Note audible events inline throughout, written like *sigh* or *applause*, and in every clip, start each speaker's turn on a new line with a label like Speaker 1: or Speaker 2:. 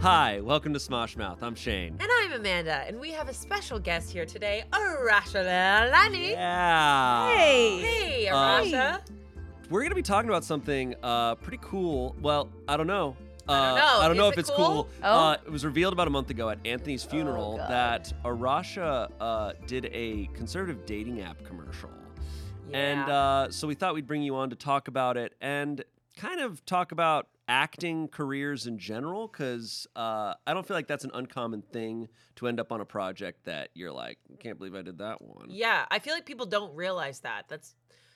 Speaker 1: Hi, welcome to Smosh Mouth. I'm Shane.
Speaker 2: And I'm Amanda, and we have a special guest here today, Arasha Lani.
Speaker 1: Yeah.
Speaker 2: Hey,
Speaker 1: Um,
Speaker 2: Arasha.
Speaker 1: We're going to be talking about something uh, pretty cool. Well, I don't know. Uh,
Speaker 2: don't know.
Speaker 1: I don't know
Speaker 2: Is
Speaker 1: if
Speaker 2: it
Speaker 1: it's
Speaker 2: cool? Oh,
Speaker 1: cool.
Speaker 3: Oh.
Speaker 1: Uh, it was revealed about a month ago at Anthony's funeral
Speaker 3: God.
Speaker 1: that Arasha uh, did a conservative dating app commercial. And
Speaker 2: Yeah.
Speaker 1: uh, so we thought we'd bring you on to talk about it and kind of talk about acting careers in general, because uh, I don't feel like that's an uncommon thing to end up on a project that you're like, can't believe I did that one.
Speaker 2: yeah, I feel like people don't realize that. That's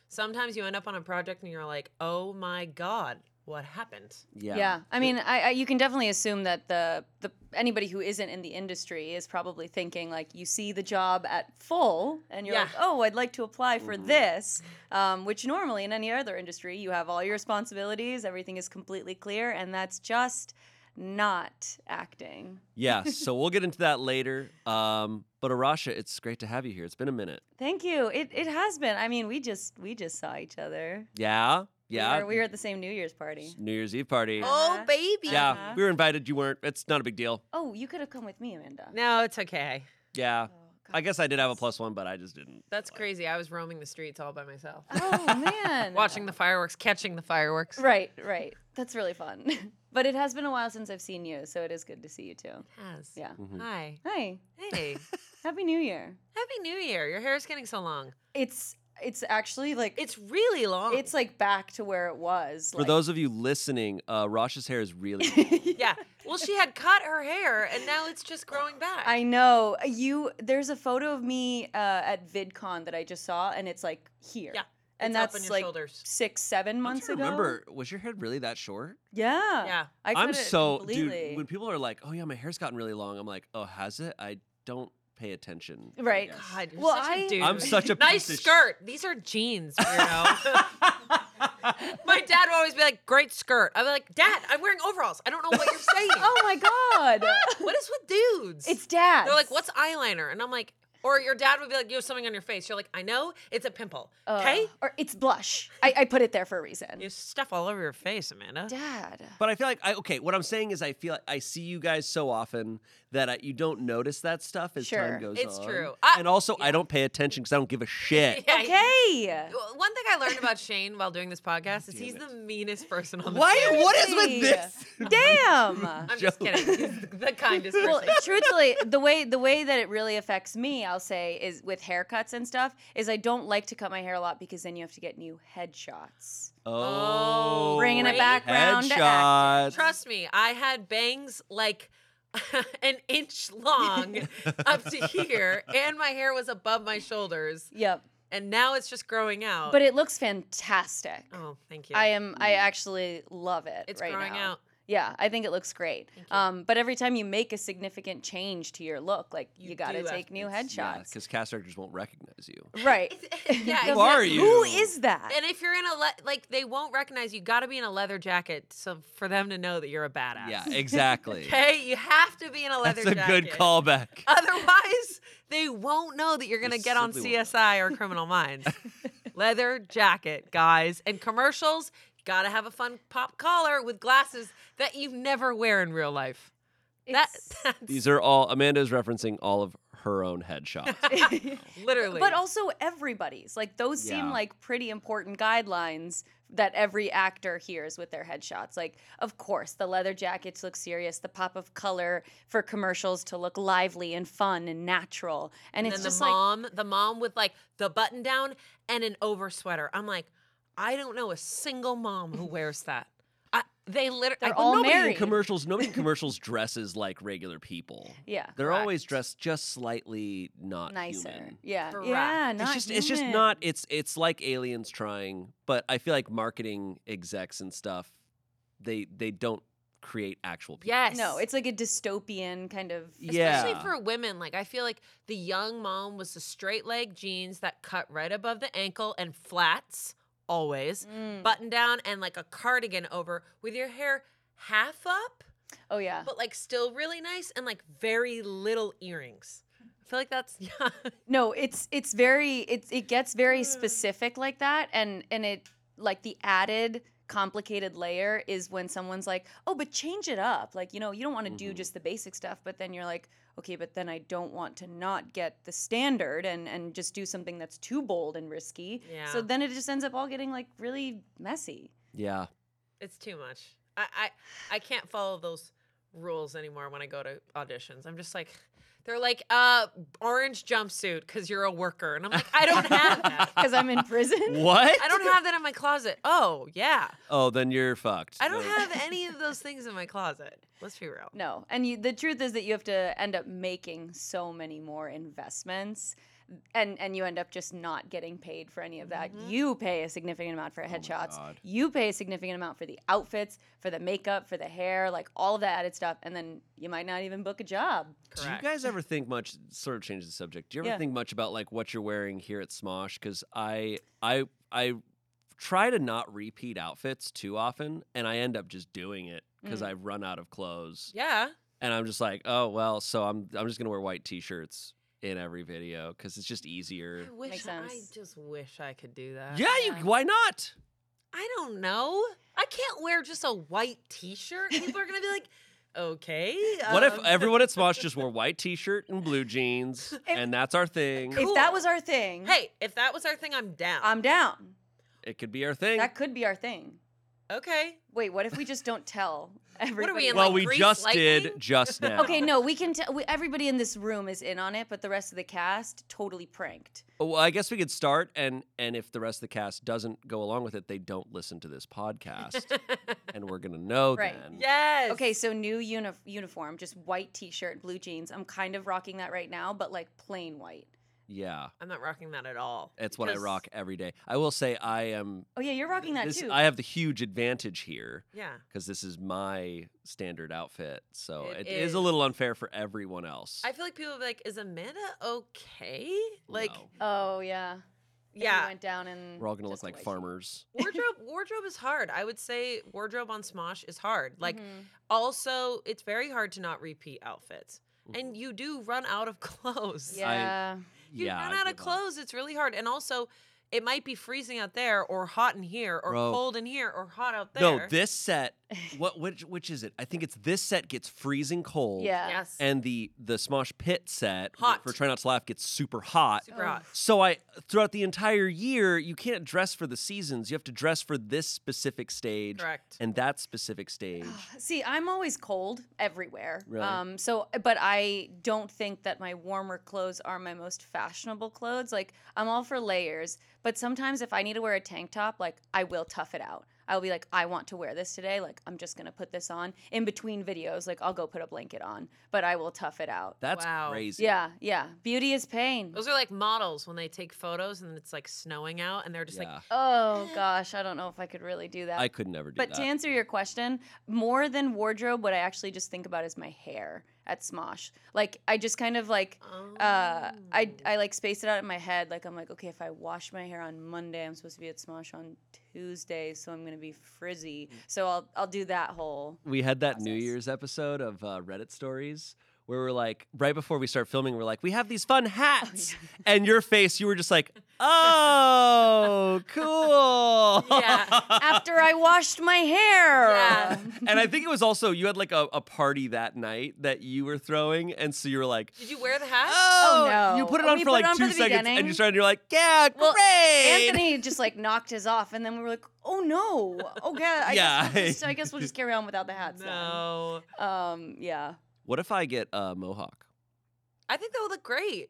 Speaker 2: sometimes you end up on a project and you're like, oh my God, what happened?
Speaker 1: Yeah.
Speaker 3: I mean, I, I you can definitely assume that the the anybody who isn't in the industry is probably thinking like you see the job at full and you're
Speaker 2: Yeah.
Speaker 3: like, oh, I'd like to apply for
Speaker 1: Mhm.
Speaker 3: this, um, which normally in any other industry you have all your responsibilities, everything is completely clear, and that's just not acting. *laughs*
Speaker 1: Yeah. So we'll get into that later. Um, but Arasha, it's great to have you here. It's been a minute.
Speaker 3: Thank you. It it has been. I mean, we just we just saw each other.
Speaker 1: Yeah. Yeah.
Speaker 3: we were, we were at the same New Year's party.
Speaker 1: New Year's Eve party.
Speaker 3: Oh. Uh-huh.
Speaker 2: baby.
Speaker 1: Yeah.
Speaker 3: Uh-huh.
Speaker 1: We were invited. You weren't. It's not a big deal.
Speaker 3: Oh, you could have come with me, Amanda.
Speaker 2: No, it's okay.
Speaker 1: Yeah.
Speaker 3: Oh, God.
Speaker 1: I guess I did have a plus one, but I just didn't.
Speaker 2: That's
Speaker 1: like-
Speaker 2: crazy. I was roaming the streets all by myself,
Speaker 3: Oh
Speaker 1: *laughs*
Speaker 3: man.
Speaker 2: watching the fireworks, catching the fireworks.
Speaker 3: Right, right. That's really fun. *laughs* but it has been a while since I've seen you, so it is good to see you too.
Speaker 2: Yes.
Speaker 3: Yeah.
Speaker 1: Mhm.
Speaker 2: Hi.
Speaker 3: Hi.
Speaker 2: Hey.
Speaker 3: Happy New Year.
Speaker 2: Happy New Year. Your hair's getting so long.
Speaker 3: It's it's actually like it's
Speaker 2: It's really long.
Speaker 3: it's like back to where it was.
Speaker 1: For
Speaker 3: like-
Speaker 1: those of you listening, uh, Rasha's hair is really.
Speaker 2: yeah. Well, she had cut her hair and now it's just growing back.
Speaker 3: *laughs* I know. You there's a photo of me uh, at VidCon that I just saw and it's like here.
Speaker 2: Yeah.
Speaker 3: And
Speaker 2: It's up
Speaker 3: that's
Speaker 2: on your
Speaker 3: like
Speaker 2: shoulders.
Speaker 3: 6 7
Speaker 1: I'm
Speaker 3: months
Speaker 1: trying to
Speaker 3: ago.
Speaker 1: remember, was your hair really that short?
Speaker 3: Yeah.
Speaker 2: Yeah.
Speaker 3: I
Speaker 1: I'm
Speaker 3: couldn't
Speaker 1: so
Speaker 3: completely.
Speaker 1: dude. When people are like, "Oh yeah, my hair's gotten really long," I'm like, "Oh, has it?" I don't pay attention. I
Speaker 3: Right.
Speaker 1: guess.
Speaker 2: God, you're
Speaker 3: Well,
Speaker 2: such a
Speaker 3: I-
Speaker 2: dude.
Speaker 1: I'm
Speaker 3: *laughs*
Speaker 1: such a
Speaker 2: nice
Speaker 1: piece of sh-
Speaker 2: skirt. These are jeans, weirdo.
Speaker 1: *laughs*
Speaker 3: *laughs*
Speaker 2: My dad would always be like, "Great skirt." I'd be like, "Dad, I'm wearing overalls. I don't know what you're
Speaker 3: *laughs*
Speaker 2: saying.
Speaker 3: oh my
Speaker 2: *laughs*
Speaker 3: god.
Speaker 2: What is with dudes?
Speaker 3: it's dad.
Speaker 2: they're like, "What's eyeliner?" And I'm like, or your dad would be like, "You have something on your face." You're like, "I know, it's a pimple." Okay,
Speaker 3: Uh, Or it's blush. I, I put it there for a reason.
Speaker 2: you have stuff all over your face, Amanda.
Speaker 3: Dad.
Speaker 1: But I feel like I okay. What I'm saying is, I feel like I see you guys so often that I, you don't notice that stuff as
Speaker 3: Sure.
Speaker 1: time goes
Speaker 2: It's
Speaker 1: on.
Speaker 2: true. I-
Speaker 1: and also, I don't pay attention because I don't give a
Speaker 2: *laughs*
Speaker 1: shit.
Speaker 2: *laughs* Yeah,
Speaker 3: Okay. *laughs*
Speaker 2: Well, One thing I learned about Shane while doing this podcast is
Speaker 1: Damn
Speaker 2: he's
Speaker 1: it.
Speaker 2: the meanest person on the
Speaker 1: Why?
Speaker 2: planet.
Speaker 1: What is with
Speaker 3: Really?
Speaker 1: this?
Speaker 3: Damn.
Speaker 2: I'm
Speaker 1: joke?
Speaker 2: just kidding. *laughs* He's the kindest person.
Speaker 3: *laughs* well, truthfully, the way the way that it really affects me, I'll say, is with haircuts and stuff. Is I don't like to cut my hair a lot because then you have to get new headshots.
Speaker 1: *laughs* Oh,
Speaker 3: Bringing
Speaker 2: it back
Speaker 3: round to
Speaker 1: Headshots.
Speaker 2: Trust me, I had bangs like *laughs* an inch *laughs* long up to here, and my hair was above my shoulders,
Speaker 3: Yep.
Speaker 2: and now it's just growing out.
Speaker 3: But it looks fantastic.
Speaker 2: oh, thank you.
Speaker 3: I uh, am. I actually love it.
Speaker 2: it's
Speaker 3: right
Speaker 2: growing
Speaker 3: now.
Speaker 2: out.
Speaker 3: Yeah, I think it looks great.
Speaker 2: Thank you.
Speaker 3: Um, but every time you make a significant change to your look, like
Speaker 2: You
Speaker 3: you, gotta
Speaker 2: do have-
Speaker 3: take new headshots.
Speaker 1: because cast actors won't recognize you.
Speaker 3: right.
Speaker 2: *laughs* yeah,
Speaker 1: Who
Speaker 2: exactly.
Speaker 1: are
Speaker 3: Who
Speaker 1: you?
Speaker 3: is that?
Speaker 2: And if you're in a le- like, they won't recognize you. Got to be in a leather jacket so for them to know that you're a badass. *laughs*
Speaker 1: Yeah, exactly.
Speaker 2: Okay, you have to be in a leather
Speaker 1: That's a
Speaker 2: jacket.
Speaker 1: good callback.
Speaker 2: Otherwise, they won't know that you're going to
Speaker 1: They
Speaker 2: get on
Speaker 1: simply won't.
Speaker 2: CSI or
Speaker 1: *laughs*
Speaker 2: Criminal Minds. Leather jacket, guys. And commercials, got to have a fun pop collar with glasses that you never wear in real life. That,
Speaker 3: It's-
Speaker 2: that's
Speaker 1: These are all Amanda's referencing all of her own
Speaker 2: *laughs*
Speaker 1: headshots.
Speaker 2: literally.
Speaker 3: But also everybody's. Like those
Speaker 1: Yeah.
Speaker 3: seem like pretty important guidelines that every actor hears with their headshots. Like, of course, the leather jackets look serious, the pop of color for commercials to look lively and fun and natural. And,
Speaker 2: and
Speaker 3: it's
Speaker 2: then
Speaker 3: just
Speaker 2: the mom, the mom with like the button down and an over sweater. I'm like, I don't know a single mom who wears that. I, they literally,
Speaker 3: They're all
Speaker 1: nobody in
Speaker 3: married.
Speaker 1: commercials.
Speaker 2: *laughs*
Speaker 1: Nobody in commercials dresses like regular people.
Speaker 3: like Yeah.
Speaker 1: They're always
Speaker 2: Correct.
Speaker 1: dressed just slightly not
Speaker 3: Nicer.
Speaker 1: human.
Speaker 3: Yeah.
Speaker 2: Correct.
Speaker 3: Yeah. Not
Speaker 1: it's just it's just
Speaker 3: human.
Speaker 1: not it's it's like aliens trying, but I feel like marketing execs and stuff, they they don't create actual people.
Speaker 2: yes.
Speaker 3: No, it's like a dystopian kind of
Speaker 1: Yeah.
Speaker 2: Especially for women, like I feel like the young mom was the straight leg jeans that cut right above the ankle and flats always,
Speaker 3: Mm.
Speaker 2: button down and like a cardigan over with your hair half up,
Speaker 3: oh yeah.
Speaker 2: but like still really nice and like very little earrings. I feel like that's *laughs* yeah.
Speaker 3: No, it's it's very it's it gets very
Speaker 2: Mm.
Speaker 3: specific like that and and it like the added complicated layer is when someone's like, "Oh, but change it up." Like, you know, you don't want to do
Speaker 2: Mm-hmm.
Speaker 1: Mhm.
Speaker 3: just the basic stuff, but then you're like, "Okay, but then I don't want to not get the standard and and just do something that's too bold and risky." So
Speaker 2: Yeah.
Speaker 3: then it just ends up all getting like really
Speaker 2: *laughs*
Speaker 3: messy.
Speaker 1: Yeah.
Speaker 2: It's too much. I, I I can't follow those rules anymore when I go to auditions. I'm just like they're like uh orange jumpsuit because you're a worker, and I'm like
Speaker 1: *laughs*
Speaker 2: I don't
Speaker 3: *laughs*
Speaker 2: have that.
Speaker 3: Cuz I'm in prison.
Speaker 1: What?
Speaker 2: I don't have that in my closet. Oh yeah,
Speaker 1: *laughs* Oh, then you're fucked.
Speaker 2: I don't
Speaker 1: Then-
Speaker 2: have any of those things in my closet. Let's be real.
Speaker 3: No. And you, the truth is that you have to end up making so many more investments and and you end up just not getting paid for any of that.
Speaker 2: Mhm.
Speaker 3: You pay a significant amount for
Speaker 1: Oh my
Speaker 3: headshots.
Speaker 1: God.
Speaker 3: you pay a significant amount for the outfits, for the makeup, for the hair, like all of that added stuff and then you might not even book a job.
Speaker 1: Do you
Speaker 2: Correct.
Speaker 1: guys ever think much? Sort of change the subject. Do you ever
Speaker 3: Yeah.
Speaker 1: think much about like what you're wearing here at Smosh? Because I, I, I try to not repeat outfits too often, and I end up just doing it because
Speaker 3: Mm.
Speaker 1: I've run out of clothes,
Speaker 2: yeah.
Speaker 1: and I'm just like, oh well. So I'm, I'm just gonna wear white t-shirts in every video because it's just easier.
Speaker 2: I wish
Speaker 3: Makes sense.
Speaker 2: I just wish I could do that.
Speaker 1: Yeah, you.
Speaker 3: yeah.
Speaker 1: Why not?
Speaker 2: I don't know. I can't wear just a white T-shirt. People are gonna be like, okay.
Speaker 1: What if
Speaker 2: um,
Speaker 1: everyone at
Speaker 3: *laughs*
Speaker 1: Smosh just wore white t-shirt and blue jeans, and that's our thing?
Speaker 3: If that
Speaker 2: Cool.
Speaker 3: was our thing,
Speaker 2: Hey, if that was our thing, I'm down.
Speaker 3: I'm down.
Speaker 1: It could be our thing.
Speaker 3: That could be our thing.
Speaker 1: *laughs*
Speaker 2: okay.
Speaker 3: Wait, what if we just don't
Speaker 2: *laughs*
Speaker 3: tell everybody?
Speaker 2: we in,
Speaker 1: well,
Speaker 2: like,
Speaker 1: we
Speaker 2: Grease
Speaker 1: just did
Speaker 2: lightning?
Speaker 3: *laughs*
Speaker 1: just now.
Speaker 3: Okay, no, we can tell. we- Everybody in this room is in on it, but the rest of the cast totally pranked.
Speaker 1: Well, I guess we could start, and and if the rest of the cast doesn't go along with it, they don't listen to this
Speaker 3: *laughs*
Speaker 1: podcast, and we're gonna know
Speaker 3: Right.
Speaker 1: then.
Speaker 2: yes.
Speaker 3: Okay, so new uni- uniform, just white t-shirt, blue jeans. I'm kind of rocking that right now, but like plain white.
Speaker 1: Yeah,
Speaker 2: I'm not rocking that at all.
Speaker 1: it's what I
Speaker 2: because-
Speaker 1: rock every day. I will say I am.
Speaker 3: Oh yeah, you're rocking that
Speaker 1: this-
Speaker 3: too.
Speaker 1: I have the huge advantage here
Speaker 2: Yeah.
Speaker 1: because this is my standard outfit, so it
Speaker 2: It
Speaker 1: is. a
Speaker 2: is.
Speaker 1: little unfair for everyone else.
Speaker 2: I feel like people will be like, is Amanda okay? Like,
Speaker 1: No.
Speaker 3: oh yeah, If you
Speaker 2: yeah.
Speaker 3: Went down and
Speaker 1: we're all gonna look
Speaker 3: just a
Speaker 1: like
Speaker 3: white-
Speaker 1: farmers.
Speaker 2: wardrobe wardrobe is hard. I would say wardrobe on Smosh is hard. Like
Speaker 3: Mhm.
Speaker 2: also it's very hard to not repeat outfits.
Speaker 1: Mm-hmm.
Speaker 2: And you do run out of *laughs* clothes.
Speaker 3: yeah,
Speaker 2: You
Speaker 1: yeah,
Speaker 2: run
Speaker 1: I
Speaker 2: out of
Speaker 1: give up.
Speaker 2: clothes. It's really hard. And also, it might be freezing out there, or hot in here, or
Speaker 1: Bro.
Speaker 2: cold in here, or hot out there.
Speaker 1: No, this set.
Speaker 2: *laughs*
Speaker 1: What which which is it? I think it's this set gets freezing cold.
Speaker 3: yeah.
Speaker 2: Yes.
Speaker 1: And the the Smosh Pit set
Speaker 2: Hot.
Speaker 1: for Try Not to Laugh gets super hot.
Speaker 2: Super
Speaker 3: Oh.
Speaker 2: hot.
Speaker 1: So I throughout the entire year, you can't dress for the seasons. You have to dress for this specific stage
Speaker 2: Correct.
Speaker 1: and that specific stage.
Speaker 2: *sighs*
Speaker 3: See, I'm always cold everywhere.
Speaker 1: Really?
Speaker 3: Um, so, but I don't think that my warmer clothes are my most fashionable clothes. Like, I'm all for layers, but sometimes if I need to wear a tank top, like, I will tough it out. I'll be like, I want to wear this today. Like, I'm just going to put this on. In between videos, like, I'll go put a blanket on, but I will tough it out.
Speaker 1: That's
Speaker 2: Wow.
Speaker 1: crazy.
Speaker 3: Yeah, yeah. Beauty is pain.
Speaker 2: Those are like models when they take photos and it's like snowing out, and they're just
Speaker 1: Yeah.
Speaker 2: like,
Speaker 3: Oh, gosh. I don't know if I could really do that.
Speaker 1: I could never do
Speaker 3: But
Speaker 1: that.
Speaker 3: to answer your question, more than wardrobe, what I actually just think about is my hair at Smosh. Like I just kind of like
Speaker 2: oh.
Speaker 3: uh I
Speaker 1: Oh.
Speaker 3: I like space it out in my head. Like I'm like, okay, if I wash my hair on Monday, I'm supposed to be at Smosh on Tuesday, so I'm gonna be frizzy.
Speaker 1: Mm.
Speaker 3: So I'll I'll do
Speaker 1: *laughs*
Speaker 3: that whole
Speaker 1: we had that New
Speaker 3: process.
Speaker 1: Year's episode of uh, Reddit stories where we're like, right before we start filming, we're like, we have these fun
Speaker 3: *laughs* Oh,
Speaker 1: hats. And your face, you were just like, oh, cool.
Speaker 2: Yeah.
Speaker 3: after I washed my hair. *laughs*
Speaker 2: Yeah.
Speaker 1: *laughs* and I think it was also, you had like a, a party that night that you were throwing. And so you were like,
Speaker 2: Did you wear the hat?
Speaker 1: Oh,
Speaker 3: no.
Speaker 1: You put it
Speaker 3: Uh, Oh,
Speaker 1: on
Speaker 3: we
Speaker 1: for
Speaker 3: put it
Speaker 1: like
Speaker 3: on for
Speaker 1: two
Speaker 3: the
Speaker 1: seconds, and
Speaker 3: beginning.
Speaker 1: you started. You're like, yeah,
Speaker 3: Well,
Speaker 1: great.
Speaker 3: Anthony just like knocked his off, and then we were like, "Oh no! Okay, I,
Speaker 1: Yeah.
Speaker 3: guess, we'll just, I
Speaker 1: *laughs*
Speaker 3: guess we'll just carry on without the hats." then."
Speaker 2: no.
Speaker 3: Um. Yeah.
Speaker 1: What if I get a mohawk?
Speaker 2: I think that would look great.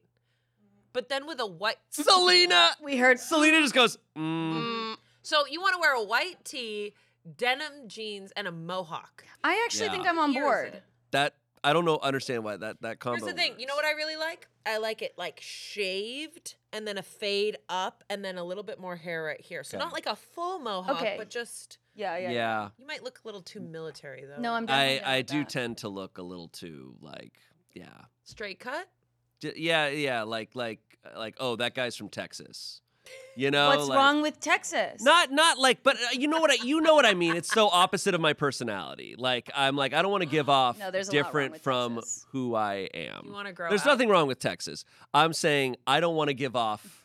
Speaker 2: But then with a white.
Speaker 1: Selena.
Speaker 3: We heard
Speaker 1: Selena just goes. Mm.
Speaker 2: So you want to wear a white tee, denim jeans, and a mohawk.
Speaker 3: I actually think
Speaker 1: Yeah.
Speaker 3: I'm on
Speaker 2: Here's
Speaker 3: board.
Speaker 2: it.
Speaker 1: That I don't know. Understand why that that combo.
Speaker 2: Here's the thing. You know what I really like? I like it like shaved and then a fade up and then a little bit more hair right here. So
Speaker 1: Okay.
Speaker 2: not like a full mohawk,
Speaker 3: Okay.
Speaker 2: but just
Speaker 3: Oh, Yeah, yeah.
Speaker 1: Yeah,
Speaker 3: yeah.
Speaker 2: you might look a little too military though.
Speaker 3: No, I'm
Speaker 1: I
Speaker 3: definitely down
Speaker 1: I
Speaker 3: with
Speaker 1: do
Speaker 3: that.
Speaker 1: tend to look a little too like yeah
Speaker 2: straight cut.
Speaker 1: J- yeah yeah like like like oh that guy's from Texas, you know
Speaker 3: What's
Speaker 1: like-
Speaker 3: wrong with Texas?
Speaker 1: Not not like but uh, you know what I you know what I mean. It's so opposite of my personality. Like I'm like I don't want to give off
Speaker 3: No, there's a lot wrong
Speaker 1: different
Speaker 3: with
Speaker 1: from
Speaker 3: Texas.
Speaker 1: who I am.
Speaker 2: You want to grow
Speaker 1: There's
Speaker 2: out.
Speaker 1: nothing wrong with Texas. I'm saying I don't want to give off.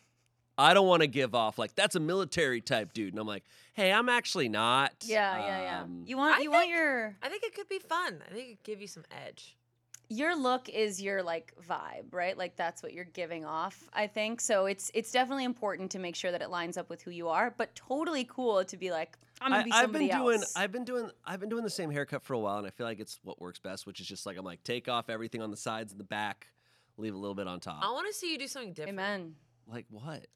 Speaker 1: I don't want to give off like that's a military type dude, and I'm like, hey, I'm actually not.
Speaker 3: Yeah, yeah, yeah.
Speaker 1: Um,
Speaker 3: you want
Speaker 2: I
Speaker 3: you want
Speaker 2: think-
Speaker 3: your
Speaker 2: I think it could be fun. I think it could give you some edge.
Speaker 3: your look is your like vibe, right? Like that's what you're giving off, I think. So it's it's definitely important to make sure that it lines up with who you are, but totally cool to be like I'm going to be
Speaker 1: have
Speaker 3: somebody
Speaker 1: been doing
Speaker 3: else.
Speaker 1: I've been doing I've been doing the same haircut for a while and I feel like it's what works best, which is just like I'm like take off everything on the sides and the back, leave a little bit on top.
Speaker 2: I want to see you do something different.
Speaker 3: Amen.
Speaker 1: Like what?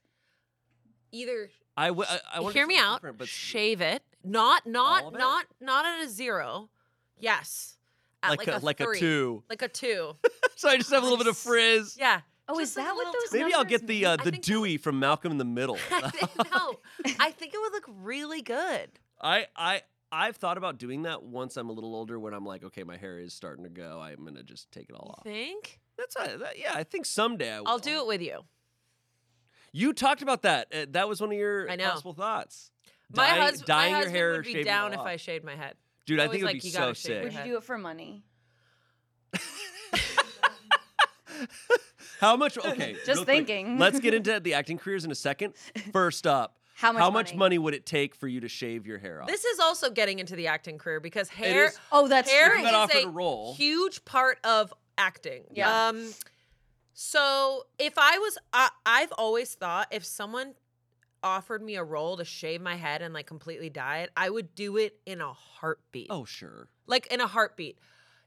Speaker 2: Either
Speaker 1: I w- I, I wanna do
Speaker 2: hear me
Speaker 1: something
Speaker 2: out,
Speaker 1: different, but
Speaker 2: shave it. Not
Speaker 1: All
Speaker 2: not
Speaker 1: of it?
Speaker 2: not not at a zero. Yes. At
Speaker 1: like,
Speaker 2: like,
Speaker 1: a, like
Speaker 2: three.
Speaker 1: a two. *laughs*
Speaker 2: Like a two.
Speaker 1: So I just have a little bit of
Speaker 2: Nice.
Speaker 1: frizz.
Speaker 2: Yeah. *laughs*
Speaker 3: Oh,
Speaker 2: Just
Speaker 3: is
Speaker 2: like a
Speaker 3: that what
Speaker 2: little
Speaker 3: those
Speaker 2: tiny-
Speaker 1: Maybe I'll get the uh,
Speaker 2: I
Speaker 1: the
Speaker 2: think that'll-
Speaker 1: Dewey from Malcolm in the
Speaker 2: *laughs*
Speaker 1: Middle. *laughs*
Speaker 2: I think, no, I think it would look really good.
Speaker 1: I I I've thought about doing that once I'm a little older when I'm like, okay, my hair is starting to go. I'm gonna just take it all
Speaker 2: You
Speaker 1: off. Oh,
Speaker 2: think?
Speaker 1: That's a, that, yeah. I think someday I will.
Speaker 2: I'll do it with you.
Speaker 1: You talked about that. Uh, that was one of your
Speaker 2: I know.
Speaker 1: possible thoughts.
Speaker 2: My,
Speaker 1: Dye-
Speaker 2: hus-
Speaker 1: dyeing your
Speaker 2: my husband
Speaker 1: hair,
Speaker 2: would
Speaker 1: shaving
Speaker 2: be
Speaker 1: it
Speaker 2: down
Speaker 1: all
Speaker 2: if
Speaker 1: off.
Speaker 2: I shaved my head.
Speaker 1: Dude, I
Speaker 2: always
Speaker 1: think it would
Speaker 2: like,
Speaker 1: be
Speaker 2: you
Speaker 1: so
Speaker 2: gotta shave
Speaker 1: sick.
Speaker 2: your
Speaker 3: Would you do it for money?
Speaker 1: How much? Okay, real
Speaker 3: *laughs* Just
Speaker 1: quick,
Speaker 3: thinking.
Speaker 1: Let's
Speaker 3: *laughs*
Speaker 1: get into the acting careers in a second. First up,
Speaker 3: how much
Speaker 1: how much money would it take for you to shave your hair off?
Speaker 2: This is also getting into the acting career because hair
Speaker 1: is-
Speaker 3: Oh, that's
Speaker 2: hair
Speaker 1: If
Speaker 3: true.
Speaker 1: you got
Speaker 2: is
Speaker 1: offered
Speaker 2: a
Speaker 1: a role.
Speaker 2: huge part of acting.
Speaker 3: Yeah.
Speaker 2: Um, so if I was, I, I've always thought if someone offered me a role to shave my head and like completely dye it, I would do it in a heartbeat.
Speaker 1: oh sure.
Speaker 2: like in a heartbeat.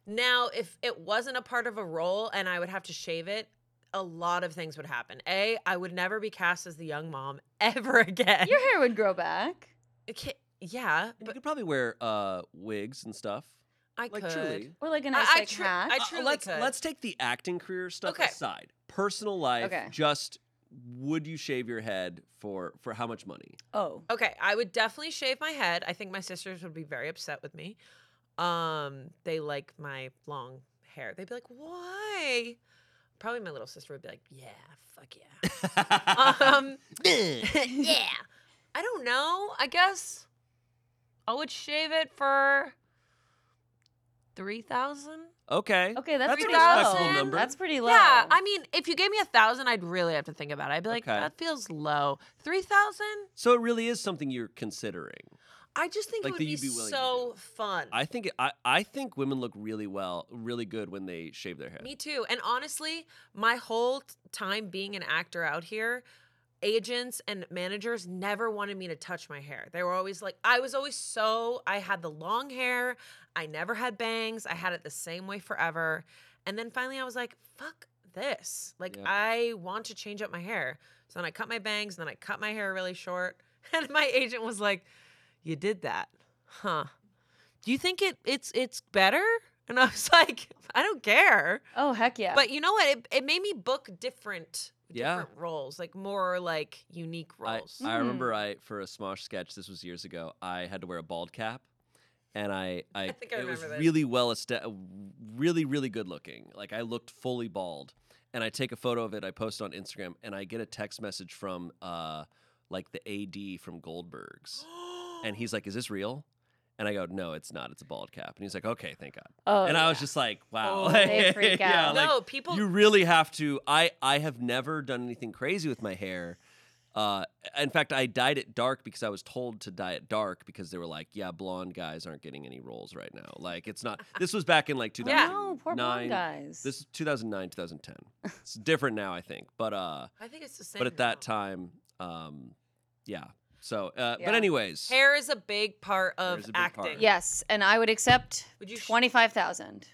Speaker 2: Now, if it wasn't a part of a role and I would have to shave it, a lot of things would happen. A, I would never be cast as the young mom *laughs* ever again.
Speaker 3: Your hair would grow back.
Speaker 2: Okay, yeah,
Speaker 1: And you
Speaker 2: but
Speaker 1: could probably wear uh, wigs and stuff.
Speaker 2: I
Speaker 1: Like
Speaker 2: could.
Speaker 1: truly.
Speaker 3: Or like a
Speaker 2: I-
Speaker 3: nice
Speaker 2: I
Speaker 3: like,
Speaker 2: tru-
Speaker 3: hat.
Speaker 2: I
Speaker 1: Uh,
Speaker 2: truly
Speaker 1: let's
Speaker 2: could.
Speaker 1: let's take the acting career stuff
Speaker 2: Okay.
Speaker 1: aside. Personal life,
Speaker 3: Okay.
Speaker 1: just would you shave your head for for how much money?
Speaker 3: oh.
Speaker 2: Okay, I would definitely shave my head. I think my sisters would be very upset with me. Um, they like my long hair. They'd be like, "Why?" Probably my little sister would be like, "Yeah, fuck
Speaker 1: *laughs*
Speaker 2: yeah." *laughs* Um, yeah. *laughs* I don't know. I guess I would shave it for 3,000.
Speaker 1: okay.
Speaker 3: *laughs* Okay, that's,
Speaker 1: That's a
Speaker 3: pretty
Speaker 1: respectable
Speaker 3: low.
Speaker 1: number.
Speaker 3: That's pretty low.
Speaker 2: Yeah, I mean, if you gave me a thousand, I'd really have to think about it. I'd be like,
Speaker 1: Okay.
Speaker 2: that feels low. Three thousand?
Speaker 1: So it really is something you're considering.
Speaker 2: I just think
Speaker 1: Like
Speaker 2: it would
Speaker 1: that
Speaker 2: be,
Speaker 1: you'd be willing to
Speaker 2: so
Speaker 1: do.
Speaker 2: fun.
Speaker 1: I think it- I, I think women look really well, really good when they shave their head.
Speaker 2: Me too. And honestly, my whole t- time being an actor out here, agents and managers never wanted me to touch my hair. They were always like, I was always so, I had the long hair. I never had bangs. I had it the same way forever. And then finally I was like, fuck this. Like,
Speaker 1: Yeah.
Speaker 2: I want to change up my hair. So then I cut my bangs and then I cut my hair really short. *laughs* And my agent was like, you did that. Huh. Do you think it it's it's better? And I was *laughs* like, I don't care.
Speaker 3: oh heck yeah.
Speaker 2: But you know what? It, it made me book different
Speaker 1: Yeah.
Speaker 2: different roles, like more like unique
Speaker 1: I,
Speaker 2: roles.
Speaker 1: I remember I for a Smosh sketch. This was years ago. I had to wear a bald cap, and I I,
Speaker 2: think *laughs* I
Speaker 1: it was
Speaker 2: remember this.
Speaker 1: really well este- uh, really really good looking. Like I looked fully bald, and I take a photo of it. I post it on Instagram, and I get a text message from uh like the AD from Goldberg's, *gasps* and he's like, "Is this real?" And I go, "No, it's not. It's a bald cap." And he's like, "Okay, thank God."
Speaker 3: oh,
Speaker 1: and I was
Speaker 3: yeah.
Speaker 1: just like, "Wow." *laughs*
Speaker 2: Oh, they
Speaker 3: freak
Speaker 1: yeah,
Speaker 3: out.
Speaker 1: like,
Speaker 2: no, people
Speaker 1: you really have to i i have never done anything crazy with my hair uh in fact i dyed it dark because i was told to dye it dark because they were like yeah blonde guys aren't getting any roles right now like it's
Speaker 2: *laughs*
Speaker 1: not this was back in like
Speaker 3: Oh,
Speaker 1: 2009
Speaker 3: no, poor blonde guys.
Speaker 1: this is 2009
Speaker 3: *laughs*
Speaker 1: 2010 it's different now i think but uh
Speaker 2: I think it's the same.
Speaker 1: but at that
Speaker 2: now.
Speaker 1: time um yeah so uh
Speaker 3: Yeah.
Speaker 1: but anyways
Speaker 2: hair is a big part
Speaker 1: Hair
Speaker 2: of
Speaker 1: is a big
Speaker 2: acting.
Speaker 1: part.
Speaker 3: yes, and I would accept
Speaker 2: Would you sh-
Speaker 3: twenty-five thousand.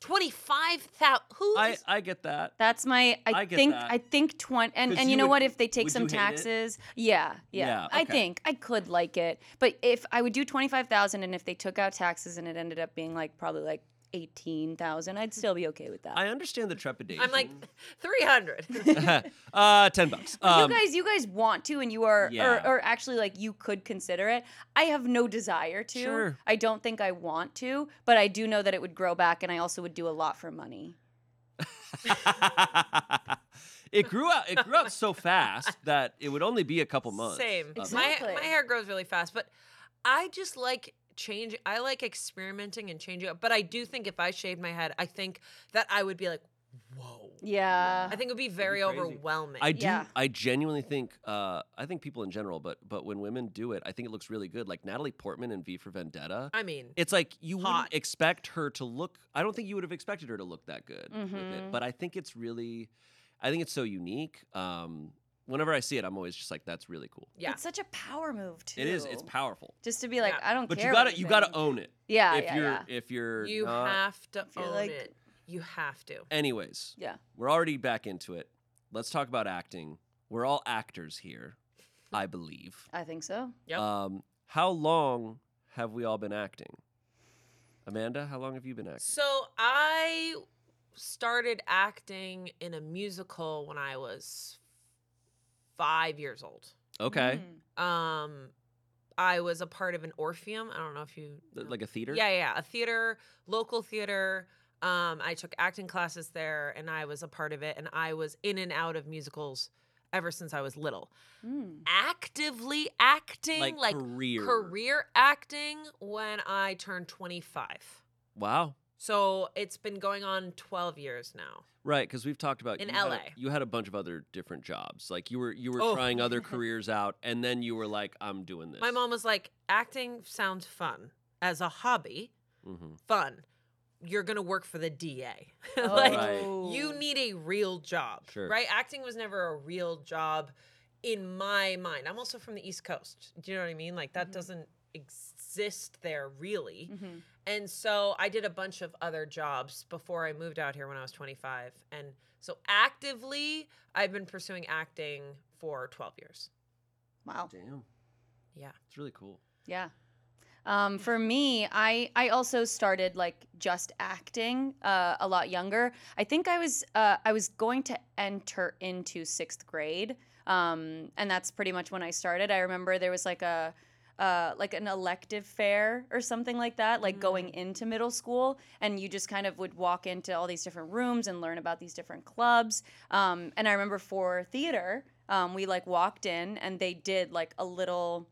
Speaker 2: twenty-five thousand? Who
Speaker 1: i
Speaker 2: is-
Speaker 1: i get that
Speaker 3: That's my. I,
Speaker 1: I get
Speaker 3: think.
Speaker 1: that.
Speaker 3: I think twenty. And,
Speaker 1: 'Cause
Speaker 3: and you,
Speaker 1: you
Speaker 3: know
Speaker 1: would-
Speaker 3: what? If they take
Speaker 1: would
Speaker 3: some
Speaker 1: you hate it?
Speaker 3: taxes, yeah, yeah.
Speaker 1: Yeah,
Speaker 3: I
Speaker 1: okay.
Speaker 3: think I could like it, but if I would do twenty five thousand, and if they took out taxes, and it ended up being like probably like eighteen thousand, I'd still be okay with that.
Speaker 1: i understand the trepidation *laughs*
Speaker 2: I'm like *laughs* three hundred. *laughs*
Speaker 1: uh 10 bucks um,
Speaker 3: you guys, you guys want to, and you are,
Speaker 1: Yeah.
Speaker 3: or, or actually, like you could consider it. I have no desire to.
Speaker 1: Sure.
Speaker 3: I don't think I want to, but I do know that it would grow back, and I also would do a lot for money.
Speaker 1: *laughs* it grew out. It grew out so fast that it would only be a couple months.
Speaker 2: Same.
Speaker 1: of it.
Speaker 2: My,
Speaker 3: Exactly.
Speaker 2: my hair grows really fast, but I just like change. I like experimenting and changing up. But I do think if I shaved my head, I think that I would be like, whoa.
Speaker 3: Yeah.
Speaker 2: I think it would be very
Speaker 4: crazy.
Speaker 2: overwhelming.
Speaker 1: I do.
Speaker 3: Yeah.
Speaker 1: I genuinely think. Uh, I think people in general, but but when women do it, I think it looks really good. Like Natalie Portman in V for Vendetta.
Speaker 2: I mean,
Speaker 1: It's like you
Speaker 2: Hot.
Speaker 1: wouldn't expect her to look. I don't think you would have expected her to look that good with
Speaker 3: Mhm.
Speaker 1: it. But I think it's really. I think it's so unique. Um, whenever I see it, I'm always just like, "That's really cool."
Speaker 2: yeah.
Speaker 3: It's such a power move too.
Speaker 1: It is. It's powerful.
Speaker 3: Just to be like,
Speaker 2: Yeah.
Speaker 3: I don't
Speaker 1: But
Speaker 3: care.
Speaker 1: you
Speaker 3: what
Speaker 1: gotta you gotta
Speaker 3: think.
Speaker 1: own it.
Speaker 3: Yeah.
Speaker 1: if
Speaker 3: yeah,
Speaker 1: you're
Speaker 3: yeah.
Speaker 1: if you're
Speaker 2: You
Speaker 1: not-
Speaker 2: have to
Speaker 3: If you're
Speaker 2: own
Speaker 3: like-
Speaker 2: it. You have to.
Speaker 1: Anyways,
Speaker 3: Yeah.
Speaker 1: we're already back into it. Let's talk about acting. We're all actors here, I believe.
Speaker 3: I think so.
Speaker 2: Yep.
Speaker 1: Um, how long have we all been acting? Amanda, how long have you been acting?
Speaker 2: So I started acting in a musical when I was five years old.
Speaker 1: Okay,
Speaker 3: Mm.
Speaker 2: Um, I was a part of an Orpheum. I don't know if you
Speaker 1: Th-
Speaker 2: know.
Speaker 1: like a theater.
Speaker 2: Yeah, yeah, a theater, local theater. Um, I took acting classes there, and I was a part of it. And I was in and out of musicals ever since I was little.
Speaker 3: Mm.
Speaker 2: Actively acting,
Speaker 1: like,
Speaker 2: like,
Speaker 1: career.
Speaker 2: career acting, when I turned twenty five.
Speaker 1: Wow.
Speaker 2: So it's been going on 12 years now.
Speaker 1: Right, because we've talked about
Speaker 2: In
Speaker 1: you had a-
Speaker 2: LA.
Speaker 1: you had a bunch of other different jobs. Like you were you were
Speaker 2: Oh.
Speaker 1: trying
Speaker 2: *laughs*
Speaker 1: other careers out, and then you were like, "I'm doing this."
Speaker 2: My mom was like, acting sounds fun as a hobby,
Speaker 1: hmm
Speaker 2: fun. You're going to work for the *laughs* DA.
Speaker 3: Oh.
Speaker 2: like,
Speaker 1: Right.
Speaker 2: you need a real job,
Speaker 1: Sure.
Speaker 2: right? Acting was never a real job in my mind. I'm also from the East Coast. Do you know what I mean? Like, that
Speaker 3: Mhm.
Speaker 2: doesn't exist there really.
Speaker 3: Mhm.
Speaker 2: And so I did a bunch of other jobs before I moved out here when I was 25. And so actively, I've been pursuing acting for 12 years.
Speaker 3: Wow.
Speaker 1: Damn.
Speaker 2: Yeah.
Speaker 1: It's really cool.
Speaker 3: Yeah. Um, for me, I I also started like just acting uh, a lot younger. I think I was uh, I was going to enter into sixth grade, um, and that's pretty much when I started. I remember there was like a uh, like an elective fair or something like that, like going into middle school, and you just kind of would walk into all these different rooms and learn about these different clubs. Um, and I remember for theater, um, we like walked in and they did like a little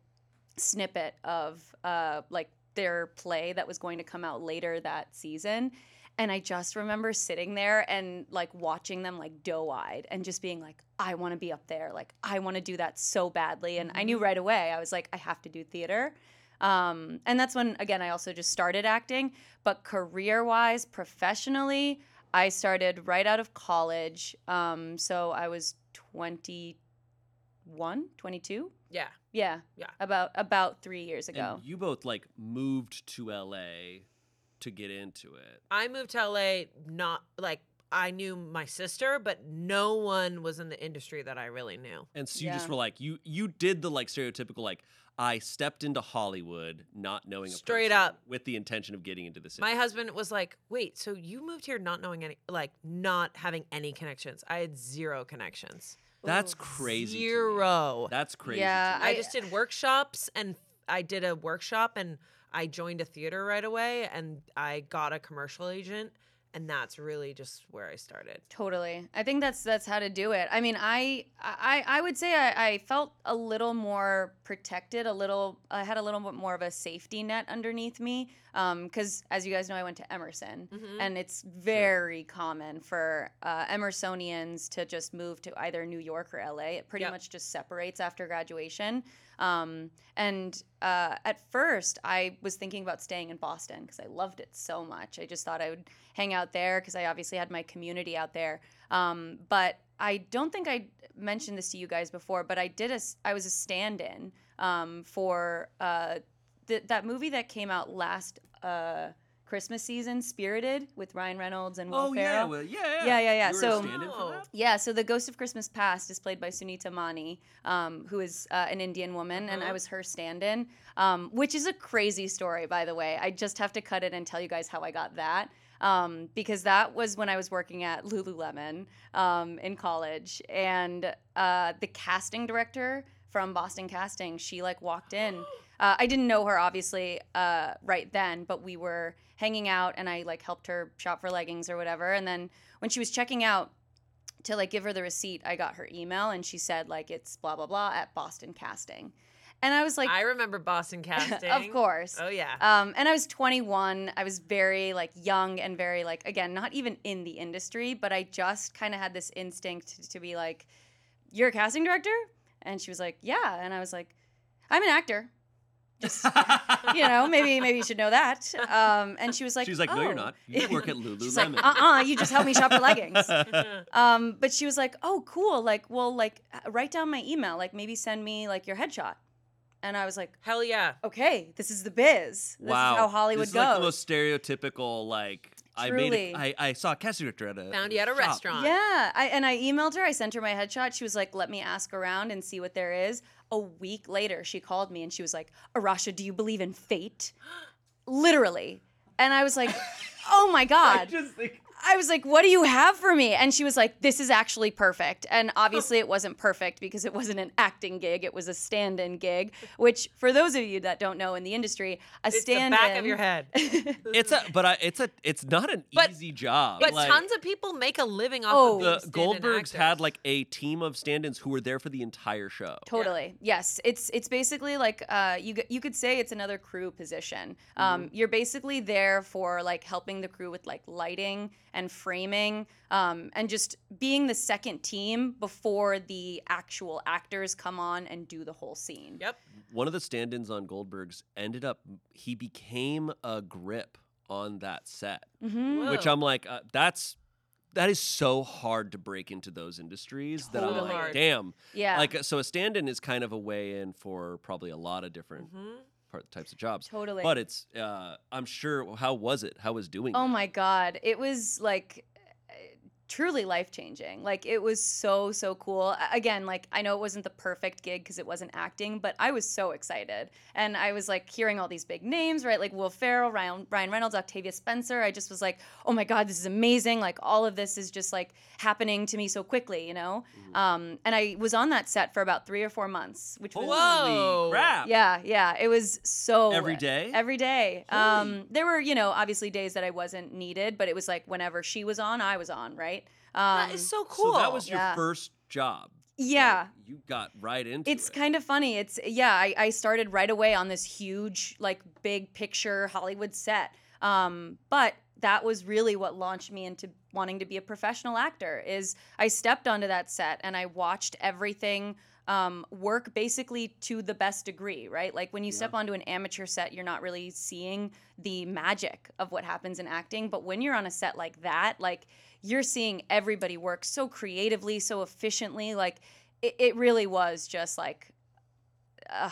Speaker 3: snippet of uh, like their play that was going to come out later that season. And I just remember sitting there and like watching them like doe eyed and just being like, I want to be up there. Like, I want to do that so badly. And I knew right away, I was like, I have to do theater. Um, and that's when, again, I also just started acting. But career wise, professionally, I started right out of college. Um, so I was 21, 22.
Speaker 2: Yeah.
Speaker 3: Yeah.
Speaker 2: Yeah.
Speaker 3: About about three years ago.
Speaker 1: And you both like moved to LA to get into it.
Speaker 2: I moved to LA not like I knew my sister, but no one was in the industry that I really knew.
Speaker 1: And so you just
Speaker 3: Yeah.
Speaker 1: were like you you did the like stereotypical like I stepped into Hollywood not knowing a
Speaker 2: Straight
Speaker 1: person
Speaker 2: up.
Speaker 1: with the intention of getting into this.
Speaker 2: My
Speaker 1: industry.
Speaker 2: husband was like, "Wait, so you moved here not knowing any like not having any connections. I had zero connections.
Speaker 1: That's
Speaker 3: Ooh.
Speaker 1: crazy. to me.
Speaker 2: Zero.
Speaker 1: That's crazy. to
Speaker 3: Yeah,
Speaker 1: me.
Speaker 2: I,
Speaker 3: I-
Speaker 2: just did workshops and I did a workshop and I joined a theater right away and I got a commercial agent and that's really just where I started.
Speaker 3: Totally. I think that's that's how to do it. I mean, I I, I would say I, I felt a little more protected, a little I had a little bit more of a safety net underneath me. Um, because as you guys know, I went to Emerson.
Speaker 2: Mm-hmm.
Speaker 3: And it's very common for uh, Emersonians to just move to either New York or LA. It pretty
Speaker 2: Yep.
Speaker 3: much just separates after graduation. Um, and uh, at first, I was thinking about staying in Boston because I loved it so much. I just thought I would hang out there because I obviously had my community out there. Um, but I don't think I mentioned this to you guys before, but I did a s- I was a stand-in um, for uh, th- that movie that came out last uh, Christmas season, Spirited, with Ryan Reynolds and Will
Speaker 1: Oh
Speaker 3: Ferrell.
Speaker 1: yeah, well, yeah,
Speaker 3: Yeah, yeah, yeah.
Speaker 1: You were a
Speaker 3: So-
Speaker 1: stand-in for
Speaker 2: Wow.
Speaker 1: that?
Speaker 3: Yeah, so the Ghost of Christmas Past is played by Sunita Mani, um, who is uh, an Indian woman, and I
Speaker 2: Uh-huh.
Speaker 3: was her stand in, um, which is a crazy story, by the way. I just have to cut it and tell you guys how I got that. Um, because that was when I was working at Lululemon um, in college, and uh, the casting director from Boston Casting, she like walked in *gasps* uh, I didn't know her obviously uh, right then, but we were hanging out, and I like helped her shop for leggings or whatever. And then when she was checking out to like give her the receipt, I got her email, and she said like it's blah blah blah at Boston Casting, And I was like,
Speaker 2: I remember Boston casting.
Speaker 3: *laughs* of course.
Speaker 2: Oh
Speaker 1: *laughs*
Speaker 2: yeah.
Speaker 3: Um, and I was 21. I was very like young and very like again not even in the industry, but I just kind of had this instinct to, to be like, "You're a casting director," and she was like, "Yeah," and I was like, "I'm an actor."
Speaker 1: *laughs*
Speaker 3: You know, maybe maybe you should know that. Um, and she was like,
Speaker 1: She's like, no,
Speaker 3: "Oh."
Speaker 1: you're not. You work at Lululemon.
Speaker 3: *laughs* She's like, uh-uh, you just helped me shop for
Speaker 1: *laughs*
Speaker 3: leggings. Um, but she was like, "Oh, cool. Like, well, like uh, write down my email. Like, maybe send me like your headshot." And I was like,
Speaker 2: Hell yeah.
Speaker 3: "Okay, this is the biz. This
Speaker 1: wow,
Speaker 3: is how Hollywood
Speaker 1: this is
Speaker 3: goes."
Speaker 1: Like the most stereotypical, like I made. A,
Speaker 3: Truly.
Speaker 1: I, I saw a casting director at a
Speaker 2: Found you at a
Speaker 1: shop. *laughs*
Speaker 2: restaurant.
Speaker 3: Yeah, I, and I emailed her. I sent her my headshot. She was like, "Let me ask around and see what there is." A week later, she called me and she was like, "Arasha, do you believe in fate?" *gasps* Literally, and I
Speaker 2: *laughs*
Speaker 3: was like, "Oh my
Speaker 1: I
Speaker 3: god!"
Speaker 1: just think
Speaker 3: I was like, "What do you have for me?" And she was like, "This is actually perfect." And obviously, it wasn't perfect because it wasn't an acting gig; it was a stand-in gig. Which, for those of you that don't know in the industry, a
Speaker 2: It's the
Speaker 3: stand-in
Speaker 2: back of your
Speaker 3: *laughs*
Speaker 2: head.
Speaker 1: it's a, but I, it's a, it's not an
Speaker 2: But-
Speaker 1: easy job.
Speaker 2: But
Speaker 1: like,
Speaker 2: tons of people make a living off
Speaker 3: Oh.
Speaker 2: of being
Speaker 1: the
Speaker 2: stand-in
Speaker 1: Goldbergs had
Speaker 2: actors.
Speaker 1: like a team of stand-ins who were there for the entire show.
Speaker 3: Totally. Yes. It's it's basically like uh, you g- you could say it's another crew position. Um,
Speaker 1: Mm-hmm.
Speaker 3: You're basically there for like helping the crew with like lighting and framing, um, and just being the second team before the actual actors come on and do the whole scene.
Speaker 2: Yep.
Speaker 1: One of the stand-ins on Goldberg's ended up he became a grip on that set,
Speaker 3: hmm
Speaker 1: which
Speaker 2: Whoa.
Speaker 1: I'm like, uh, that's that is so hard to break into those industries that I'm
Speaker 2: Totally.
Speaker 1: like,
Speaker 2: Hard.
Speaker 1: damn.
Speaker 3: Yeah.
Speaker 1: Like so, a stand-in is kind of a way in for probably a lot of different
Speaker 2: Mhm.
Speaker 1: part, types of jobs.
Speaker 3: totally.
Speaker 1: But it's, uh, I'm sure. How was it? How was doing?
Speaker 3: Oh
Speaker 1: that?
Speaker 3: my God. It was like uh, truly life changing. Like it was so, so cool. A- Again, like I know it wasn't the perfect gig because it wasn't acting, but I was so excited. And I was like hearing all these big names, right? Like Will Ferrell, Ryan, Ryan Reynolds, Octavia Spencer. I just was like, oh my God, this is amazing. Like all of this is just like happening to me so quickly, you know? Um, and I was on that set for about three or four months, which was.
Speaker 1: Holy
Speaker 2: Whoa.
Speaker 1: crap!
Speaker 3: Yeah, yeah. It was so
Speaker 1: Every day?
Speaker 3: Oh, Every day.
Speaker 1: Holy.
Speaker 3: Um, there were, you know, obviously days that I wasn't needed, but it was like whenever she was on, I was on, right? Um,
Speaker 2: that is so cool.
Speaker 1: So that was your
Speaker 3: Yeah.
Speaker 1: first job.
Speaker 3: yeah.
Speaker 1: Like, you got right into
Speaker 3: It's
Speaker 1: it.
Speaker 3: kind of funny. It's yeah, I, I started right away on this huge, like big picture Hollywood set. Um, but that was really what launched me into wanting to be a professional actor is I stepped onto that set and I watched everything um, work basically to the best degree, right? Like when you step onto an amateur set, you're not really seeing the magic of what happens in acting. But when you're on a set like that, like you're seeing everybody work so creatively, so efficiently. Like it, it really was just like uh,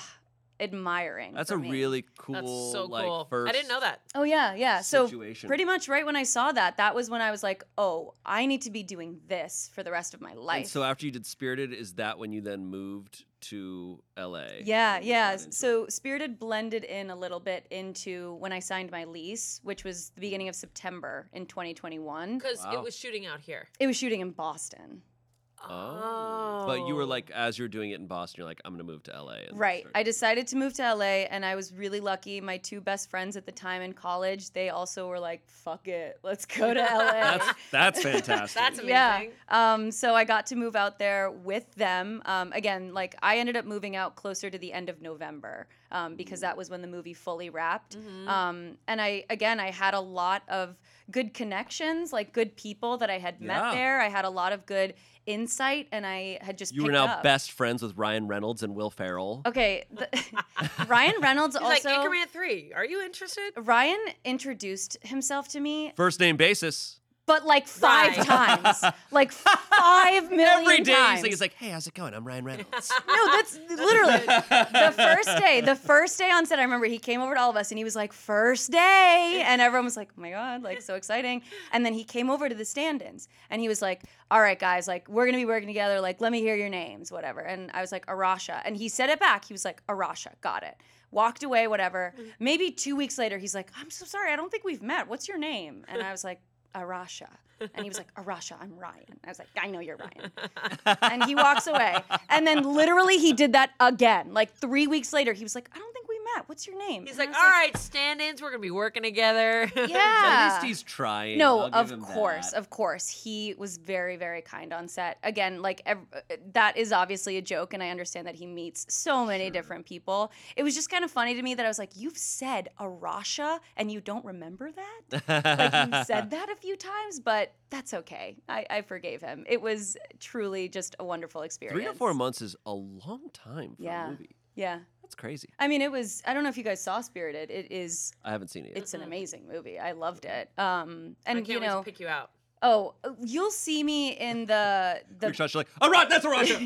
Speaker 3: admiring.
Speaker 1: That's
Speaker 3: for
Speaker 1: a
Speaker 3: me.
Speaker 1: really cool.
Speaker 2: That's so
Speaker 1: like,
Speaker 2: cool.
Speaker 1: First
Speaker 2: I didn't know that.
Speaker 3: Oh yeah, yeah. So
Speaker 1: Situation.
Speaker 3: pretty much right when I saw that, that was when I was like, oh, I need to be doing this for the rest of my
Speaker 1: And
Speaker 3: life.
Speaker 1: so after you did Spirited, is that when you then moved to L.A.?
Speaker 3: Yeah,
Speaker 1: and got
Speaker 3: yeah.
Speaker 1: into it?
Speaker 3: So Spirited blended in a little bit into when I signed my lease, which was the beginning of September in 2021.
Speaker 2: Because
Speaker 1: Wow.
Speaker 2: it was shooting out here.
Speaker 3: It was shooting in Boston.
Speaker 1: Oh. But you were
Speaker 2: Oh. *laughs*
Speaker 1: like, as you're doing it in Boston, you're like, I'm gonna move to LA. and
Speaker 3: Right.
Speaker 1: start-
Speaker 3: I decided to move to LA and I was really lucky. My two best friends at the time in college, they also were like, fuck it, let's go to LA.
Speaker 1: *laughs* *laughs* That's
Speaker 2: *laughs*
Speaker 1: that's fantastic.
Speaker 2: That's amazing.
Speaker 3: Yeah. Um, so I got to move out there with them. Um, again, like I ended up moving out closer to the end of November um, because that was when the movie fully wrapped.
Speaker 1: Mm-hmm.
Speaker 2: Mm-hmm.
Speaker 3: Um, and I, again, I had a lot of good connections, like good people that I had
Speaker 1: Yeah.
Speaker 3: met there. I had a lot of good insight, and I had just
Speaker 1: you were
Speaker 3: picked
Speaker 1: now
Speaker 3: up.
Speaker 1: best friends with Ryan Reynolds and Will Ferrell.
Speaker 3: Okay, the, *laughs* Ryan Reynolds
Speaker 2: He's
Speaker 3: also.
Speaker 2: like Anchorman three. Are you interested?
Speaker 3: Ryan introduced himself to me,
Speaker 1: First name basis.
Speaker 3: but like five
Speaker 2: Right.
Speaker 3: times, like five million
Speaker 1: *laughs* Every day
Speaker 3: times.
Speaker 1: he's like, he's like, hey, how's it going? I'm Ryan
Speaker 2: *laughs*
Speaker 1: Reynolds. *laughs*
Speaker 3: No, that's literally the first day. The first day on set, I remember he came over to all of us and he was like, first day. And everyone was like, oh my God, like so exciting. And then he came over to the stand ins and he was like, all right, guys, like we're going to be working together. Like, let me hear your names, whatever. And I was like, Arasha. And he said it back. He was like, Arasha, got it. Walked away, whatever.
Speaker 2: Mm-hmm.
Speaker 3: Maybe two weeks later, he's like, I'm so sorry. I don't think we've met. What's your name? And I was like, Arasha. And he was like, Arasha, I'm Ryan. I was like, I know you're Ryan and he walks away. And then literally he did that again. Like three weeks later, he was like, I don't think we Matt, what's your name?
Speaker 2: He's
Speaker 3: And I
Speaker 2: like,
Speaker 3: was
Speaker 2: all right, stand-ins, we're gonna be working together. *laughs*
Speaker 3: Yeah.
Speaker 1: At least he's trying.
Speaker 3: No,
Speaker 1: I'll give
Speaker 3: of
Speaker 1: him
Speaker 3: course,
Speaker 1: *laughs* that.
Speaker 3: of course. He was very, very kind on set. Again, like ev- uh, that is obviously a joke, and I understand that he meets so many
Speaker 1: Sure.
Speaker 3: different people. It was just kind of funny to me that I was like, "You've said Arasha, and you don't remember that."
Speaker 1: *laughs*
Speaker 3: like you said that a few times, but that's okay. I, I forgave him. It was truly just a wonderful experience.
Speaker 1: Three or four months is a long time for
Speaker 3: Yeah.
Speaker 1: a movie.
Speaker 3: Yeah.
Speaker 1: That's crazy.
Speaker 3: I mean, it was. I don't know if you guys saw Spirited. It is.
Speaker 1: I haven't seen it yet.
Speaker 3: It's an
Speaker 2: Mm-mm.
Speaker 3: amazing movie. I loved it. Um,
Speaker 2: I
Speaker 3: and
Speaker 2: can't
Speaker 3: you
Speaker 2: wait to
Speaker 3: know,
Speaker 2: pick you out.
Speaker 3: oh, you'll see me in the
Speaker 1: Your
Speaker 3: the.
Speaker 1: shots, you're like, oh, Rod, that's a
Speaker 3: *laughs*
Speaker 1: Roger.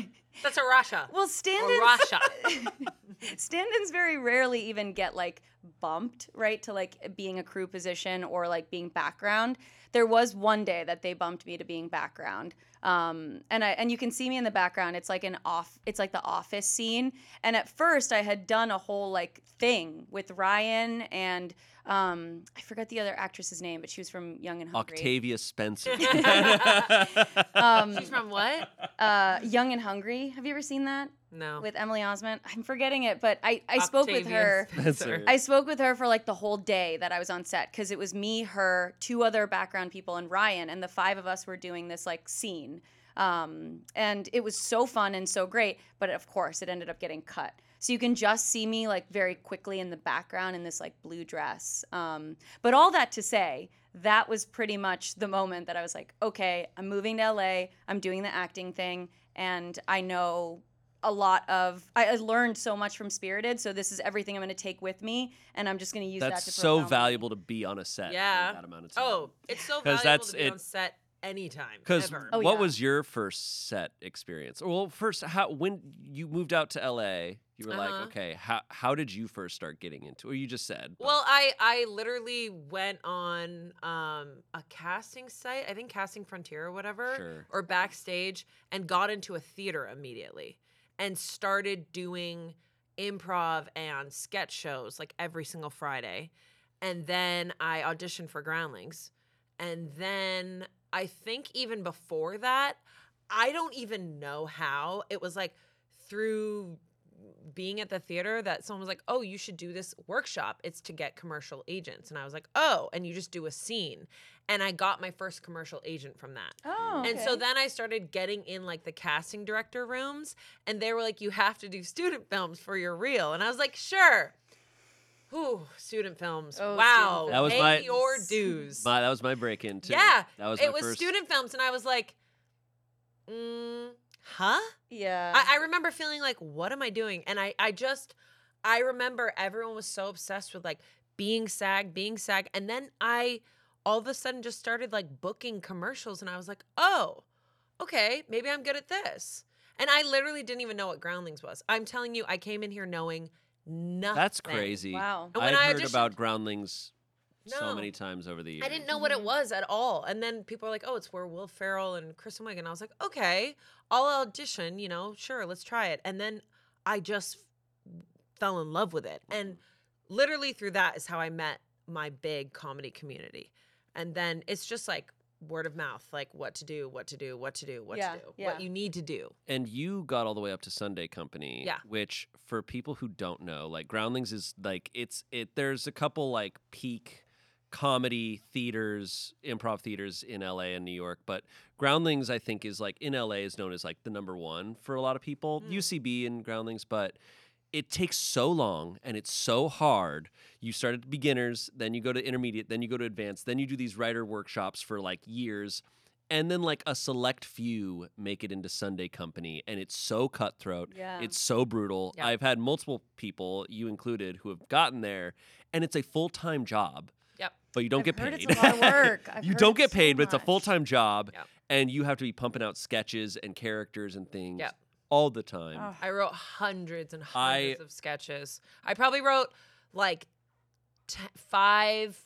Speaker 2: That's a Rasha.
Speaker 3: well,
Speaker 2: Or
Speaker 3: stand-ins.
Speaker 2: Rasha.
Speaker 3: *laughs* stand-ins very rarely even get like bumped right to like being a crew position or like being background there was one day that they bumped me to being background um, and i and you can see me in the background it's like an off it's like the office scene and at first i had done a whole like thing with ryan and um, i forgot the other actress's name but she was from young and hungry
Speaker 1: Octavia
Speaker 3: *laughs*
Speaker 1: Spencer. *laughs*
Speaker 3: um,
Speaker 2: She's from what?
Speaker 3: uh, young and hungry have you ever seen that
Speaker 2: No.
Speaker 3: with emily osment i'm forgetting it but i, I spoke with
Speaker 2: Octavia
Speaker 3: her
Speaker 1: *laughs*
Speaker 2: Spencer.
Speaker 1: Spencer.
Speaker 3: I spoke with her for like the whole day that I was on set because it was me, her, two other background people, and Ryan, and the five of us were doing this like scene. Um, and it was so fun and so great, but of course it ended up getting cut. So you can just see me like very quickly in the background in this like blue dress. Um, but all that to say, that was pretty much the moment that I was like, okay, I'm moving to LA, I'm doing the acting thing, and I know a lot of I I learned so much from Spirited, so this is everything I'm going to take with me, and I'm just going to use that.
Speaker 1: That's
Speaker 3: to
Speaker 1: so
Speaker 3: propel me.
Speaker 1: valuable to be on a set. for
Speaker 2: Yeah.
Speaker 1: That amount of time.
Speaker 2: Oh, it's so
Speaker 1: 'Cause
Speaker 2: valuable
Speaker 1: that's-
Speaker 2: to be
Speaker 1: it-
Speaker 2: on set anytime.
Speaker 1: Because
Speaker 2: ever.
Speaker 3: Oh,
Speaker 1: what
Speaker 3: yeah.
Speaker 1: was your first set experience? Well, first, how when you moved out to LA, you were
Speaker 2: Uh-huh.
Speaker 1: like, okay, how how did you first start getting into? Or you just said, but-
Speaker 2: Well, I I literally went on um a casting site, I think Casting Frontier or whatever,
Speaker 1: Sure.
Speaker 2: or backstage, and got into a theater immediately and started doing improv and sketch shows like every single Friday. And then I auditioned for Groundlings. And then I think even before that, I don't even know how. It was like through being at the theater that someone was like, "Oh, you should do this workshop. It's to get commercial agents." And I was like, "Oh," and you just do a scene. And I got my first commercial agent from that.
Speaker 3: Oh,
Speaker 2: And so
Speaker 3: okay.
Speaker 2: then I started getting in like the casting director rooms, and they were like, "You have to do student films for your reel," and I was like, "Sure." Whew, student films.
Speaker 3: Oh,
Speaker 2: wow,
Speaker 3: student
Speaker 1: That was
Speaker 2: pay
Speaker 1: my-
Speaker 2: your dues.
Speaker 1: my, that was my break in too.
Speaker 2: Yeah,
Speaker 1: that was
Speaker 2: it
Speaker 1: my
Speaker 2: was
Speaker 1: first-
Speaker 2: student films, and I was like, mm, "Huh."
Speaker 3: yeah,
Speaker 2: I, I remember feeling like, what am I doing? And I, I just, I remember everyone was so obsessed with like being SAG, being SAG. And then I all of a sudden just started like booking commercials and I was like, oh, okay, maybe I'm good at this. And I literally didn't even know what Groundlings was. I'm telling you, I came in here knowing nothing.
Speaker 1: That's crazy.
Speaker 3: wow.
Speaker 2: And
Speaker 1: I've
Speaker 2: when I
Speaker 1: heard
Speaker 2: auditioned-
Speaker 1: about Groundlings so
Speaker 2: No.
Speaker 1: many times over the years.
Speaker 2: I didn't know what
Speaker 3: Mm-hmm.
Speaker 2: it was at all. And then people were like, oh, it's where Will Ferrell and Kristen Wiig. And I was like, okay, I'll audition, you know, sure, let's try it. And then I just fell in love with it. And
Speaker 3: Mm-hmm.
Speaker 2: literally through that is how I met my big comedy community. And then it's just like word of mouth, like what to do, what to do, what to do, what
Speaker 3: Yeah,
Speaker 2: to do,
Speaker 3: yeah.
Speaker 2: what you need to do.
Speaker 1: and you got all the way up to Sunday Company,
Speaker 2: Yeah.
Speaker 1: which for people who don't know, like Groundlings is like it's it there's a couple like peak comedy theaters, improv theaters in LA and New York, but Groundlings I think is like in LA is known as like the number 1 for a lot of people.
Speaker 2: Mm.
Speaker 1: UCB and Groundlings, but it takes so long and it's so hard. You start at beginners, then you go to intermediate, then you go to advanced, then you do these writer workshops for like years, and then like a select few make it into Sunday Company, and it's so cutthroat.
Speaker 3: yeah.
Speaker 1: It's so brutal.
Speaker 2: Yeah.
Speaker 1: I've had multiple people, you included, who have gotten there, and it's a full time job.
Speaker 2: Yep.
Speaker 1: But you don't
Speaker 3: I've
Speaker 1: get
Speaker 3: heard
Speaker 1: paid.
Speaker 3: It's
Speaker 1: *laughs*
Speaker 3: a lot of work. I've
Speaker 1: you
Speaker 3: heard
Speaker 1: don't get
Speaker 3: so
Speaker 1: paid, but it's a
Speaker 3: much.
Speaker 1: full time job,
Speaker 2: Yep.
Speaker 1: and you have to be pumping out sketches and characters and things
Speaker 2: Yep.
Speaker 1: all the time.
Speaker 3: Ugh.
Speaker 2: I wrote hundreds and
Speaker 1: I-
Speaker 2: hundreds of sketches. I probably wrote like t- five,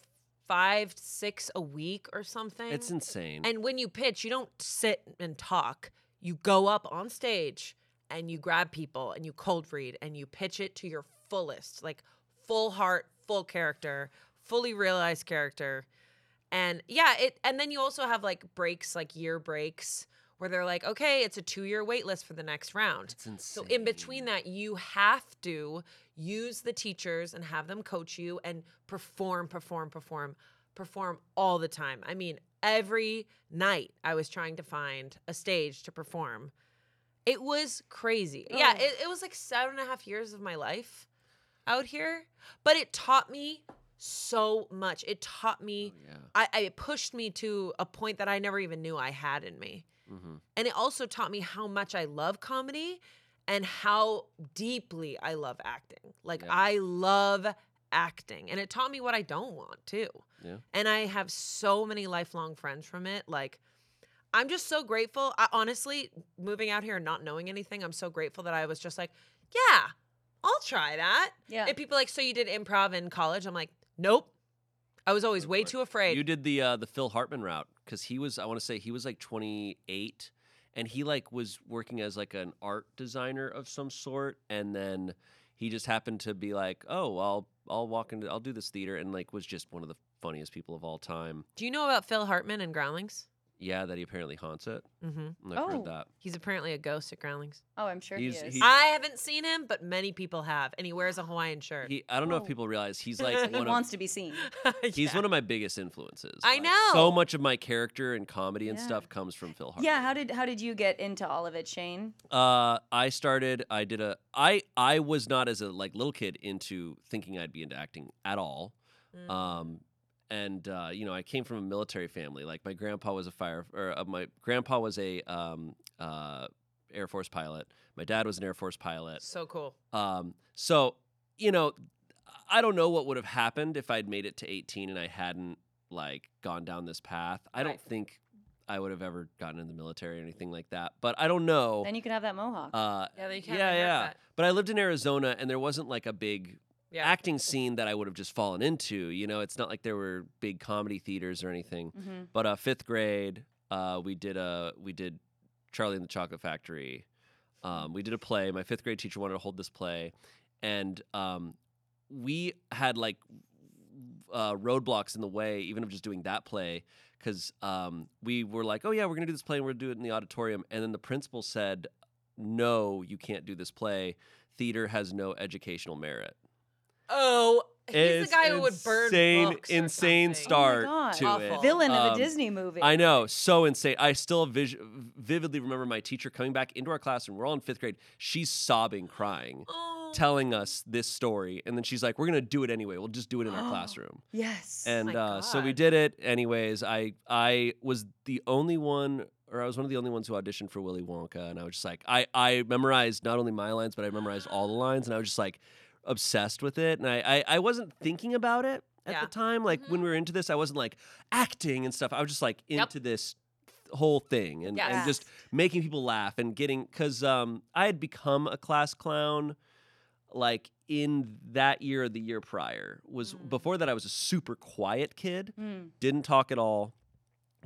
Speaker 2: five, six a week or
Speaker 3: Oh,
Speaker 2: something.
Speaker 1: It's insane.
Speaker 2: and when you pitch, you don't sit and talk. You go up on stage and you grab people and you cold read and you pitch it to your fullest, like full heart, full character, fully realized character. And yeah, it and then you also have like breaks, like year breaks where they're like, okay, it's a two year wait list for the next round.
Speaker 1: It's insane.
Speaker 2: So in between that, you have to use the teachers and have them coach you and perform, perform, perform, perform all the time. I mean, every night I was trying to find a stage to perform. It was crazy. Yeah,
Speaker 3: Ugh.
Speaker 2: it, it was like seven and a half years of my life out here, but it taught me so much. It taught
Speaker 1: Oh,
Speaker 2: me,
Speaker 1: yeah.
Speaker 2: I, I it pushed me to a point that I never even knew I had in me
Speaker 1: Mm-hmm.
Speaker 2: and it also taught me how much I love comedy and how deeply I love acting. Like
Speaker 1: Yeah.
Speaker 2: I love acting and it taught me what I don't want too.
Speaker 1: Yeah.
Speaker 2: And I have so many lifelong friends from it like I'm just so grateful. I, honestly, moving out here and not knowing anything, I'm so grateful that I was just like, yeah, I'll try that.
Speaker 3: Yeah.
Speaker 2: And people are like, so you did improv in college? I'm like, nope. I was always
Speaker 1: Good
Speaker 2: way
Speaker 1: point.
Speaker 2: too afraid.
Speaker 1: You did the uh, the Phil Hartman route because he was I want to say he was like 28, and he like was working as like an art designer of some sort, and then he just happened to be like, oh, I'll I'll walk into I'll do this theater, and like was just one of the funniest people of all time.
Speaker 2: Do you know about Phil Hartman and Groundlings?
Speaker 1: Yeah, that he apparently haunts it.
Speaker 2: Mm-hmm.
Speaker 1: I've
Speaker 3: Oh.
Speaker 1: heard that.
Speaker 2: He's apparently a ghost at Groundlings.
Speaker 3: Oh, I'm sure
Speaker 1: He's-
Speaker 3: he is.
Speaker 1: he-
Speaker 2: I haven't seen him, but many people have, and he wears a Hawaiian shirt.
Speaker 1: He I don't know
Speaker 3: Oh.
Speaker 1: if people realize he's
Speaker 3: *laughs*
Speaker 1: like
Speaker 2: He
Speaker 1: one of
Speaker 3: wants to be seen.
Speaker 1: he's
Speaker 2: *laughs* Yeah.
Speaker 1: one of my biggest influences.
Speaker 2: I
Speaker 1: Like, So
Speaker 2: know.
Speaker 1: much of my character and comedy and
Speaker 3: Yeah.
Speaker 1: stuff comes from Phil Hartman.
Speaker 3: Yeah, how did how did you get into all of it, Shane?
Speaker 1: Uh, I started. I did a. I I was not as a like little kid into thinking I'd be into acting at all.
Speaker 2: Mm.
Speaker 1: Um, and uh, you know, I came from a military family. Like my grandpa was a fire, or uh, my grandpa was a um uh Air Force pilot. My dad was an Air Force pilot.
Speaker 2: so cool.
Speaker 1: Um, so you know, I don't know what would have happened if I'd made it to 18 and I hadn't like gone down this path. I don't
Speaker 2: Right.
Speaker 1: think I would have ever gotten in the military or anything like that. But I don't know.
Speaker 3: Then you can have that mohawk.
Speaker 1: uh,
Speaker 2: Yeah, they
Speaker 1: yeah, yeah. But I lived in Arizona, and there wasn't like a big
Speaker 2: Yeah.
Speaker 1: acting scene that I would have just fallen into. You know, it's not like there were big comedy theaters or anything.
Speaker 3: Mhm.
Speaker 1: But uh, fifth grade, uh, we did a we did Charlie and the Chocolate Factory. Um, we did a play. My fifth grade teacher wanted to hold this play, and um, we had like uh, roadblocks in the way, even of just doing that play, because um, we were like, "Oh yeah, we're gonna do this play, and we're gonna do it in the auditorium." And then the principal said, "No, you can't do this play. Theater has no educational merit."
Speaker 2: Oh, he's
Speaker 1: It's
Speaker 2: the guy who would burn
Speaker 1: insane,
Speaker 2: books or
Speaker 1: insane
Speaker 2: something.
Speaker 1: start
Speaker 3: God.
Speaker 1: to
Speaker 2: Awful.
Speaker 1: it.
Speaker 3: Villain of a
Speaker 1: Um,
Speaker 3: Disney movie.
Speaker 1: I know, so insane. I still vis- vividly remember my teacher coming back into our classroom. We're all in fifth grade. She's sobbing, crying,
Speaker 2: Oh.
Speaker 1: telling
Speaker 2: *laughs*
Speaker 1: us this story, and then she's like, "We're gonna do it anyway. We'll just do it in our classroom."
Speaker 3: Yes.
Speaker 1: And
Speaker 2: Oh my
Speaker 1: uh, so we
Speaker 2: God.
Speaker 1: did it, anyways. I I was the only one, or I was one of the only ones who auditioned for Willy Wonka, and I was just like, I I memorized not only my lines, but I memorized all the lines, and I was just like obsessed with it, and I I, I wasn't thinking about it at
Speaker 2: Yeah. Mm-hmm.
Speaker 1: the time. Like when we were into this, I wasn't like acting and stuff. I was just like
Speaker 2: Yep.
Speaker 1: into this whole thing and, and
Speaker 2: Yes.
Speaker 1: just making people laugh and getting because um, I had become a class clown like in that year or the year prior was
Speaker 2: Mm.
Speaker 1: before that I was a super quiet kid
Speaker 3: *laughs* Mm. *laughs*
Speaker 1: didn't talk at all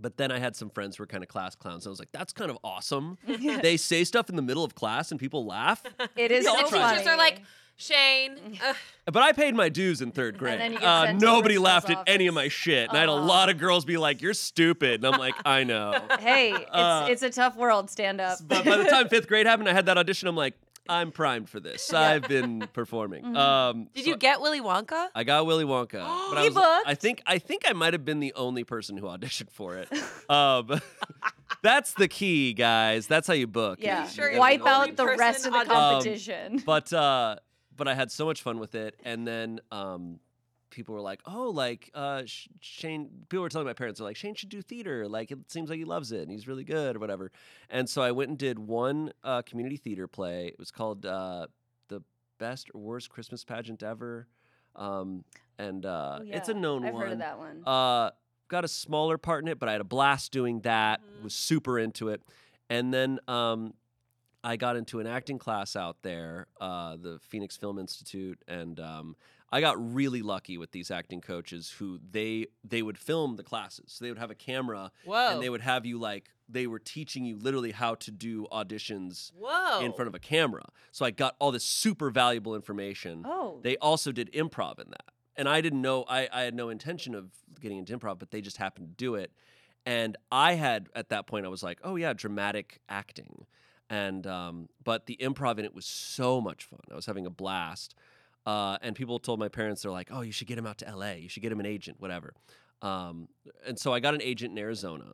Speaker 1: but then I had some friends who were kind of class clowns and I was like that's kind of
Speaker 3: *laughs*
Speaker 1: awesome they say stuff in the middle of class and people laugh
Speaker 3: it is
Speaker 1: Yeah,
Speaker 3: so
Speaker 1: I'll try.
Speaker 3: funny.
Speaker 2: Teachers are like,
Speaker 3: *laughs*
Speaker 2: Shane. uh, ugh,
Speaker 1: but I paid my dues in third grade
Speaker 3: then you get
Speaker 1: uh,
Speaker 3: sent to
Speaker 1: nobody
Speaker 3: principal's
Speaker 1: laughed at any of
Speaker 3: office.
Speaker 1: my shit and I had a
Speaker 3: Aw.
Speaker 1: lot of girls be like you're stupid and I'm like I know
Speaker 3: hey, it's,
Speaker 1: Uh,
Speaker 3: it's a tough world. Stand up.
Speaker 1: but by the
Speaker 3: *laughs*
Speaker 1: time fifth grade happened, I had that audition. I'm like, I'm primed for this. I've
Speaker 3: *laughs*
Speaker 1: been performing.
Speaker 3: Mhm.
Speaker 1: Um,
Speaker 2: Did
Speaker 1: so
Speaker 2: you get Willy Wonka?
Speaker 1: I got Willy
Speaker 3: *gasps*
Speaker 1: Wonka. but I,
Speaker 3: He
Speaker 1: was, I
Speaker 3: booked.
Speaker 1: think I think I might have been the only person who auditioned for
Speaker 3: *laughs*
Speaker 1: it. Um, *laughs* that's the key, guys. That's how you book.
Speaker 3: yeah,
Speaker 2: you sure you're
Speaker 3: wipe
Speaker 2: the only
Speaker 3: out the
Speaker 2: person
Speaker 3: rest of the
Speaker 2: on- Um,
Speaker 3: competition. *laughs*
Speaker 1: But uh, but I had so much fun with it, and then um, people were like, "Oh, like uh, Sh- Shane." People were telling my parents, "They're like Shane should do theater. Like it seems like he loves it, and he's really good, or whatever." And so I went and did one uh, community theater play. It was called uh, "The Best or Worst Christmas Pageant Ever," um, and uh,
Speaker 3: Oh,
Speaker 1: it's a
Speaker 3: yeah.
Speaker 1: known
Speaker 3: I've
Speaker 1: one.
Speaker 3: heard of that one.
Speaker 1: Uh, got a smaller part in it, but I had a blast doing that.
Speaker 2: Mhm.
Speaker 1: Was super into it, and then um, I got into an acting class out there, uh, the Phoenix Film Institute, and um, I got really lucky with these acting coaches who they they would film the classes. So they would have a camera
Speaker 2: Whoa.
Speaker 1: and they would have you like they were teaching you literally how to do auditions
Speaker 2: Whoa.
Speaker 1: in front of a camera. So I got all this super valuable information.
Speaker 3: oh,
Speaker 1: They also did improv in that. And I didn't know, I, I had no intention of getting into improv, but they just happened to do it. And I had at that point I was like, oh yeah, dramatic acting, and um, but the improv in it was so much fun. I was having a blast. Uh, and people told my parents they're like, oh, you should get him out to L.A. You should get him an agent, whatever. Um, and so I got an agent in Arizona,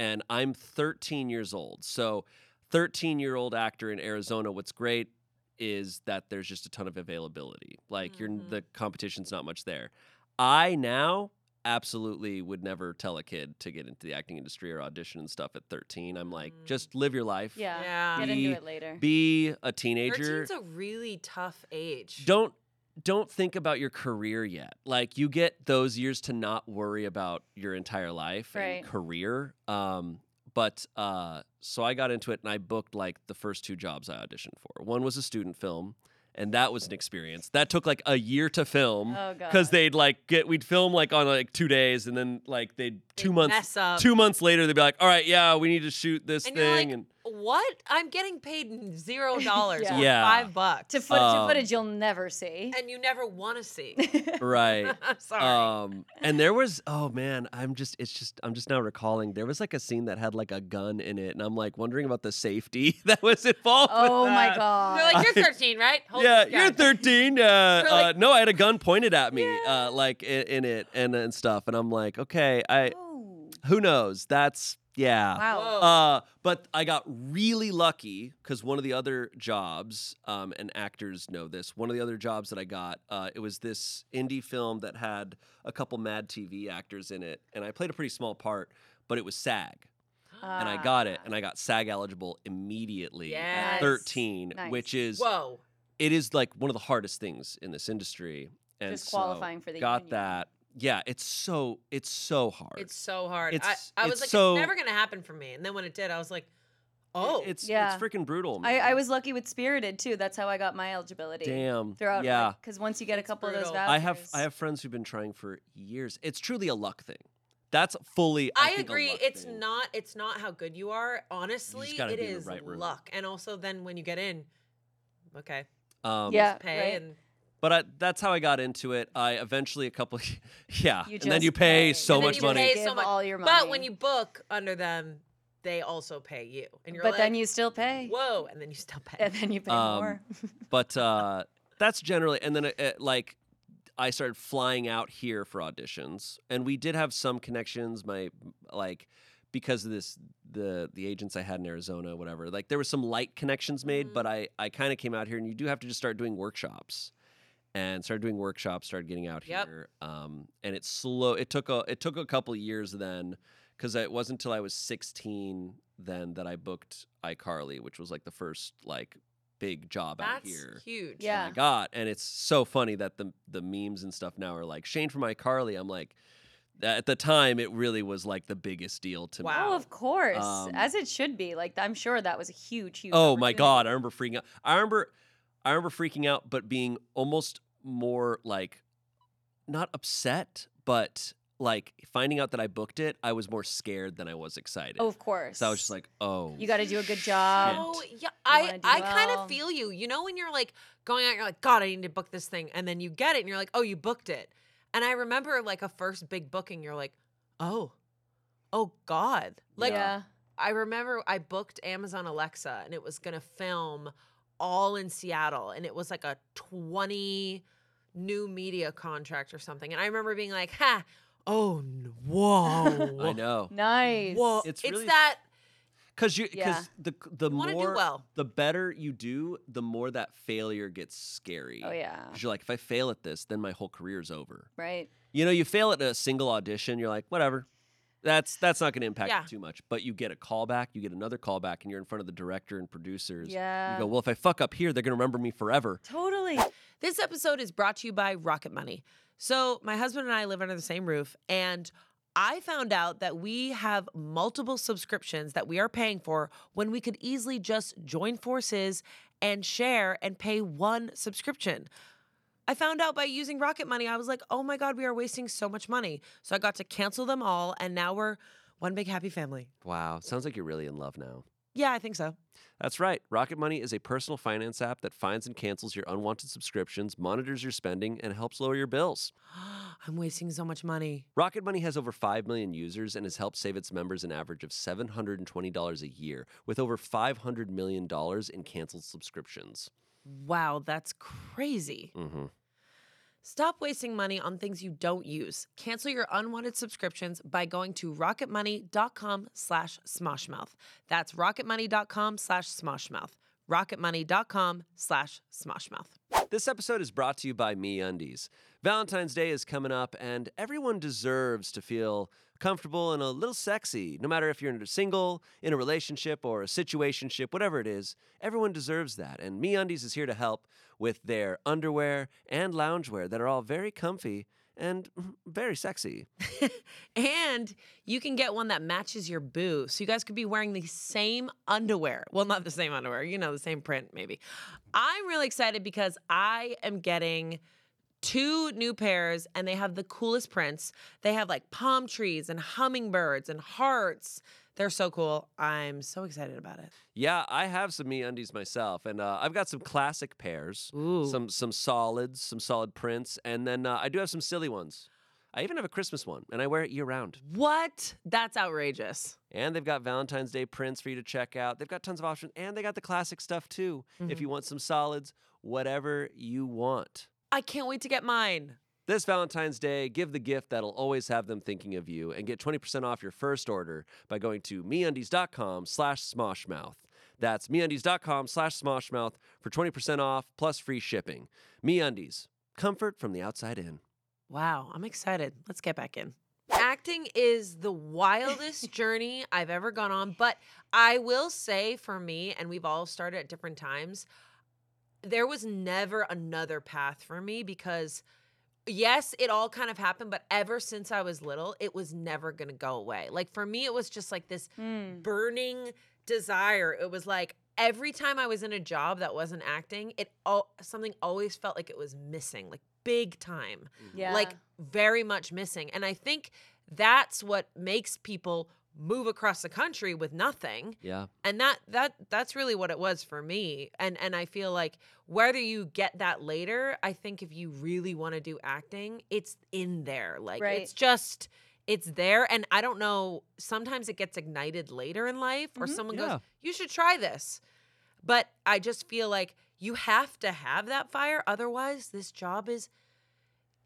Speaker 1: and I'm 13 years old. So 13 year old actor in Arizona, what's great is that there's just a ton of availability. Like you're
Speaker 2: Mhm.
Speaker 1: the competition's not much there. I now absolutely would never tell a kid to get into the acting industry or audition and stuff at 13. I'm like,
Speaker 2: Mm.
Speaker 1: just live your life.
Speaker 3: Yeah.
Speaker 2: Yeah.
Speaker 3: Get
Speaker 1: Be-
Speaker 3: into it later.
Speaker 1: Be a teenager.
Speaker 2: 13's a really tough age.
Speaker 1: don't don't think about your career yet. Like you get those years to not worry about your entire life
Speaker 3: Right.
Speaker 1: and career. Um, but uh, so I got into it and I booked like the first two jobs I auditioned for. One was a student film, and that was an experience. That took like a year to film
Speaker 3: oh god.
Speaker 1: because they'd like get we'd film like on like two days and then like they'd
Speaker 2: They
Speaker 1: two months
Speaker 2: Mess up.
Speaker 1: two months later they'd be like, all right, yeah, we need to shoot this
Speaker 2: And you're
Speaker 1: thing
Speaker 2: like,
Speaker 1: and
Speaker 2: What? I'm getting paid zero dollars
Speaker 3: *laughs* Yeah.
Speaker 2: or
Speaker 1: Yeah.
Speaker 2: five bucks.
Speaker 3: to, foot- to
Speaker 1: Um,
Speaker 3: footage you'll never see.
Speaker 1: *laughs*
Speaker 2: and you never want to see.
Speaker 1: right.
Speaker 2: *laughs* I'm sorry.
Speaker 1: Um, and there was, oh man, I'm just, it's just, I'm just now recalling there was like a scene that had like a gun in it, and I'm like wondering about the safety *laughs* that was involved. with
Speaker 3: oh my
Speaker 1: that.
Speaker 3: god.
Speaker 2: They're
Speaker 1: *laughs*
Speaker 2: like, you're 13, right? Hold
Speaker 1: Um, yeah,
Speaker 2: this
Speaker 3: *laughs*
Speaker 1: you're
Speaker 2: gun."
Speaker 1: 13. Uh,
Speaker 2: They're like-
Speaker 1: uh, no, I had a gun pointed at me, uh, like in, in it and and stuff, and I'm like, okay, I,
Speaker 3: Oh,
Speaker 1: who knows? That's yeah.
Speaker 3: wow.
Speaker 2: Whoa.
Speaker 1: Uh, but I got really lucky because one of the other jobs, um, and actors know this. One of the other jobs that I got, uh, it was this indie film that had a couple Mad TV actors in it, and I played a pretty small part, but it was SAG, and I got it, and
Speaker 3: Ah.
Speaker 1: I got SAG eligible immediately at
Speaker 2: Yes.
Speaker 1: 13,
Speaker 3: Nice.
Speaker 1: which is
Speaker 2: Whoa.
Speaker 1: it is like one of the hardest things in this industry. And
Speaker 3: Just
Speaker 1: so
Speaker 3: qualifying for the
Speaker 1: got
Speaker 3: union.
Speaker 1: that. Yeah, it's so it's so hard.
Speaker 2: It's so hard.
Speaker 1: It's-
Speaker 2: I, I
Speaker 1: it's
Speaker 2: was like,
Speaker 1: so-
Speaker 2: it's never going to happen for me. And then when it did, I was like, oh.
Speaker 1: it's
Speaker 3: Yeah.
Speaker 1: it's freaking brutal.
Speaker 3: I,
Speaker 1: Man.
Speaker 3: I was lucky with Spirited too. That's how I got my eligibility.
Speaker 1: damn
Speaker 3: Throughout,
Speaker 1: Yeah,
Speaker 3: because once you get a
Speaker 2: It's
Speaker 3: couple of those
Speaker 2: brutal.
Speaker 3: vouchers,
Speaker 1: I have I have friends who've been trying for years. It's truly a luck thing. That's fully. I,
Speaker 2: I,
Speaker 1: think, a
Speaker 2: agree.
Speaker 1: luck
Speaker 2: It's
Speaker 1: thing.
Speaker 2: not. It's not how good you are. Honestly,
Speaker 1: gotta
Speaker 2: it
Speaker 1: be in the
Speaker 2: is
Speaker 1: right room.
Speaker 2: luck. And also, then when you get in, okay,
Speaker 1: Um,
Speaker 3: Yeah.
Speaker 2: pay
Speaker 3: right.
Speaker 2: and
Speaker 1: But I, that's how I got into it. I eventually a couple. *laughs* yeah.
Speaker 3: You
Speaker 1: Ah, and then
Speaker 3: just
Speaker 1: you pay
Speaker 3: pay.
Speaker 1: so
Speaker 2: And then
Speaker 1: much
Speaker 2: you
Speaker 1: money.
Speaker 2: pay
Speaker 3: Give
Speaker 2: so much.
Speaker 3: all your money.
Speaker 2: But when you book under them, they also pay you, and you're
Speaker 3: but
Speaker 2: like,
Speaker 3: then you still pay,
Speaker 2: whoa, and then you still pay.
Speaker 3: *laughs* and then you pay
Speaker 1: Um,
Speaker 3: more.
Speaker 1: But uh, that's generally. And then uh uh like. I started flying out here for auditions, and we did have some connections. My like, because of this, the the agents I had in Arizona, whatever. Like there were some light connections made,
Speaker 2: Mhm.
Speaker 1: but I I kind of came out here, and you do have to just start doing workshops, and started doing workshops, started getting out
Speaker 2: Yep.
Speaker 1: here. Um, and it slow. It took a it took a couple years then, because it wasn't until I was sixteen then that I booked iCarly, which was like the first like big job out
Speaker 2: That's
Speaker 1: here
Speaker 2: huge.
Speaker 3: Yeah.
Speaker 1: I got. And it's so funny that the the memes and stuff now are like Shane from iCarly. I'm like, at the time, it really was like the biggest deal to me.
Speaker 2: Wow.
Speaker 3: oh, of course,
Speaker 1: Um,
Speaker 3: as it should be. Like I'm sure that was a huge, huge.
Speaker 1: Oh my
Speaker 3: opportunity.
Speaker 1: god, I remember freaking out. I remember, I remember freaking out, but being almost more like, not upset, but like finding out that I booked it, I was more scared than I was excited.
Speaker 3: Oh, of course.
Speaker 1: so I was just like, oh,
Speaker 3: You gotta do a good job.
Speaker 1: shit.
Speaker 2: Oh yeah, I
Speaker 3: wanna do
Speaker 2: I kind
Speaker 3: well.
Speaker 2: of feel you. You know when you're like going out, you're like, God, I need to book this thing, and then you get it, and you're like, Oh, you booked it. And I remember like a first big booking, you're like, Oh, oh God. Like
Speaker 3: yeah,
Speaker 2: I remember I booked Amazon Alexa, and it was gonna film all in Seattle, and it was like a twenty new media contract or something. And I remember being like, Ha,
Speaker 1: *laughs*
Speaker 2: oh n- whoa,
Speaker 1: I know,
Speaker 3: nice.
Speaker 2: whoa,
Speaker 1: It's
Speaker 2: it's,
Speaker 1: really-
Speaker 2: that
Speaker 1: because you because
Speaker 3: Yeah.
Speaker 1: the the
Speaker 2: you want to
Speaker 1: more
Speaker 2: do well.
Speaker 1: the better you do, the more that failure gets scary.
Speaker 3: oh yeah,
Speaker 1: Because you're like, if I fail at this, then my whole career's over.
Speaker 3: right.
Speaker 1: You know, you fail at a single audition, you're like, whatever. That's that's not going to impact
Speaker 2: Yeah.
Speaker 1: you too much. But you get a callback, you get another callback, and you're in front of the director and producers.
Speaker 3: Yeah,
Speaker 1: You go, well, if I fuck up here, they're going to remember me forever.
Speaker 3: totally.
Speaker 2: This episode is brought to you by Rocket Money. So, my husband and I live under the same roof, and I found out that we have multiple subscriptions that we are paying for when we could easily just join forces and share and pay one subscription. I found out by using Rocket Money, I was like, oh my God, we are wasting so much money. So, I got to cancel them all, and now we're one big happy family.
Speaker 1: Wow, sounds like you're really in love now.
Speaker 4: Yeah, I think
Speaker 2: *gasps*
Speaker 4: so.
Speaker 1: That's right. Rocket Money is a personal finance app that finds and cancels your unwanted subscriptions, monitors your spending, and helps lower your bills.
Speaker 4: I'm wasting so much money.
Speaker 1: Rocket Money has over 5 million users and has helped save its members an average of $720 a year, with over $500 million in canceled subscriptions.
Speaker 4: Wow, that's crazy.
Speaker 1: hmm
Speaker 4: Stop wasting money on things you don't use. Cancel your unwanted subscriptions by going to rocketmoney.com slash smoshmouth. That's rocketmoney.com slash smoshmouth. rocketmoney.com slash smoshmouth.
Speaker 1: This episode is brought to you by Me Undies. Valentine's Day is coming up, and everyone deserves to feel comfortable and a little sexy, no matter if you're single, in a relationship, or a situationship, whatever it is. Everyone deserves that, and Me Undies is here to help with their underwear and loungewear that are all very comfy and mm, very sexy.
Speaker 4: And you can get one that matches your boo. So you guys could be wearing the same underwear. Well, not the same underwear, you know, the same print, maybe. I'm really excited because I am getting two new pairs and they have the coolest prints. They have like palm trees and hummingbirds and hearts. They're so cool. I'm so excited about it.
Speaker 1: Yeah, I have some me undies myself, and uh, I've got some classic pairs,
Speaker 4: Ooh.
Speaker 1: some some solids, some solid prints, and then uh, I do have some silly ones. I even have a Christmas one, and I wear it year round.
Speaker 4: What? That's outrageous.
Speaker 1: And they've got Valentine's Day prints for you to check out. They've got tons of options, and they got the classic stuff too. If you want some solids, whatever you want.
Speaker 4: I can't wait to get mine.
Speaker 1: This Valentine's Day, give the gift that'll always have them thinking of you and get 20% off your first order by going to meundies.com slash smoshmouth. That's meundies.com slash smoshmouth for 20% off plus free shipping. Meundies, comfort from the outside in.
Speaker 4: Wow, I'm excited. Let's get back in.
Speaker 2: acting is
Speaker 4: *laughs*
Speaker 2: the wildest journey I've ever gone on. But I will say for me, and we've all started at different times, there was never another path for me because yes, it all kind of happened, but ever since I was little, it was never gonna go away. Like for me, it was just like this
Speaker 3: Mm.
Speaker 2: burning desire. It was like every time I was in a job that wasn't acting, it all something always felt like it was missing, like big time
Speaker 1: Mm-hmm.
Speaker 3: Yeah.
Speaker 2: like very much missing. And I think that's what makes people move across the country with nothing.
Speaker 1: Yeah.
Speaker 2: And that that that's really what it was for me. And and I feel like whether you get that later, I think if you really want to do acting, it's in there. Like
Speaker 3: Right.
Speaker 2: it's just it's there and I don't know, sometimes it gets ignited later in life or
Speaker 3: Mhm.
Speaker 2: someone
Speaker 1: Yeah.
Speaker 2: goes, "You should try this." But I just feel like you have to have that fire otherwise this job is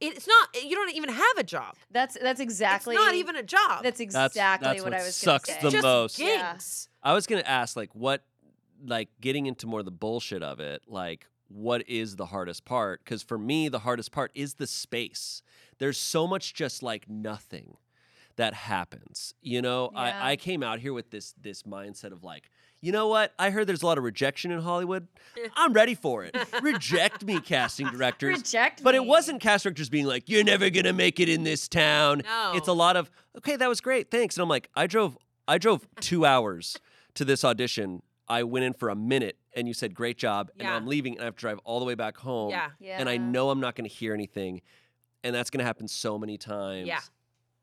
Speaker 2: it's not you don't even have a job.
Speaker 3: that's that's exactly
Speaker 2: It's not even a job.
Speaker 3: that's
Speaker 1: That's-
Speaker 3: exactly
Speaker 1: that's
Speaker 3: what,
Speaker 1: what
Speaker 3: I was
Speaker 1: sucks
Speaker 3: gonna
Speaker 1: the
Speaker 3: say.
Speaker 2: just
Speaker 1: most.
Speaker 3: Yeah.
Speaker 2: gigs.
Speaker 1: I was going to ask, like, what, like, getting into more of the bullshit of it, like, what is the hardest part? Because for me, the hardest part is the space. There's so much just like nothing that happens. You know,
Speaker 3: Yeah.
Speaker 1: I, I came out here with this this mindset of like, you know what? I heard there's a lot of rejection in
Speaker 3: *laughs*
Speaker 1: Hollywood. I'm ready for it. Reject me, casting directors.
Speaker 3: reject
Speaker 1: But it
Speaker 3: me.
Speaker 1: wasn't cast directors being like, "You're never gonna make it in this town."
Speaker 2: No.
Speaker 1: It's a lot of, "Okay, that was great, thanks." And I'm like, "I drove, I
Speaker 2: *laughs*
Speaker 1: drove two hours to this audition. I went in for a minute, and you said, "Great job," and
Speaker 2: Yeah.
Speaker 1: I'm leaving, and I have to drive all the way back home.
Speaker 2: Yeah.
Speaker 3: yeah.
Speaker 1: And I know I'm not gonna hear anything, and that's gonna happen so many times.
Speaker 2: Yeah.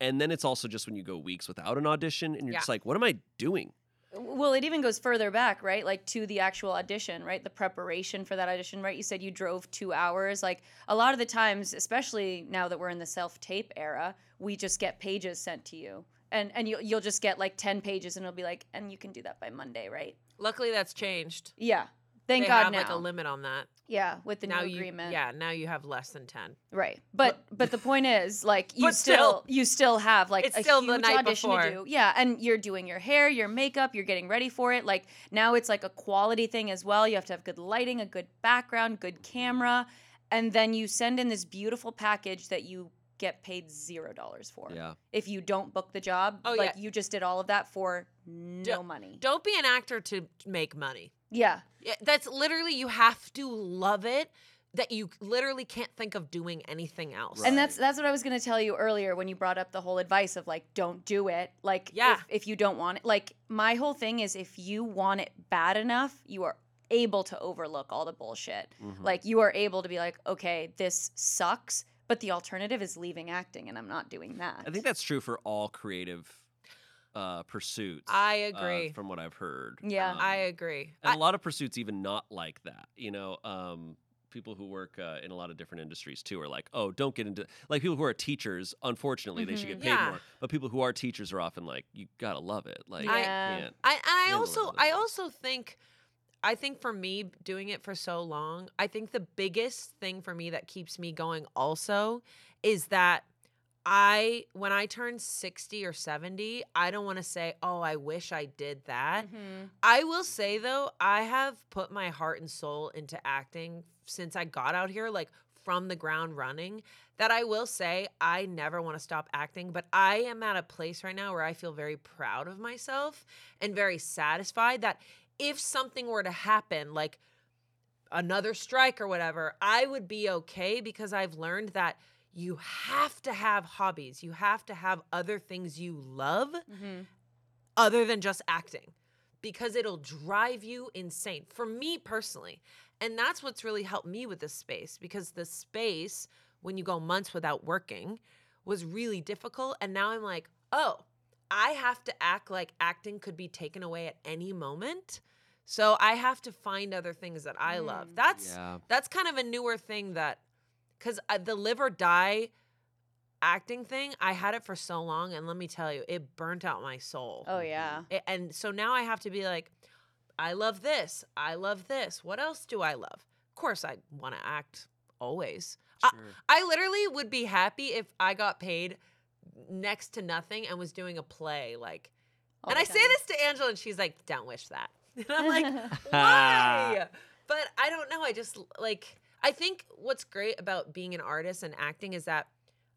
Speaker 1: And then it's also just when you go weeks without an audition, and you're
Speaker 2: Yeah.
Speaker 1: just like, "What am I doing?"
Speaker 3: Well, it even goes further back, right? Like to the actual audition, right? The preparation for that audition, right? You said you drove two hours. Like a lot of the times, especially now that we're in the self tape era, we just get pages sent to you. And, and you'll, you'll just get like 10 pages and it'll be like, and you can do that by Monday, right?
Speaker 2: Luckily, that's changed.
Speaker 3: Yeah. Thank
Speaker 2: they
Speaker 3: God
Speaker 2: have
Speaker 3: now.
Speaker 2: like a limit on that.
Speaker 3: yeah, with the
Speaker 2: now
Speaker 3: new
Speaker 2: you,
Speaker 3: agreement.
Speaker 2: yeah, now you have less than ten.
Speaker 3: Right. But but the point is like you
Speaker 2: But
Speaker 3: still,
Speaker 2: still.
Speaker 3: you still have like
Speaker 2: It's
Speaker 3: a
Speaker 2: still
Speaker 3: huge
Speaker 2: the night
Speaker 3: audition
Speaker 2: before.
Speaker 3: to do. Yeah, and you're doing your hair, your makeup, you're getting ready for it. Like now it's like a quality thing as well. You have to have good lighting, a good background, good camera, and then you send in this beautiful package that you get paid 0 dollars for.
Speaker 1: Yeah.
Speaker 3: If you don't book the job,
Speaker 2: Oh,
Speaker 3: like
Speaker 2: yeah.
Speaker 3: you just did all of that for no money.
Speaker 2: Don't be an actor to make money.
Speaker 3: yeah.
Speaker 2: Yeah, That's literally you have to love it. That you literally can't think of doing anything else.
Speaker 1: Right.
Speaker 3: And that's that's what I was going to tell you earlier when you brought up the whole advice of like don't do it. Like
Speaker 2: Yeah.
Speaker 3: if, if you don't want it. Like my whole thing is if you want it bad enough, you are able to overlook all the bullshit.
Speaker 2: Mm.
Speaker 1: Mhm.
Speaker 3: Like you are able to be like, okay, this sucks, but the alternative is leaving acting and I'm not doing that.
Speaker 1: I think that's true for all creative uh, pursuits.
Speaker 2: I
Speaker 1: uh,
Speaker 2: agree.
Speaker 1: from what I've heard.
Speaker 3: Yeah.
Speaker 1: Um,
Speaker 2: I agree.
Speaker 1: and
Speaker 2: I,
Speaker 1: a lot of pursuits even not like that you know um people who work uh, in a lot of different industries too are like oh don't get into like people who are teachers unfortunately they should
Speaker 3: Mhm.
Speaker 2: Mm-hmm.
Speaker 1: get paid
Speaker 5: Yeah.
Speaker 1: more but people who are teachers are often like you gotta love it like
Speaker 3: I-
Speaker 1: you
Speaker 3: Yeah.
Speaker 1: can't
Speaker 2: I, and I
Speaker 1: handle it
Speaker 2: also I
Speaker 1: otherwise.
Speaker 2: also think I think for me doing it for so long, I think the biggest thing for me that keeps me going also is that I when I turn 60 or 70, I don't want to say, "Oh, I wish I did that."
Speaker 3: Mhm.
Speaker 2: I will say though, I have put my heart and soul into acting since I got out here, like from the ground running. That I will say, I never want to stop acting, but I am at a place right now where I feel very proud of myself and very satisfied that if something were to happen, like another strike or whatever, I would be okay because I've learned that you have to have hobbies, you have to have other things you love
Speaker 3: Mhm.
Speaker 2: Oh, other than just acting because it'll drive you insane for me personally. And that's what's really helped me with this space because the space, when you go months without working, was really difficult. And now I'm like, oh, I have to act like acting could be taken away at any moment. So I have to find other things that I love.
Speaker 3: Mm.
Speaker 2: That's
Speaker 1: yeah
Speaker 2: that's kind of a newer thing that because uh, the live or die acting thing i had it for so long and let me tell you it burnt out my soul
Speaker 3: Oh yeah.
Speaker 2: A- and so now i have to be like i love this i love this what else do i love of course i want to act always I- *laughs*
Speaker 1: sure.
Speaker 2: i literally would be happy if i got paid next to nothing and was doing a play like
Speaker 3: all
Speaker 2: and
Speaker 3: the
Speaker 2: i say
Speaker 3: time.
Speaker 2: this to angela and she's like don't wish that *laughs* and i'm like
Speaker 1: Ah,
Speaker 2: why? Uh, but I don't know. I just like I think what's great about being an artist and acting is that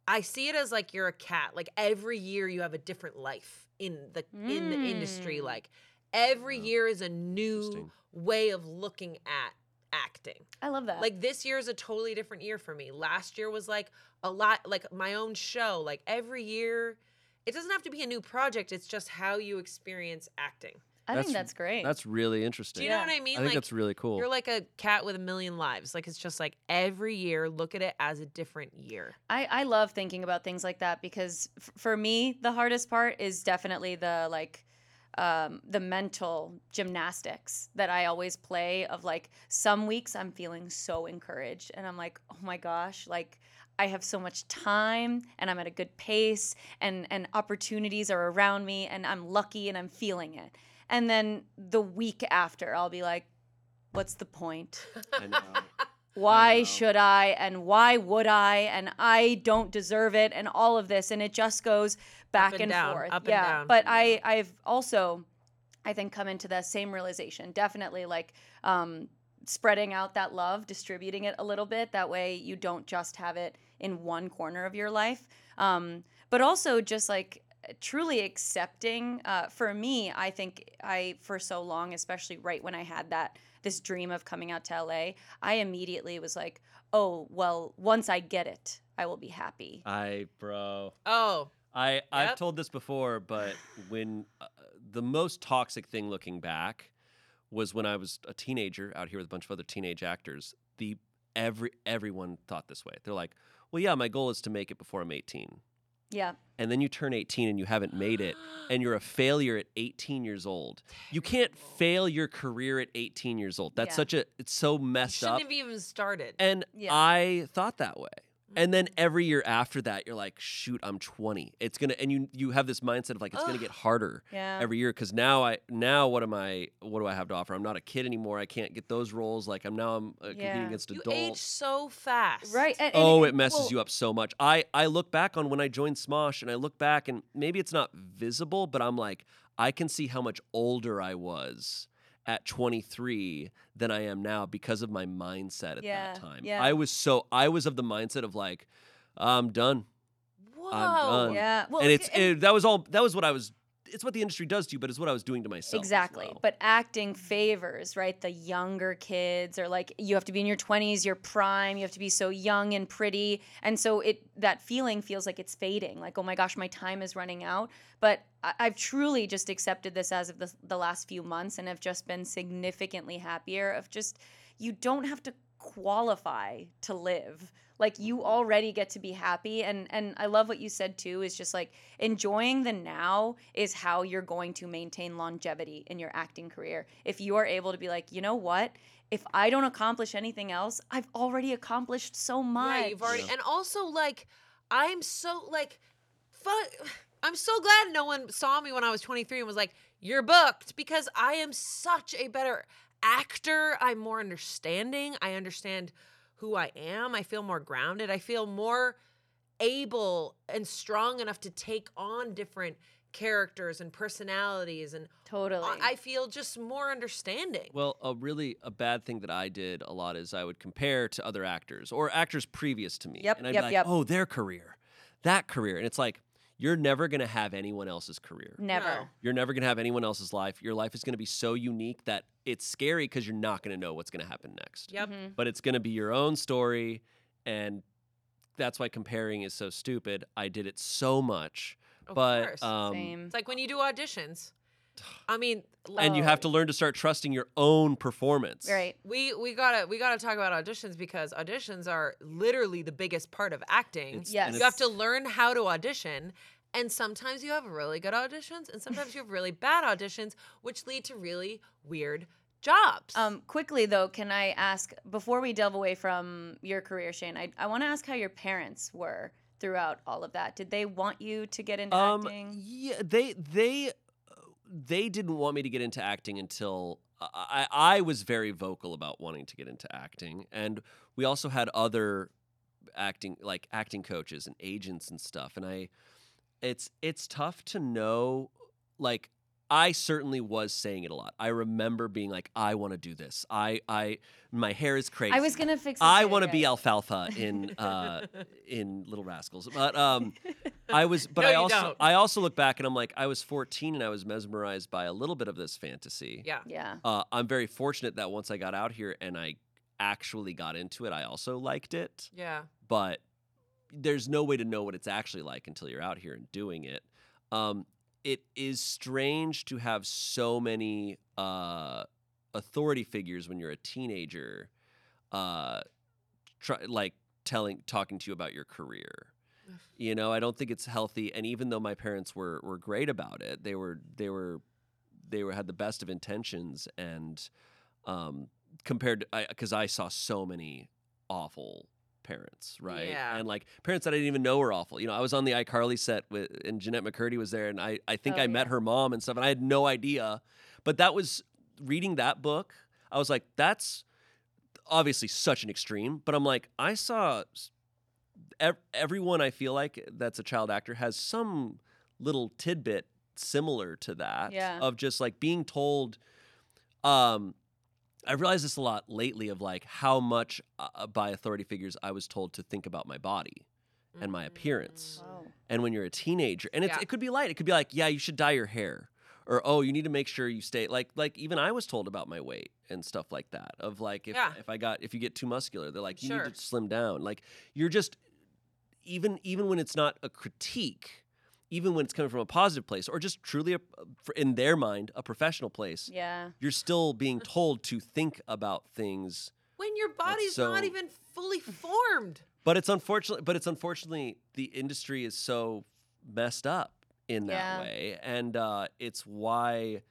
Speaker 2: I see it as like you're a cat. Like every year you have a different life in the in the industry.
Speaker 3: Mm.
Speaker 2: Like every
Speaker 1: Hmm. Yeah.
Speaker 2: year is a new
Speaker 1: Interesting.
Speaker 2: way of looking at acting.
Speaker 3: *laughs* I love that.
Speaker 2: Like this year is a totally different year for me. Last year was like a lot like my own show. Like every year it doesn't have to be a new project. It's just how you experience acting.
Speaker 3: I think
Speaker 1: that's-
Speaker 3: that's great.
Speaker 1: that's really interesting
Speaker 2: Do you know what I mean?
Speaker 1: i think
Speaker 2: like
Speaker 1: that's really cool
Speaker 2: you're like a cat with a million lives. Like it's just like every year, look at it as a different year.
Speaker 3: I, I love thinking about things like that because f- for me the hardest part is definitely the like um, the mental gymnastics that I always play of like some weeks I'm feeling so encouraged and I'm like oh my gosh like I have so much time and I'm at a good pace and and opportunities are around me and I'm lucky and I'm feeling it and then the week after I'll be like what's the point
Speaker 1: I know.
Speaker 3: why
Speaker 1: know.
Speaker 3: should I and why would I and I don't deserve it and all of this and it just goes back
Speaker 2: and
Speaker 3: and,
Speaker 2: down,
Speaker 3: forth.
Speaker 2: up and
Speaker 3: yeah,
Speaker 2: down.
Speaker 3: but
Speaker 1: Yeah.
Speaker 3: I I've also I think come into the same realization. Definitely like um spreading out that love, distributing it a little bit that way you don't just have it in one corner of your life. Um but also just like truly accepting uh, for me i think i for so long especially right when i had that this dream of coming out to la i immediately was like oh well once i get it i will be happy
Speaker 1: i bro
Speaker 2: Oh,
Speaker 1: I I've
Speaker 2: Yep.
Speaker 1: told this before, but when uh, the most toxic thing looking back was when I was a teenager out here with a bunch of other teenage actors. The every everyone thought this way. They're like, "Well, yeah, my goal is to make it before I'm 18."
Speaker 3: yeah
Speaker 1: And then you turn 18 and you haven't made
Speaker 2: *gasps*
Speaker 1: it and you're a failure at 18 years old. You can't
Speaker 2: Terrible.
Speaker 1: fail your career at 18 years old. That's
Speaker 3: Yeah.
Speaker 1: such a it's so messed
Speaker 2: shouldn't
Speaker 1: up.
Speaker 2: have even started.
Speaker 1: And
Speaker 3: Yeah.
Speaker 1: I thought that way. And then every year after that, you're like, shoot, I'm 20. It's gonna, and you you have this mindset of like, it's gonna
Speaker 2: Ugh.
Speaker 1: get harder
Speaker 3: yeah
Speaker 1: *laughs* every year because now I now what am I what do I have to offer? I'm not a kid anymore. I can't get those roles. Like I'm now I'm uh,
Speaker 3: Yeah.
Speaker 1: competing against
Speaker 2: you age
Speaker 1: adults.
Speaker 2: so fast,
Speaker 3: right and, and
Speaker 1: Oh, it messes you up so much. I I look back on when I joined Smosh and I look back and maybe it's not visible, but I'm like I can see how much older I was at 23 than I am now because of my mindset at
Speaker 3: Yeah,
Speaker 1: that time.
Speaker 3: yeah.
Speaker 1: I was so I was of the mindset of like I'm done.
Speaker 2: Whoa.
Speaker 1: done.
Speaker 3: oh, yeah well
Speaker 1: and it's
Speaker 3: and-
Speaker 1: it, that was all that was what I was it's what the industry does to you, but it's what I was doing to myself. as
Speaker 3: Exactly.
Speaker 1: well.
Speaker 3: But acting favors, right? The younger kids or like you have to be in your 20s, your prime, you have to be so young and pretty. And so it that feeling feels like it's fading, like oh my gosh, my time is running out. But I, I've truly just accepted this as of the, the last few months and have just been significantly happier of just you don't have to qualify to live. Like you already get to be happy and and I love what you said too is just like enjoying the now is how you're going to maintain longevity in your acting career. If you are able to be like, "You know what? If I don't accomplish anything else, I've already accomplished so much."
Speaker 2: Right, you've already,
Speaker 1: Yeah.
Speaker 2: and also like, I'm so like, fuck. I'm so glad no one saw me when I was 23 and was like, "You're booked," because I am such a better actor. I'm more understanding. I understand who I am. I feel more grounded. I feel more able and strong enough to take on different characters and personalities, and
Speaker 3: totally.
Speaker 2: I I feel just more understanding.
Speaker 1: Well, a really a bad thing that I did a lot is I would compare to other actors or actors previous to me,
Speaker 3: Yep,
Speaker 1: and I'd
Speaker 3: yep,
Speaker 1: be like,
Speaker 3: yep.
Speaker 1: "Oh, their career, that career," and it's like you're never gonna have anyone else's career.
Speaker 3: Never.
Speaker 2: No.
Speaker 1: You're never gonna have anyone else's life. Your life is gonna be so unique that it's scary because you're not gonna know what's gonna happen next.
Speaker 2: Yep.
Speaker 3: Mhm.
Speaker 1: But it's gonna be your own story, and that's why comparing is so stupid. I did it so much,
Speaker 2: Of
Speaker 1: but
Speaker 2: course.
Speaker 1: um,
Speaker 3: Same.
Speaker 2: It's like when you do
Speaker 1: *sighs*
Speaker 2: auditions. I mean, like,
Speaker 1: and you have to learn to start trusting your own performance.
Speaker 3: Right.
Speaker 2: we we gotta we gotta talk about auditions because auditions are literally the biggest part of acting.
Speaker 1: It's-
Speaker 3: Yes.
Speaker 1: and
Speaker 2: you have
Speaker 1: it's-
Speaker 2: to learn how to audition, and sometimes you have really good auditions, and sometimes you have really bad auditions, which lead to really weird jobs.
Speaker 3: Um, quickly though, can I ask before we delve away from your career, Shane? I, I want to ask how your parents were throughout all of that. Did they want you to get into
Speaker 1: Um,
Speaker 3: acting?
Speaker 1: Yeah, they they uh, they didn't want me to get into acting until I, I I was very vocal about wanting to get into acting, and we also had other acting like acting coaches and agents and stuff. And I, it's it's tough to know. Like I certainly was saying it a lot. I remember being like, I want to do this. I I my hair is crazy.
Speaker 3: I was gonna fix. this
Speaker 1: I
Speaker 3: later,
Speaker 1: want to be
Speaker 3: guys.
Speaker 1: alfalfa
Speaker 2: *laughs*
Speaker 3: *laughs*
Speaker 1: in uh, in Little Rascals, but um, I was, but
Speaker 2: No,
Speaker 1: I
Speaker 2: you
Speaker 1: also
Speaker 2: don't.
Speaker 1: I also look back and I'm like, I was 14 and I was mesmerized by a little bit of this fantasy.
Speaker 2: yeah.
Speaker 3: Yeah.
Speaker 1: Uh, I'm very fortunate that once I got out here and I actually got into it, I also liked it.
Speaker 2: Yeah.
Speaker 1: But there's no way to know what it's actually like until you're out here and doing it. Um, it is strange to have so many uh, authority figures when you're a teenager, uh, try, like telling talking to you about your career. You know, I don't think it's healthy. And even though my parents were were great about it, they were they were they were had the best of intentions. And um, compared, to because I, saw so many awful parents, right?
Speaker 2: Yeah.
Speaker 1: And like parents that I didn't even know were awful. You know, I was on the iCarly set with, and Jeanette McCurdy was there, and I I think
Speaker 3: Oh,
Speaker 1: I met
Speaker 3: yeah.
Speaker 1: her mom and stuff, and I had no idea. But that was reading that book. I was like, that's obviously such an extreme, but I'm like, I saw s- ev- everyone I feel like that's a child actor has some little tidbit similar to that
Speaker 3: Yeah.
Speaker 1: of just like being told. Um, I've realized this a lot lately of like how much uh, by authority figures I was told to think about my body and
Speaker 2: Mm-hmm.
Speaker 1: my appearance.
Speaker 3: Wow.
Speaker 1: and when you're a teenager and it's,
Speaker 2: Yeah.
Speaker 1: it could be light it could be like yeah you should dye your hair or oh you need to make sure you stay like like even i was told about my weight and stuff like that of like if,
Speaker 2: Yeah.
Speaker 1: if i got if you get too muscular they're like you
Speaker 2: Sure.
Speaker 1: need to slim down like you're just even even when it's not a critique even when it's coming from a positive place or just truly a, in their mind a professional place
Speaker 3: Yeah.
Speaker 1: you're still being told to think about things
Speaker 2: When your body's not
Speaker 1: so-
Speaker 2: even fully formed.
Speaker 1: *laughs* But it's unfortunately, but it's unfortunately the industry is so messed up in that
Speaker 3: Yeah.
Speaker 1: way, and uh, it's why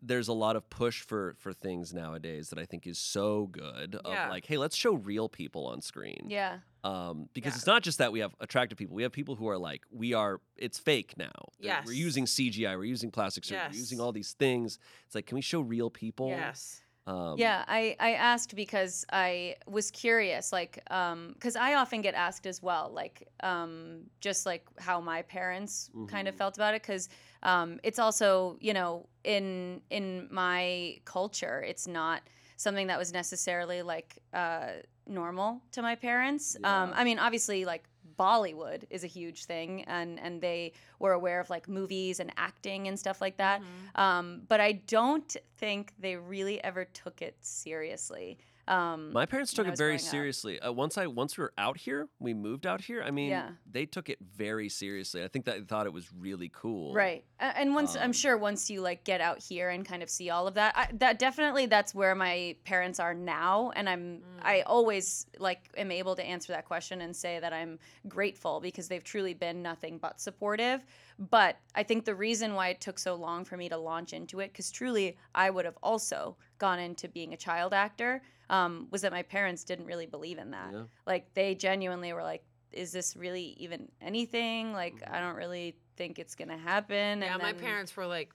Speaker 1: there's a lot of push for for things nowadays that I think is so good.
Speaker 2: Yeah.
Speaker 1: Of like, hey, let's show real people on screen.
Speaker 3: Yeah.
Speaker 1: Um, because
Speaker 2: Yeah.
Speaker 1: it's not just that we have attractive people; we have people who are like, we are. It's fake now. They're- We're
Speaker 2: Yes.
Speaker 1: using CGI. We're using plastic surgery. We're using
Speaker 2: Yes.
Speaker 1: all these things. It's like, can we show real people?
Speaker 2: Yes.
Speaker 1: Um,
Speaker 3: yeah, I, I asked because I was curious, like, because I often get asked as well, like, um, just like how my parents kind of
Speaker 1: Mhm.
Speaker 3: felt about it, because um, it's also, you know, in in my culture, it's not something that was necessarily like uh, normal to my parents. Um,
Speaker 1: Yeah.
Speaker 3: I mean, obviously, like Bollywood is a huge thing, and and they were aware of like movies and acting and stuff like
Speaker 2: Mm-hmm.
Speaker 3: that. Um, but I don't think they really ever took it seriously. Um,
Speaker 1: My parents
Speaker 3: when
Speaker 1: took
Speaker 3: I
Speaker 1: it
Speaker 3: was
Speaker 1: very
Speaker 3: growing up.
Speaker 1: seriously. Uh, once I once we were out here, we moved out here. I mean,
Speaker 3: Yeah.
Speaker 1: they took it very seriously. I think that they thought it was really cool.
Speaker 3: Right. A- And once
Speaker 1: Um,
Speaker 3: I'm sure once you like get out here and kind of see all of that, I, that definitely that's where my parents are now and I'm
Speaker 1: Mm.
Speaker 3: I always like am able to answer that question and say that I'm grateful because they've truly been nothing but supportive. But I think the reason why it took so long for me to launch into it cuz truly I would have also gone into being a child actor um, was that my parents didn't really believe in that
Speaker 1: Yeah.
Speaker 3: like they genuinely were like is this really even anything like i don't really think it's gonna happen
Speaker 2: Mm-hmm. Yeah,
Speaker 3: and
Speaker 2: my
Speaker 3: then-
Speaker 2: parents were like,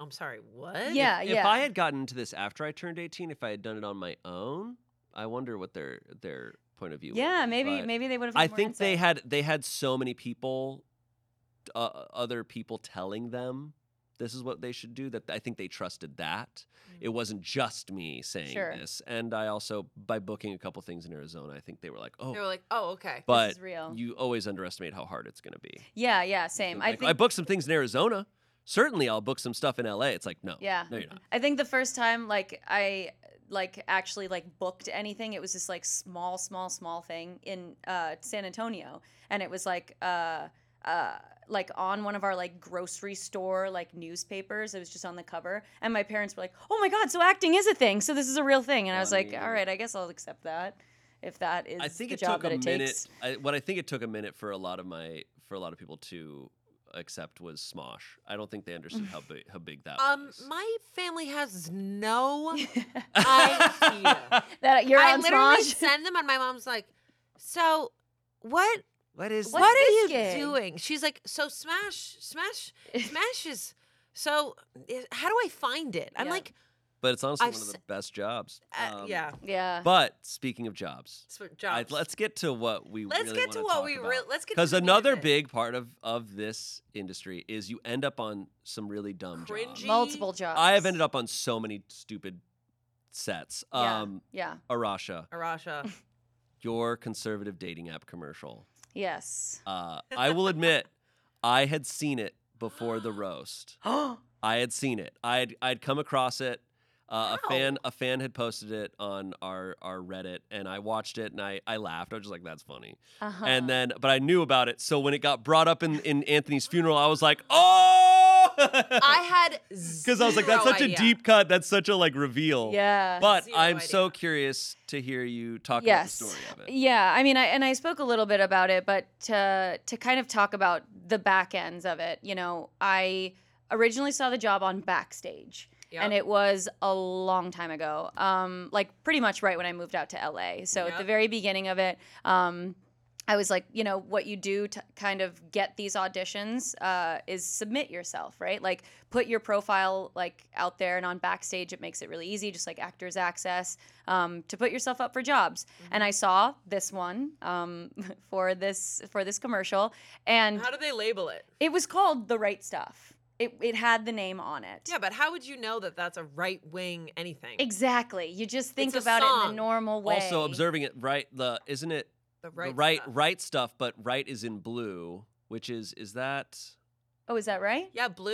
Speaker 2: "I'm sorry, what?"
Speaker 3: yeah
Speaker 1: if,
Speaker 3: yeah
Speaker 1: If I had gotten into this after I turned 18, if I had done it on my own, I wonder what their their point of view.
Speaker 3: yeah
Speaker 1: was,
Speaker 3: maybe
Speaker 1: but
Speaker 3: maybe they would have
Speaker 1: I think they had they had so many people, uh, other people telling them this is what they should do that I think they trusted that. It wasn't just me saying
Speaker 3: Mm. Sure.
Speaker 1: this, and I also by booking a couple things in Arizona, I think they were like, oh,
Speaker 2: They were like, "Oh, okay."
Speaker 3: but
Speaker 1: but
Speaker 3: this is real
Speaker 1: you always underestimate how hard it's going to be.
Speaker 3: yeah yeah same
Speaker 1: Like,
Speaker 3: i think
Speaker 1: I booked some things in Arizona. Certainly, I'll book some stuff in LA. It's like no,
Speaker 3: Yeah.
Speaker 1: no, you're not.
Speaker 3: I think the first time like I like actually like booked anything, it was this like small, small, small thing in uh, San Antonio, and it was like uh, uh, like on one of our like grocery store like newspapers. It was just on the cover, and my parents were like, "Oh my god, so acting is a thing. So this is a real thing." And I was like,
Speaker 1: Funny.
Speaker 3: "All right, I guess I'll accept that if that is
Speaker 1: I think
Speaker 3: the
Speaker 1: it
Speaker 3: job
Speaker 1: took
Speaker 3: that
Speaker 1: a
Speaker 3: it
Speaker 1: minute.
Speaker 3: takes."
Speaker 1: I, what I think it took a minute for a lot of my for a lot of people to accept was Smosh. I don't think they understood how big how big that
Speaker 2: Um,
Speaker 1: was.
Speaker 2: my family has
Speaker 3: *laughs*
Speaker 2: no *laughs* idea.
Speaker 3: that you're
Speaker 2: I
Speaker 3: on
Speaker 2: *laughs* literally
Speaker 3: Smosh.
Speaker 2: send them, and my mom's like, "So, what?
Speaker 1: What is
Speaker 3: What's
Speaker 2: what are
Speaker 3: this
Speaker 2: you
Speaker 3: gig?
Speaker 2: doing?" She's like, "So Smash, Smash,
Speaker 3: *laughs*
Speaker 2: Smash is so. i- How do I find it?" I'm
Speaker 3: Yeah.
Speaker 2: like,
Speaker 1: *laughs* But it's honestly
Speaker 2: I've
Speaker 1: one of the
Speaker 2: s-
Speaker 1: best jobs.
Speaker 2: uh,
Speaker 1: Um,
Speaker 2: "Yeah,
Speaker 3: yeah.
Speaker 1: But speaking of jobs,
Speaker 2: so
Speaker 1: I-
Speaker 2: jobs.
Speaker 1: let's get to what we
Speaker 2: Let's
Speaker 1: really
Speaker 2: get to
Speaker 1: wanna
Speaker 2: what
Speaker 1: talk
Speaker 2: we
Speaker 1: about.
Speaker 2: really. Let's get to
Speaker 1: because
Speaker 2: the meat of
Speaker 1: another
Speaker 2: it.
Speaker 1: big part of of this industry is you end up on some really dumb
Speaker 2: Cringy.
Speaker 1: jobs.
Speaker 3: Multiple jobs.
Speaker 1: I have ended up on so many stupid sets.
Speaker 3: Yeah.
Speaker 1: Um,
Speaker 3: Yeah.
Speaker 1: Arasha,
Speaker 2: Arasha.
Speaker 1: your conservative dating app commercial.
Speaker 3: Yes.
Speaker 1: Uh, I will admit, I had seen it before
Speaker 2: *gasps*
Speaker 1: the roast.
Speaker 3: Oh.
Speaker 1: I had seen it. I'd I'd come across it. Uh, A
Speaker 2: Wow.
Speaker 1: fan a fan had posted it on our our Reddit, and I watched it and I I laughed. I was just like, "That's funny."
Speaker 3: uh-huh.
Speaker 1: And then, but I knew about it. So when it got brought up in in Anthony's funeral, I was like, "Oh!" *laughs*
Speaker 2: *laughs* I *laughs* had
Speaker 1: Because I was like, "That's
Speaker 2: zero
Speaker 1: such
Speaker 2: idea.
Speaker 1: a deep cut. That's such a like reveal."
Speaker 3: yeah.
Speaker 1: But
Speaker 2: Zero
Speaker 1: I'm so
Speaker 2: idea.
Speaker 1: curious to hear you talk
Speaker 3: Yes.
Speaker 1: about the story of it.
Speaker 3: Yeah, I mean, I and I spoke a little bit about it, but to to kind of talk about the back ends of it, you know, I originally saw the job on Backstage,
Speaker 2: Yep.
Speaker 3: and it was a long time ago, um, like pretty much right when I moved out to LA. So at the
Speaker 2: Yep.
Speaker 3: very beginning of it, um, I was like, you know, what you do to kind of get these auditions uh, is submit yourself, right? Like put your profile like out there and on backstage, it makes it really easy, just like Actors Access, um, to put yourself up for jobs.
Speaker 2: Mm-hmm.
Speaker 3: And I saw this one um, *laughs* for this for this commercial, and
Speaker 2: How do they label it?
Speaker 3: it was called The Right Stuff. It it had the name on it.
Speaker 2: Yeah, but how would you know that that's a right wing anything?
Speaker 3: Exactly. You just think
Speaker 2: a
Speaker 3: about it in
Speaker 2: song.
Speaker 3: the normal way.
Speaker 1: Also observing it right the isn't it
Speaker 2: the
Speaker 1: right the
Speaker 2: right,
Speaker 1: right
Speaker 2: stuff.
Speaker 1: right stuff, but right is in blue, which is is that
Speaker 3: Oh, is that right?
Speaker 2: Yeah, blue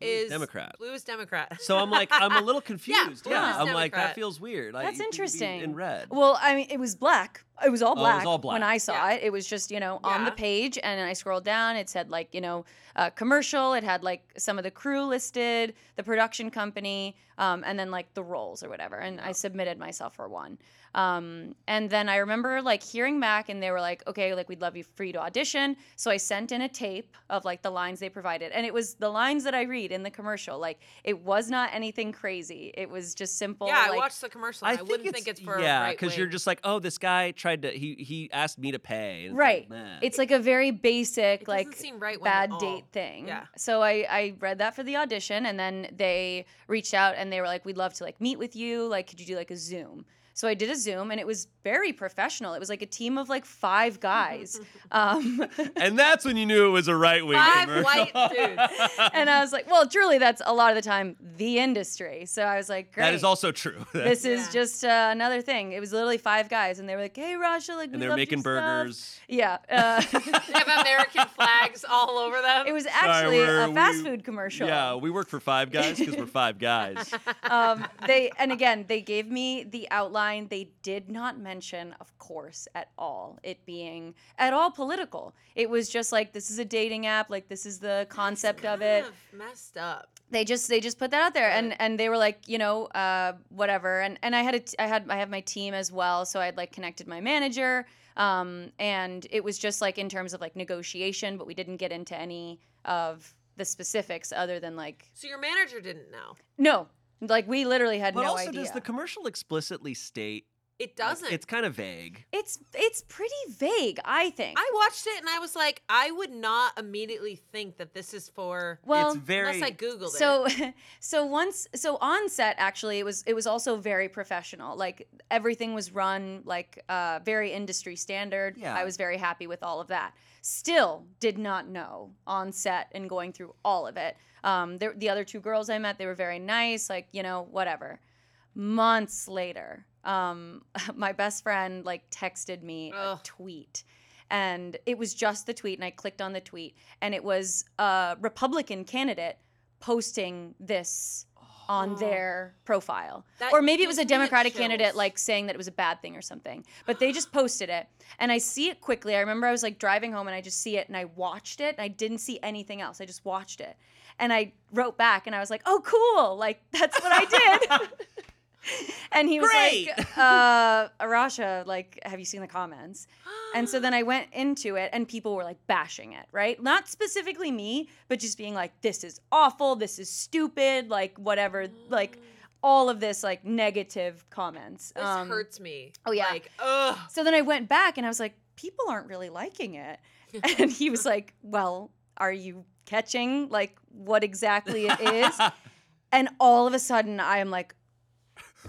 Speaker 1: Blue is
Speaker 2: is
Speaker 1: Democrat.
Speaker 2: Blue is Democrat.
Speaker 1: so I'm like I'm
Speaker 2: *laughs*
Speaker 1: a little confused.
Speaker 2: blue
Speaker 1: yeah,
Speaker 2: is
Speaker 1: I'm like that
Speaker 2: Democrat.
Speaker 1: feels weird. I, it would
Speaker 3: That's
Speaker 1: be
Speaker 3: interesting.
Speaker 1: In red.
Speaker 3: Well, I mean, it was black. It was all
Speaker 1: Oh, it was
Speaker 3: black,
Speaker 1: all black.
Speaker 3: when I saw
Speaker 2: Yeah.
Speaker 3: it. It was just, you know, on the
Speaker 2: Yeah.
Speaker 3: page. And I scrolled down. It said, like, you know, uh, commercial. It had, like, some of the crew listed, the production company, um, and then, like, the roles or whatever. And I submitted myself for one. Um, and then I remember, like, hearing back, and they were like, okay, like, we'd love you for you to audition. So I sent in a tape of, like, the lines they provided. And it was the lines that I read in the commercial. Like, it was not anything crazy. It was just simple.
Speaker 2: yeah, I
Speaker 3: like,
Speaker 2: watched the commercial. And I, wouldn't think it's for
Speaker 1: yeah,
Speaker 2: right
Speaker 1: you're just like oh this guy tried to he he asked me to pay. And it's like,
Speaker 3: Right.
Speaker 1: meh.
Speaker 3: It's like a very basic,
Speaker 2: it
Speaker 3: like
Speaker 2: doesn't seem right wing at
Speaker 3: bad
Speaker 2: all.
Speaker 3: date thing.
Speaker 2: Yeah.
Speaker 3: So I, I read that for the audition and then they reached out and they were like, We'd love to like meet with you. Like, could you do like a Zoom? So I did a Zoom and it was very professional. It was like a team of like
Speaker 2: *laughs*
Speaker 3: five guys. um,
Speaker 1: *laughs*
Speaker 3: *laughs*
Speaker 1: and that's when you knew it was a right wing.
Speaker 2: Five white dudes.
Speaker 3: and I was like, Well, truly that's a lot of the time the industry. So I was like,
Speaker 1: *laughs*
Speaker 3: Great.
Speaker 1: That is also true. *laughs*
Speaker 3: this is
Speaker 2: Yeah.
Speaker 3: just uh, another thing. It was literally five guys, and they were like, "Hey, Rasha, like, we
Speaker 1: and they're
Speaker 3: loved your
Speaker 1: making
Speaker 3: stuff."
Speaker 1: burgers.
Speaker 3: Yeah,
Speaker 1: *laughs*
Speaker 3: uh,
Speaker 2: They have American flags all over them.
Speaker 3: it was actually
Speaker 1: we're-
Speaker 3: a fast
Speaker 1: we-
Speaker 3: food commercial.
Speaker 1: Yeah,
Speaker 3: *laughs*
Speaker 1: we work for Five Guys because we're five guys.
Speaker 3: um, they and again they gave me the line they did not mention, of course, at all, it being at all political. It was just like, this is a dating app, like, this is the concept of
Speaker 1: *laughs*
Speaker 3: it
Speaker 2: messed up.
Speaker 3: they just they just put that out there and
Speaker 2: Right.
Speaker 3: and they were like you know uh whatever and and i had a t- i had i have my team as well so i had like connected my manager um and it was just like in terms of like negotiation but we didn't get into any of the specifics other than like
Speaker 2: So your manager didn't know.
Speaker 3: no like we literally had
Speaker 1: But
Speaker 3: no
Speaker 1: also,
Speaker 3: idea
Speaker 1: does the commercial explicitly state?
Speaker 2: It
Speaker 1: like,
Speaker 2: doesn't.
Speaker 1: It's kind of vague.
Speaker 3: it's it's pretty vague i think
Speaker 2: I watched it and I was like, I would not immediately think that this is for.
Speaker 3: well
Speaker 1: it's very.
Speaker 2: unless I Googled it.
Speaker 3: so *laughs* so once so on set actually it was it was also very professional like everything was run like uh, very industry standard
Speaker 1: Yeah.
Speaker 3: i was very happy with all of that still did not know on set and going through all of it um, there, the other two girls i met they were very nice like you know whatever months later um, *laughs* my best friend like texted me
Speaker 2: Ugh.
Speaker 3: a tweet and it was just the tweet and i clicked on the tweet and it was a republican candidate posting this on
Speaker 2: Oh.
Speaker 3: their profile
Speaker 2: That
Speaker 3: or maybe it was
Speaker 2: gives
Speaker 3: a
Speaker 2: me the
Speaker 3: democratic
Speaker 2: chills.
Speaker 3: candidate like saying that it was a bad thing or something but they just posted it and i see it quickly i remember i was like driving home and i just see it and i watched it and i didn't see anything else i just watched it and i wrote back and i was like oh cool like that's what
Speaker 1: *laughs*
Speaker 3: i did and he was like *laughs* uh arasha like have you seen the comments
Speaker 2: *gasps*
Speaker 3: and so then I went into it, and people were like bashing it, right? Not specifically me, but just being like, this is awful, this is stupid, like whatever, like all of this, like negative comments.
Speaker 2: This
Speaker 3: Um,
Speaker 2: hurts me.
Speaker 3: oh, yeah.
Speaker 2: Like, ugh.
Speaker 3: So then I went back and I was like, people aren't really
Speaker 1: *laughs*
Speaker 3: liking it. And he was like, well, are you catching like what exactly
Speaker 1: *laughs*
Speaker 3: it is? and all of a sudden, I am like,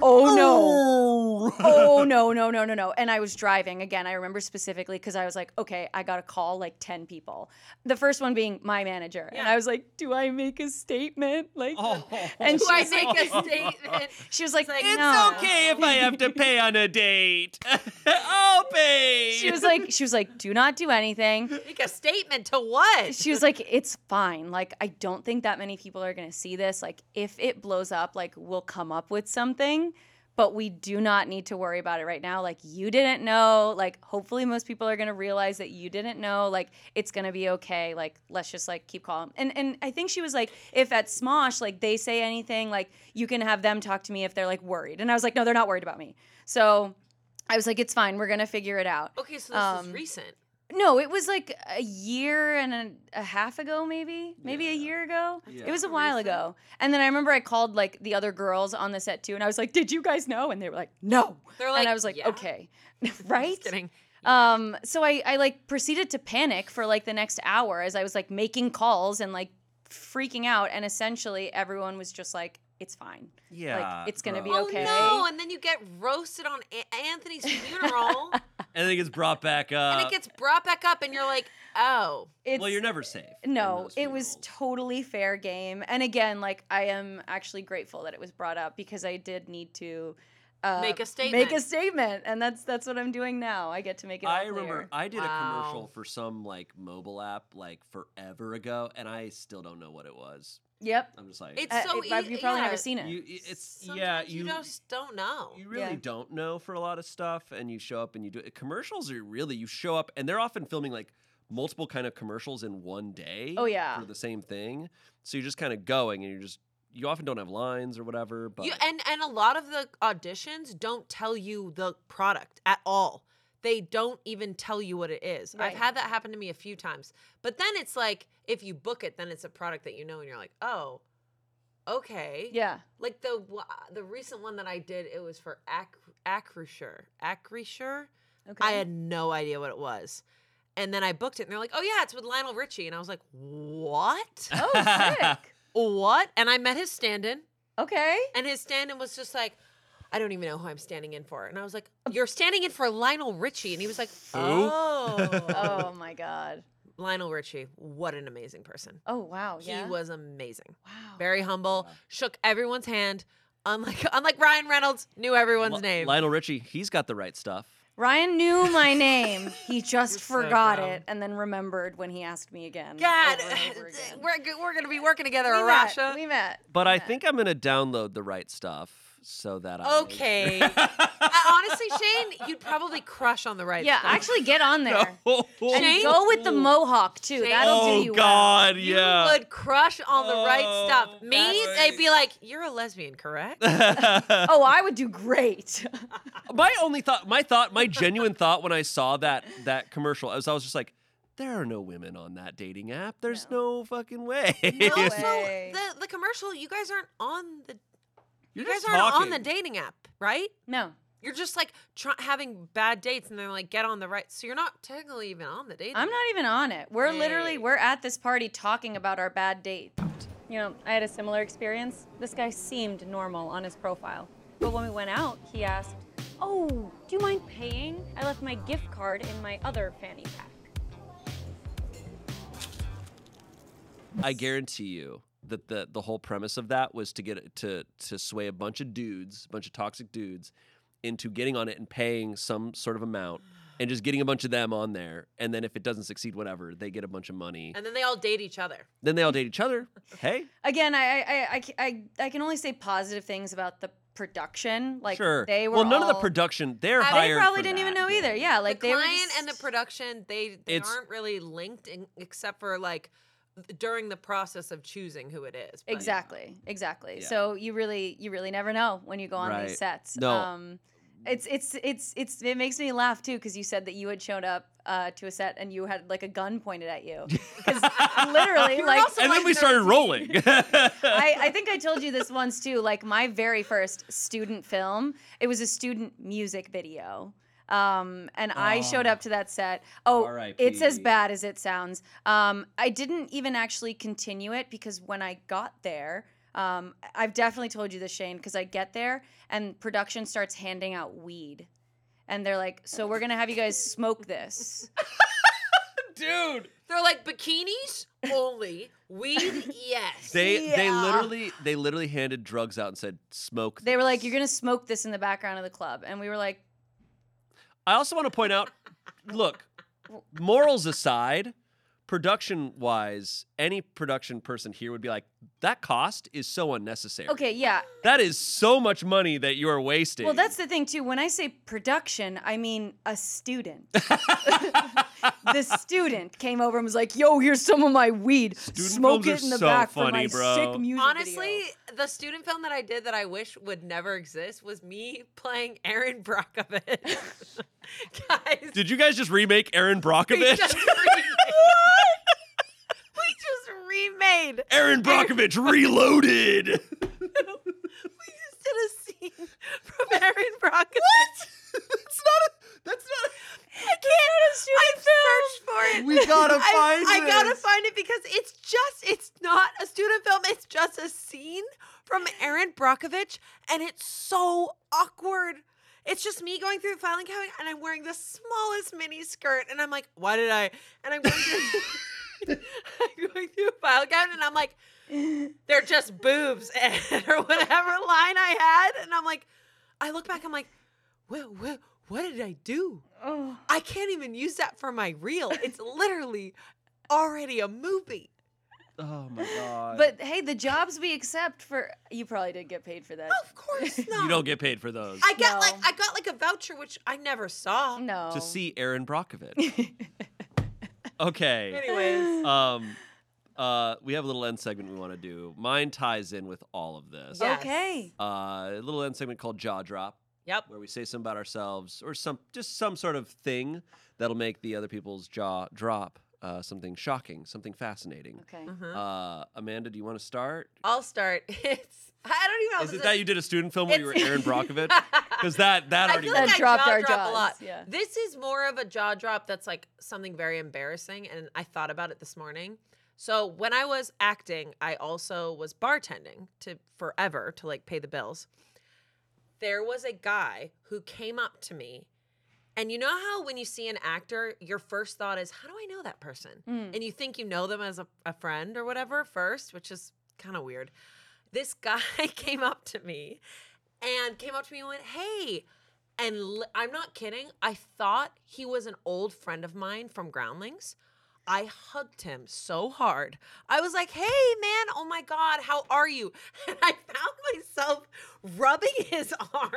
Speaker 3: oh no
Speaker 1: *laughs*
Speaker 3: oh no no no no no and i was driving again i remember specifically because i was like okay i gotta call like 10 people the first one being my manager and
Speaker 2: Yeah.
Speaker 3: i was like do i make a statement like
Speaker 1: Oh.
Speaker 3: And
Speaker 2: Do
Speaker 3: she
Speaker 2: I
Speaker 3: was
Speaker 2: make
Speaker 3: *laughs*
Speaker 2: a statement?
Speaker 3: she was like,
Speaker 2: It's like,
Speaker 3: no.
Speaker 2: It's
Speaker 1: It's okay if I have to pay on a date. *laughs* Oh, I'll pay.
Speaker 3: she was like she was like do not do anything
Speaker 2: Make a statement to what?
Speaker 3: she was like it's fine like i don't think that many people are gonna see this like if it blows up like we'll come up with something but we do not need to worry about it right now like you didn't know like hopefully most people are gonna realize that you didn't know like it's gonna be okay like let's just like keep calm and and i think she was like if at smosh like they say anything like you can have them talk to me if they're like worried and i was like no they're not worried about me so i was like it's fine we're gonna figure it out
Speaker 2: okay, so this
Speaker 3: um,
Speaker 2: is recent.
Speaker 3: no, it was like a year and a, a half ago, maybe, maybe a
Speaker 1: Yeah.
Speaker 3: year ago.
Speaker 1: Yeah.
Speaker 3: It was a
Speaker 2: Pretty
Speaker 3: while
Speaker 2: recent.
Speaker 3: ago. And then I remember I called like the other girls on the set too, and I was like, "Did you guys know?" And they were like, "No."
Speaker 2: They're like,
Speaker 3: and I was like,
Speaker 2: yeah.
Speaker 3: "Okay, *laughs*
Speaker 2: I'm
Speaker 3: right?"
Speaker 2: Just kidding.
Speaker 3: Um, so I, I like proceeded to panic for like the next hour as I was like making calls and like freaking out, and essentially everyone was just like, "It's fine."
Speaker 1: yeah,
Speaker 3: it's gonna be
Speaker 1: gross.
Speaker 2: Oh
Speaker 3: okay.
Speaker 2: no! And then you get roasted on a-
Speaker 3: *laughs*
Speaker 2: Anthony's funeral,
Speaker 1: And then it gets brought back up.
Speaker 2: and it gets brought back up, and you're like, "Oh,
Speaker 3: It's
Speaker 1: well, you're never safe. in
Speaker 3: No,
Speaker 1: those
Speaker 3: it was
Speaker 1: funerals.
Speaker 3: totally fair game. And again, like I am actually grateful that it was brought up because I did need to uh,
Speaker 2: Make a
Speaker 3: Make a
Speaker 2: statement.
Speaker 3: statement, and that's that's what I'm doing now. I get to make it. all
Speaker 1: I remember uh,
Speaker 3: clear.
Speaker 1: I did a commercial
Speaker 2: Wow.
Speaker 1: for some like mobile app like forever ago, and I still don't know what it was.
Speaker 3: Yep.
Speaker 1: I'm just like,
Speaker 2: It's
Speaker 3: Uh,
Speaker 2: so
Speaker 3: it- I've-
Speaker 2: ea-
Speaker 3: you've probably
Speaker 2: yeah.
Speaker 3: never seen it.
Speaker 1: you, it's yeah,
Speaker 2: Sometimes
Speaker 1: you
Speaker 2: just don't know."
Speaker 1: You really
Speaker 3: Yeah.
Speaker 1: don't know for a lot of stuff, and you show up and you do it. Commercials are really you show up, and they're often filming like multiple kind of commercials in one day.
Speaker 3: Oh, yeah.
Speaker 1: for the same thing. So you're just kind of going, and you're just you often don't have lines or whatever. But
Speaker 2: You, and and a lot of the auditions don't tell you the product at all. They don't even tell you what it is.
Speaker 3: Right.
Speaker 2: I've had that happen to me a few times. But then it's like if you book it, then it's a product that you know, and you're like, oh, okay.
Speaker 3: Yeah.
Speaker 2: Like the wa- the recent one that I did, it was for Ac- Acrisure. Acrisure.
Speaker 3: Okay.
Speaker 2: I had no idea what it was. And then I booked it, and they're like, "Oh yeah, it's with Lionel Richie," and I was like, "What?
Speaker 3: *laughs* oh,
Speaker 1: *laughs*
Speaker 3: sick.
Speaker 2: what?" And I met his stand-in,
Speaker 3: Okay.
Speaker 2: and his stand-in was just like, I don't even know who I'm standing in for. And I was like, You're standing in for Lionel Richie. And he was like,
Speaker 1: Who?
Speaker 3: *laughs*
Speaker 2: Oh.
Speaker 1: *laughs*
Speaker 2: *laughs*
Speaker 3: Oh my god.
Speaker 2: Lionel Richie, what an amazing person.
Speaker 3: Oh wow. Yeah. Oh,
Speaker 2: He was amazing.
Speaker 3: wow.
Speaker 2: Very humble,
Speaker 1: Wow.
Speaker 2: shook everyone's hand. Unlike *laughs* unlike Ryan Reynolds, knew everyone's
Speaker 1: Li-
Speaker 2: name.
Speaker 1: Lionel Richie, he's got the right stuff.
Speaker 3: Ryan knew
Speaker 2: *laughs*
Speaker 3: my name. He just
Speaker 2: You're so
Speaker 3: forgot
Speaker 2: dumb.
Speaker 3: it and then remembered when he asked me again.
Speaker 2: God,
Speaker 3: over
Speaker 2: *laughs*
Speaker 3: and over again.
Speaker 2: we're, g- we're going to be working together,
Speaker 3: we met.
Speaker 2: Arasha.
Speaker 3: We met.
Speaker 1: But I
Speaker 3: Yeah.
Speaker 1: think I'm gonna download the right stuff so that I may-
Speaker 2: Okay.
Speaker 1: *laughs*
Speaker 2: I- Uh, honestly, Shane, you'd probably crush on the right.
Speaker 3: Yeah,
Speaker 2: stuff.
Speaker 3: actually get
Speaker 1: *laughs*
Speaker 3: on there.
Speaker 1: No.
Speaker 3: And go with the mohawk too.
Speaker 2: Shane.
Speaker 3: That'll
Speaker 1: Oh
Speaker 3: do you well.
Speaker 1: God,
Speaker 2: You
Speaker 1: yeah. *laughs*
Speaker 2: would crush on the right
Speaker 1: Oh,
Speaker 2: stuff. Me,
Speaker 1: that's
Speaker 2: they'd
Speaker 1: right.
Speaker 2: be like, "You're a
Speaker 1: *laughs*
Speaker 2: lesbian, correct?"
Speaker 3: *laughs* Oh, I would do great. *laughs*
Speaker 1: my only thought, my thought, my genuine thought when I saw that that commercial, as I was just like, there are no women on that dating app. There's no, fucking way. *laughs*
Speaker 2: And
Speaker 3: No
Speaker 2: also,
Speaker 3: way.
Speaker 2: the the commercial. You guys aren't on the. You
Speaker 1: You're
Speaker 2: guys
Speaker 1: just
Speaker 2: aren't on the
Speaker 1: talking.
Speaker 2: dating app, right?
Speaker 3: No.
Speaker 2: You're just like try- having bad dates, and they're like, "Get on the right." So you're not technically even on the dating.
Speaker 3: I'm not even on it. We're literally
Speaker 2: Hey.
Speaker 3: we're at this party talking about our bad date. You know, I had a similar experience. This guy seemed normal on his profile, but when we went out, he asked, "Oh, do you mind paying? I left my gift card in my other fanny pack."
Speaker 1: I guarantee you that the the whole premise of that was to get to to sway a bunch of dudes, a bunch of toxic dudes, into getting on it and paying some sort of amount. And just getting a bunch of them on there, and then if it doesn't succeed, whatever, they get a bunch of money.
Speaker 2: And then they all date each other.
Speaker 1: Then they all date each other. Hey,
Speaker 3: Again, I I I, I, I can only say positive things about the production. *laughs* Like
Speaker 1: sure.
Speaker 3: they were
Speaker 1: well, none of the
Speaker 3: all- Ah,
Speaker 1: production. They're
Speaker 2: They
Speaker 1: hired.
Speaker 3: They probably
Speaker 1: for
Speaker 3: didn't even
Speaker 1: that.
Speaker 3: know either. Yeah, like
Speaker 2: the
Speaker 3: they
Speaker 2: client
Speaker 3: were just,
Speaker 2: and the production they they
Speaker 1: It's-
Speaker 2: aren't really linked in, except for like during the process of choosing who it is. but-
Speaker 3: Exactly. Exactly.
Speaker 1: Yeah.
Speaker 3: So you really you really never know when you go on
Speaker 1: Right.
Speaker 3: these sets.
Speaker 1: No.
Speaker 3: Um it's it's it's it's it makes me laugh too because you said that you had shown up uh, to a set and you had like a gun pointed
Speaker 1: *laughs*
Speaker 3: at you. 'Cause literally
Speaker 2: You're
Speaker 3: like
Speaker 2: also
Speaker 1: And then
Speaker 2: like
Speaker 1: we
Speaker 3: *laughs*
Speaker 1: started
Speaker 2: 13.
Speaker 1: rolling. *laughs*
Speaker 3: I, I think I told you this once too. Like my very first student film, it was a student music video. Um, and I showed
Speaker 1: Oh.
Speaker 3: up to that set. Oh,
Speaker 1: R.I.P..
Speaker 3: it's as bad as it sounds. Um, I didn't even actually continue it because when I got there, um, I- I've definitely told you this, Shane, because I get there and production starts handing out weed. And they're like, so we're gonna have you guys smoke this.
Speaker 1: Dude,
Speaker 2: They're like bikinis only,
Speaker 3: *laughs*
Speaker 2: weed yes.
Speaker 1: they they
Speaker 3: Yeah.
Speaker 1: literally they literally handed drugs out and said smoke.
Speaker 3: They were like,
Speaker 1: this."
Speaker 3: you're gonna smoke this in the background of the club. And we were like,
Speaker 1: I also want to point out, look, morals aside, production wise, any production person here would be like, that cost is so unnecessary.
Speaker 3: okay, yeah,
Speaker 1: That is so much money that you are wasting.
Speaker 3: Well, that's the thing too. When I say production, I mean a student.
Speaker 1: *laughs*
Speaker 3: the student came over and was like, "Yo, here's some of my weed.
Speaker 1: Student
Speaker 3: Smoke
Speaker 1: films
Speaker 3: it
Speaker 1: are
Speaker 3: in the
Speaker 1: so
Speaker 3: back for
Speaker 1: funny,
Speaker 3: my
Speaker 1: bro.
Speaker 3: sick music."
Speaker 2: Honestly,
Speaker 3: video."
Speaker 2: the student film that I did that I wish would never exist was me playing Aaron Brockovich. *laughs* Guys,
Speaker 1: *laughs* Did you guys just remake Aaron
Speaker 2: we
Speaker 3: *laughs*
Speaker 1: Brockovich? *laughs*
Speaker 2: just remade. *laughs* We just remade.
Speaker 1: Aaron Brockovich
Speaker 3: *laughs*
Speaker 1: reloaded.
Speaker 2: We just did a scene from Aaron Brockovich.
Speaker 1: That's not a. That's not.
Speaker 2: I can't. I searched for it.
Speaker 1: We gotta
Speaker 2: I,
Speaker 1: find
Speaker 2: I gotta
Speaker 1: this.
Speaker 2: find it because it's just it's not a student film. It's just a scene from Aaron Brockovich, and it's so awkward. It's just me going through the filing cabinet, and I'm wearing the smallest mini skirt, and I'm like, why did I? And I'm going through. *laughs* I'm going through a file cabinet, and I'm like, they're just boobs, *laughs* or whatever line I had, and I'm like, I look back, I'm like, well, well, what did I do?
Speaker 3: Oh.
Speaker 2: I can't even use that for my reel. It's literally already a movie.
Speaker 1: Oh my god.
Speaker 3: But hey, the jobs we accept for you probably did get paid for that.
Speaker 2: Of course
Speaker 1: *laughs*
Speaker 2: not.
Speaker 1: you don't get paid for those.
Speaker 2: I got like
Speaker 3: No.
Speaker 2: I got like a voucher which I never saw.
Speaker 3: Oh, No.
Speaker 1: to
Speaker 3: *laughs*
Speaker 1: see Aaron Brockovich. okay.
Speaker 3: *laughs*
Speaker 2: Anyways,
Speaker 1: Um, uh, we have a little end segment we want to do. Mine ties in with all of this.
Speaker 2: Yeah.
Speaker 3: Okay.
Speaker 1: Uh, a little end segment called Jaw Drop,
Speaker 2: yep.
Speaker 1: where we say something about ourselves or some just some sort of thing that'll make the other people's jaw drop. Uh, something shocking, something fascinating.
Speaker 3: Okay.
Speaker 2: Mhm.
Speaker 1: Uh, Amanda, do you want to start?
Speaker 2: I'll start. *laughs* It's I don't even know.
Speaker 1: Is
Speaker 2: if
Speaker 1: it
Speaker 2: this
Speaker 1: that you did a student film where you were
Speaker 2: It's-
Speaker 1: Aaron
Speaker 2: *laughs*
Speaker 1: Brockovich? Because that that
Speaker 2: I
Speaker 1: already
Speaker 2: feel
Speaker 1: went.
Speaker 2: like I
Speaker 3: That dropped
Speaker 2: jaw
Speaker 3: our
Speaker 2: drop a
Speaker 3: jaws,
Speaker 2: lot.
Speaker 3: yeah.
Speaker 2: This is more of a jaw drop that's like something very embarrassing, and I thought about it this morning. So when I was acting, I also was bartending to forever to like pay the bills. There was a guy who came up to me, and you know how when you see an actor, your first thought is, "How do I know that person?"
Speaker 3: Mm.
Speaker 2: and you think you know them as a, a friend or whatever first, which is kind of weird. This *laughs* guy came up to me and came up to me and went, Hey, and li- I'm not kidding. I thought he was an old friend of mine from Groundlings. I hugged him so hard. I was like, hey, man, oh my God, how are you? *laughs* And I found what myself rubbing his *laughs* arm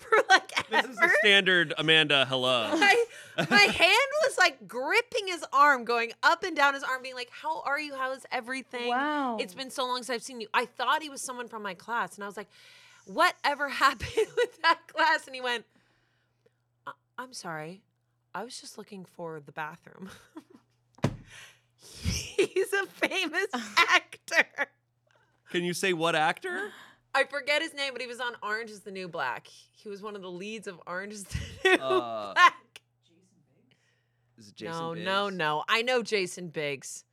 Speaker 2: for like
Speaker 1: This is the
Speaker 2: ever.
Speaker 1: standard Amanda
Speaker 2: *laughs*
Speaker 1: hello.
Speaker 2: my, my hand was like gripping his arm, going up and down his arm, being like, How are you? How is everything?
Speaker 3: Wow.
Speaker 2: It's been so long since I've seen you. I thought he was someone from my class. And I was like, Whatever *laughs* happened with that class? And he went, "I- I'm sorry. I was just looking for the bathroom. *laughs* He's a famous actor.
Speaker 1: Can you say what actor?
Speaker 2: I forget his name, but he was on Orange is the New Black. He was one of the leads of Orange is the *laughs* New
Speaker 1: Uh,
Speaker 2: Black.
Speaker 1: Is it Jason
Speaker 2: no,
Speaker 1: Biggs? *laughs*
Speaker 2: no, *laughs* no. I know Jason Biggs.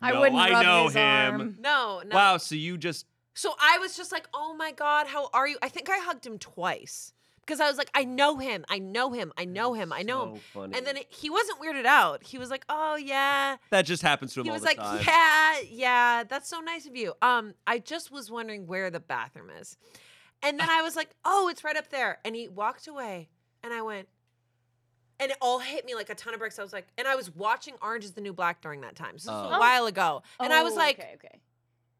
Speaker 3: I
Speaker 1: No,
Speaker 3: wouldn't
Speaker 1: I
Speaker 3: rub
Speaker 1: know
Speaker 3: his
Speaker 1: him.
Speaker 3: arm.
Speaker 2: No, no.
Speaker 1: Wow, so you just
Speaker 2: So I was just like, oh my God, how are you? I think I hugged him twice because I was like, I know him. I know him. I know him. I know
Speaker 1: so
Speaker 2: him.
Speaker 1: Funny.
Speaker 2: And then it, he wasn't weirded out. He was like, oh yeah.
Speaker 1: that just happens to him
Speaker 2: He
Speaker 1: all
Speaker 2: was
Speaker 1: the
Speaker 2: like,
Speaker 1: time.
Speaker 2: yeah, yeah, that's so nice of you. Um, I just was wondering where the bathroom is. And then I was like, oh, it's right up there. And he walked away and I went, and it all hit me like a ton of bricks. I was like, and I was watching Orange is the New Black during that time. So this was
Speaker 1: Oh.
Speaker 2: a while ago. And I was
Speaker 3: Oh,
Speaker 2: like,
Speaker 3: okay, okay.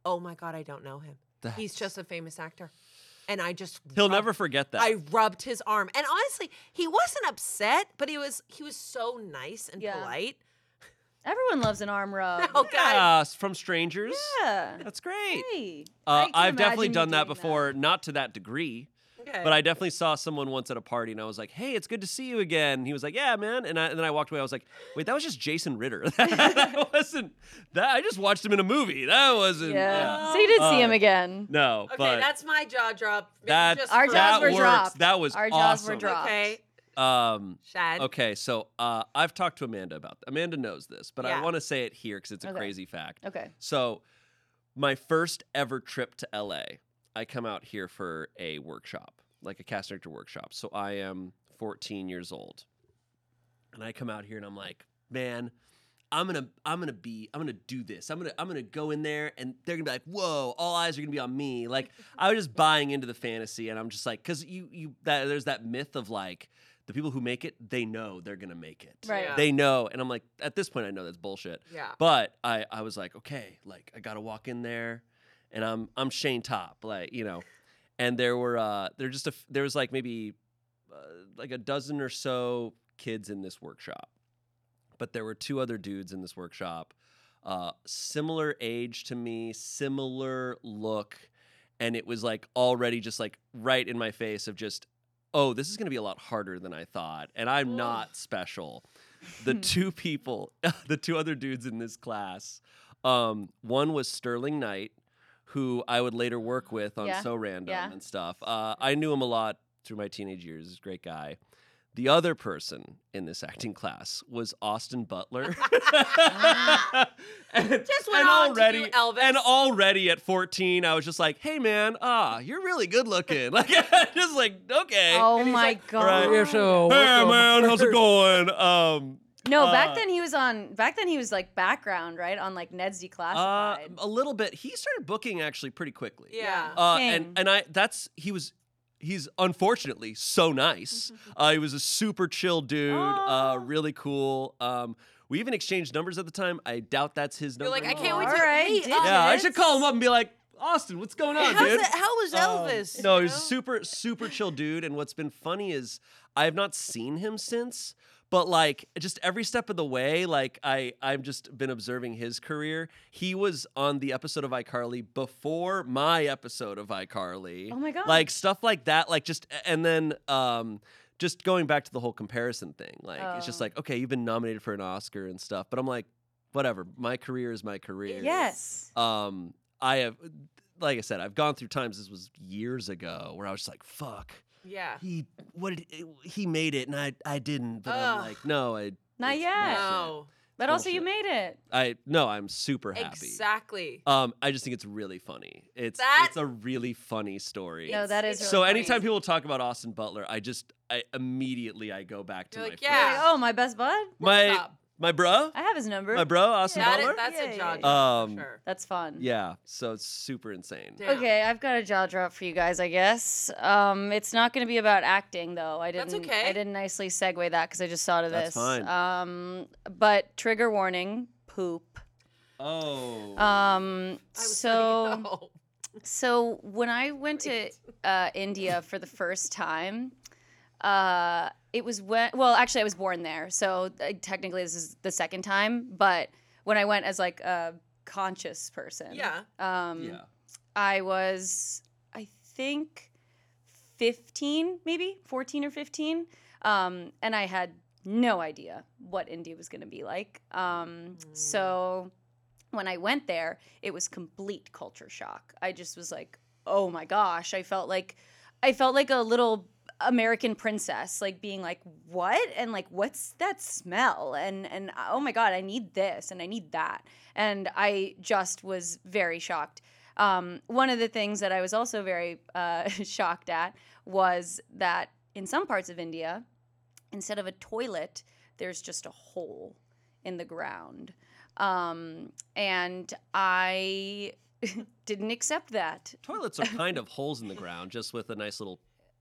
Speaker 2: oh my God, I don't know him. He's
Speaker 1: That's-
Speaker 2: just a famous actor. And I just
Speaker 1: He'll
Speaker 2: rubbed-
Speaker 1: never forget that.
Speaker 2: I rubbed his arm. And honestly, he wasn't upset, but he was he was so nice and
Speaker 3: Yeah. Um,
Speaker 2: polite.
Speaker 3: Everyone loves an
Speaker 1: *laughs*
Speaker 3: arm rub.
Speaker 2: *laughs* Oh god.
Speaker 1: yeah, uh, from strangers.
Speaker 3: Yeah.
Speaker 1: That's great.
Speaker 3: Hey. I
Speaker 1: Uh,
Speaker 3: can
Speaker 1: I've definitely
Speaker 3: imagine you
Speaker 1: done that
Speaker 3: doing
Speaker 1: before, not to that degree,
Speaker 2: Okay.
Speaker 1: but I definitely saw someone once at a party, and I was like, "Hey, it's good to see you again." And he was like, "Yeah, man," and, I, and then I walked away. I was like, "Wait, that was just Jason Ritter. *laughs*
Speaker 3: *laughs*
Speaker 1: that wasn't that. I just watched him in a movie. That wasn't.
Speaker 3: Yeah.
Speaker 2: yeah.
Speaker 3: So you did see him
Speaker 1: Uh,
Speaker 3: again.
Speaker 1: No,
Speaker 2: Okay,
Speaker 1: but
Speaker 2: that's my jaw drop. Maybe
Speaker 1: that
Speaker 2: just
Speaker 3: Our
Speaker 2: for-
Speaker 3: jaws
Speaker 1: that
Speaker 3: were
Speaker 1: works.
Speaker 3: dropped.
Speaker 1: That was
Speaker 3: Our jaws were
Speaker 1: awesome.
Speaker 3: dropped.
Speaker 2: Okay,
Speaker 1: Um,
Speaker 2: Shad.
Speaker 1: okay, so uh, I've talked to Amanda about Amanda knows this, but I
Speaker 2: Yeah.
Speaker 1: want to say it here because it's a
Speaker 3: Okay.
Speaker 1: crazy fact.
Speaker 3: Okay.
Speaker 1: So, my first ever trip to LA, I come out here for a workshop, like a cast director workshop. So, I am 14 years old. And I come out here and I'm like, man, I'm going to I'm going to be I'm going to do this. I'm going to I'm going to go in there and they're going to be like, "Whoa, all eyes are going to be on me." Like, I was just buying into the fantasy and I'm just like cuz you you that there's that myth of like the people who make it, they know they're going to make it.
Speaker 3: Right.
Speaker 2: Yeah.
Speaker 1: They know. And I'm like, at this point I know that's bullshit.
Speaker 2: Yeah.
Speaker 1: But I, I was like, okay, like I gotta walk in there, and I'm I'm Shane Top, like you know, and there were uh there just a f- there was like maybe uh, like a dozen or so kids in this workshop, but there were two other dudes in this workshop, uh similar age to me, similar look, and it was like already just like right in my face of just oh this is gonna be a lot harder than I thought, and I'm
Speaker 2: Ugh.
Speaker 1: not special the
Speaker 2: Hmm.
Speaker 1: two people, *laughs* the two other dudes in this class, um, one was Sterling Knight, who I would later work with on
Speaker 3: Yeah,
Speaker 1: So Random
Speaker 3: yeah.
Speaker 1: and stuff. Uh, I knew him a lot through my teenage years. He's a great guy. The other person in this acting class was Austin
Speaker 2: *laughs*
Speaker 1: Butler. *laughs* and,
Speaker 2: Just went on to do Elvis. *laughs*
Speaker 1: and already at 14, I was just like, hey, man, ah, you're really good looking. *laughs* Like, just like, okay.
Speaker 3: Oh
Speaker 1: And he's
Speaker 3: my
Speaker 1: like,
Speaker 3: god.
Speaker 1: "Right, yeah, Hey man, how's
Speaker 2: *laughs*
Speaker 1: it going? Um,
Speaker 3: No,
Speaker 1: Uh,
Speaker 3: back then he was on. Back then he was like background, right, on like Ned's
Speaker 1: uh,
Speaker 3: Declassified.
Speaker 1: a little bit. He started booking actually pretty quickly.
Speaker 2: yeah.
Speaker 1: Uh, and
Speaker 3: King.
Speaker 1: and I that's he was he's unfortunately so
Speaker 2: *laughs*
Speaker 1: nice. uh, he was a super chill dude.
Speaker 3: Aw.
Speaker 1: Uh, really cool. Um, we even exchanged numbers at the time. I doubt that's his
Speaker 2: You're
Speaker 1: number.
Speaker 2: like, I
Speaker 1: now.
Speaker 2: can't wait
Speaker 3: All
Speaker 2: to
Speaker 3: right,
Speaker 2: hey,
Speaker 3: did
Speaker 2: uh,
Speaker 1: Yeah, I
Speaker 3: Dennis.
Speaker 1: should call him up and be like, Austin, what's going on,
Speaker 2: how's
Speaker 1: dude?
Speaker 2: it- how was
Speaker 1: Um,
Speaker 2: Elvis?
Speaker 1: no,
Speaker 2: you
Speaker 1: he's
Speaker 2: know?
Speaker 1: super, super chill dude. And what's been funny is I have not seen him since, but like just every step of the way, like I, I've just been observing his career. He was on the episode of iCarly before my episode of iCarly.
Speaker 3: oh my god.
Speaker 1: Like stuff like that, like just and then um just going back to the whole comparison thing. Like it's just
Speaker 3: Oh.
Speaker 1: like, okay, you've been nominated for an Oscar and stuff, but I'm like, whatever. My career is my career
Speaker 3: yes.
Speaker 1: um i have like i said i've gone through times this was years ago where i was just like fuck
Speaker 2: Yeah.
Speaker 1: he what did he made it and i i didn't but i'm
Speaker 2: Ugh.
Speaker 1: like no i
Speaker 3: Not
Speaker 1: it's
Speaker 3: yet.
Speaker 1: bullshit.
Speaker 2: No.
Speaker 3: But also, you
Speaker 1: bullshit.
Speaker 3: made it.
Speaker 1: i no i'm super happy
Speaker 2: Exactly.
Speaker 1: um i just think it's really funny it's
Speaker 2: That-
Speaker 1: it's a really funny story
Speaker 3: No, that is
Speaker 2: It's
Speaker 1: so
Speaker 3: really
Speaker 1: anytime
Speaker 2: crazy.
Speaker 1: people talk about austin butler i just i immediately i go back to
Speaker 2: You're
Speaker 1: my
Speaker 2: like,
Speaker 1: first-
Speaker 3: funny.
Speaker 2: yeah.
Speaker 3: Like, oh, my best bud.
Speaker 1: my
Speaker 2: Stop.
Speaker 1: my bro
Speaker 3: I have his number.
Speaker 1: my bro austin
Speaker 2: That
Speaker 1: butler
Speaker 2: is, that's
Speaker 3: Yeah,
Speaker 2: a jaw drop.
Speaker 3: yeah,
Speaker 1: yeah.
Speaker 2: for sure.
Speaker 3: That's fun.
Speaker 1: yeah so it's super insane
Speaker 2: Damn.
Speaker 3: Okay, I've got a jaw drop for you guys, I guess. Um, it's not going to be about acting, though. I didn't.
Speaker 2: That's okay.
Speaker 3: I didn't nicely segue that because I just saw to
Speaker 1: That's
Speaker 3: this.
Speaker 1: fine.
Speaker 3: Um, but trigger warning: poop.
Speaker 1: Oh.
Speaker 2: I
Speaker 3: Um,
Speaker 2: was
Speaker 3: so
Speaker 2: like,
Speaker 3: *laughs*
Speaker 2: oh.
Speaker 3: so when I went to uh, India for the first time, uh, it was when well actually I was born there, so uh, technically this is the second time. But when I went as like a conscious person,
Speaker 2: Yeah.
Speaker 3: um,
Speaker 1: yeah.
Speaker 3: I was, I think, 15, maybe 14 or 15. Um, and I had no idea what India was going to be like. Um, So when I went there, it was complete culture shock. I just was like, oh my gosh. I felt like, I felt like a little American princess, like being like, what? And like, what's that smell? And, and oh my God, I need this and I need that. And I just was very shocked um, one of the things that I was also very uh, *laughs* shocked at was that in some parts of India, instead of a toilet, there's just a hole in the ground. Um, and I *laughs* didn't accept that.
Speaker 1: Toilets are kind of holes in the ground, just with a nice little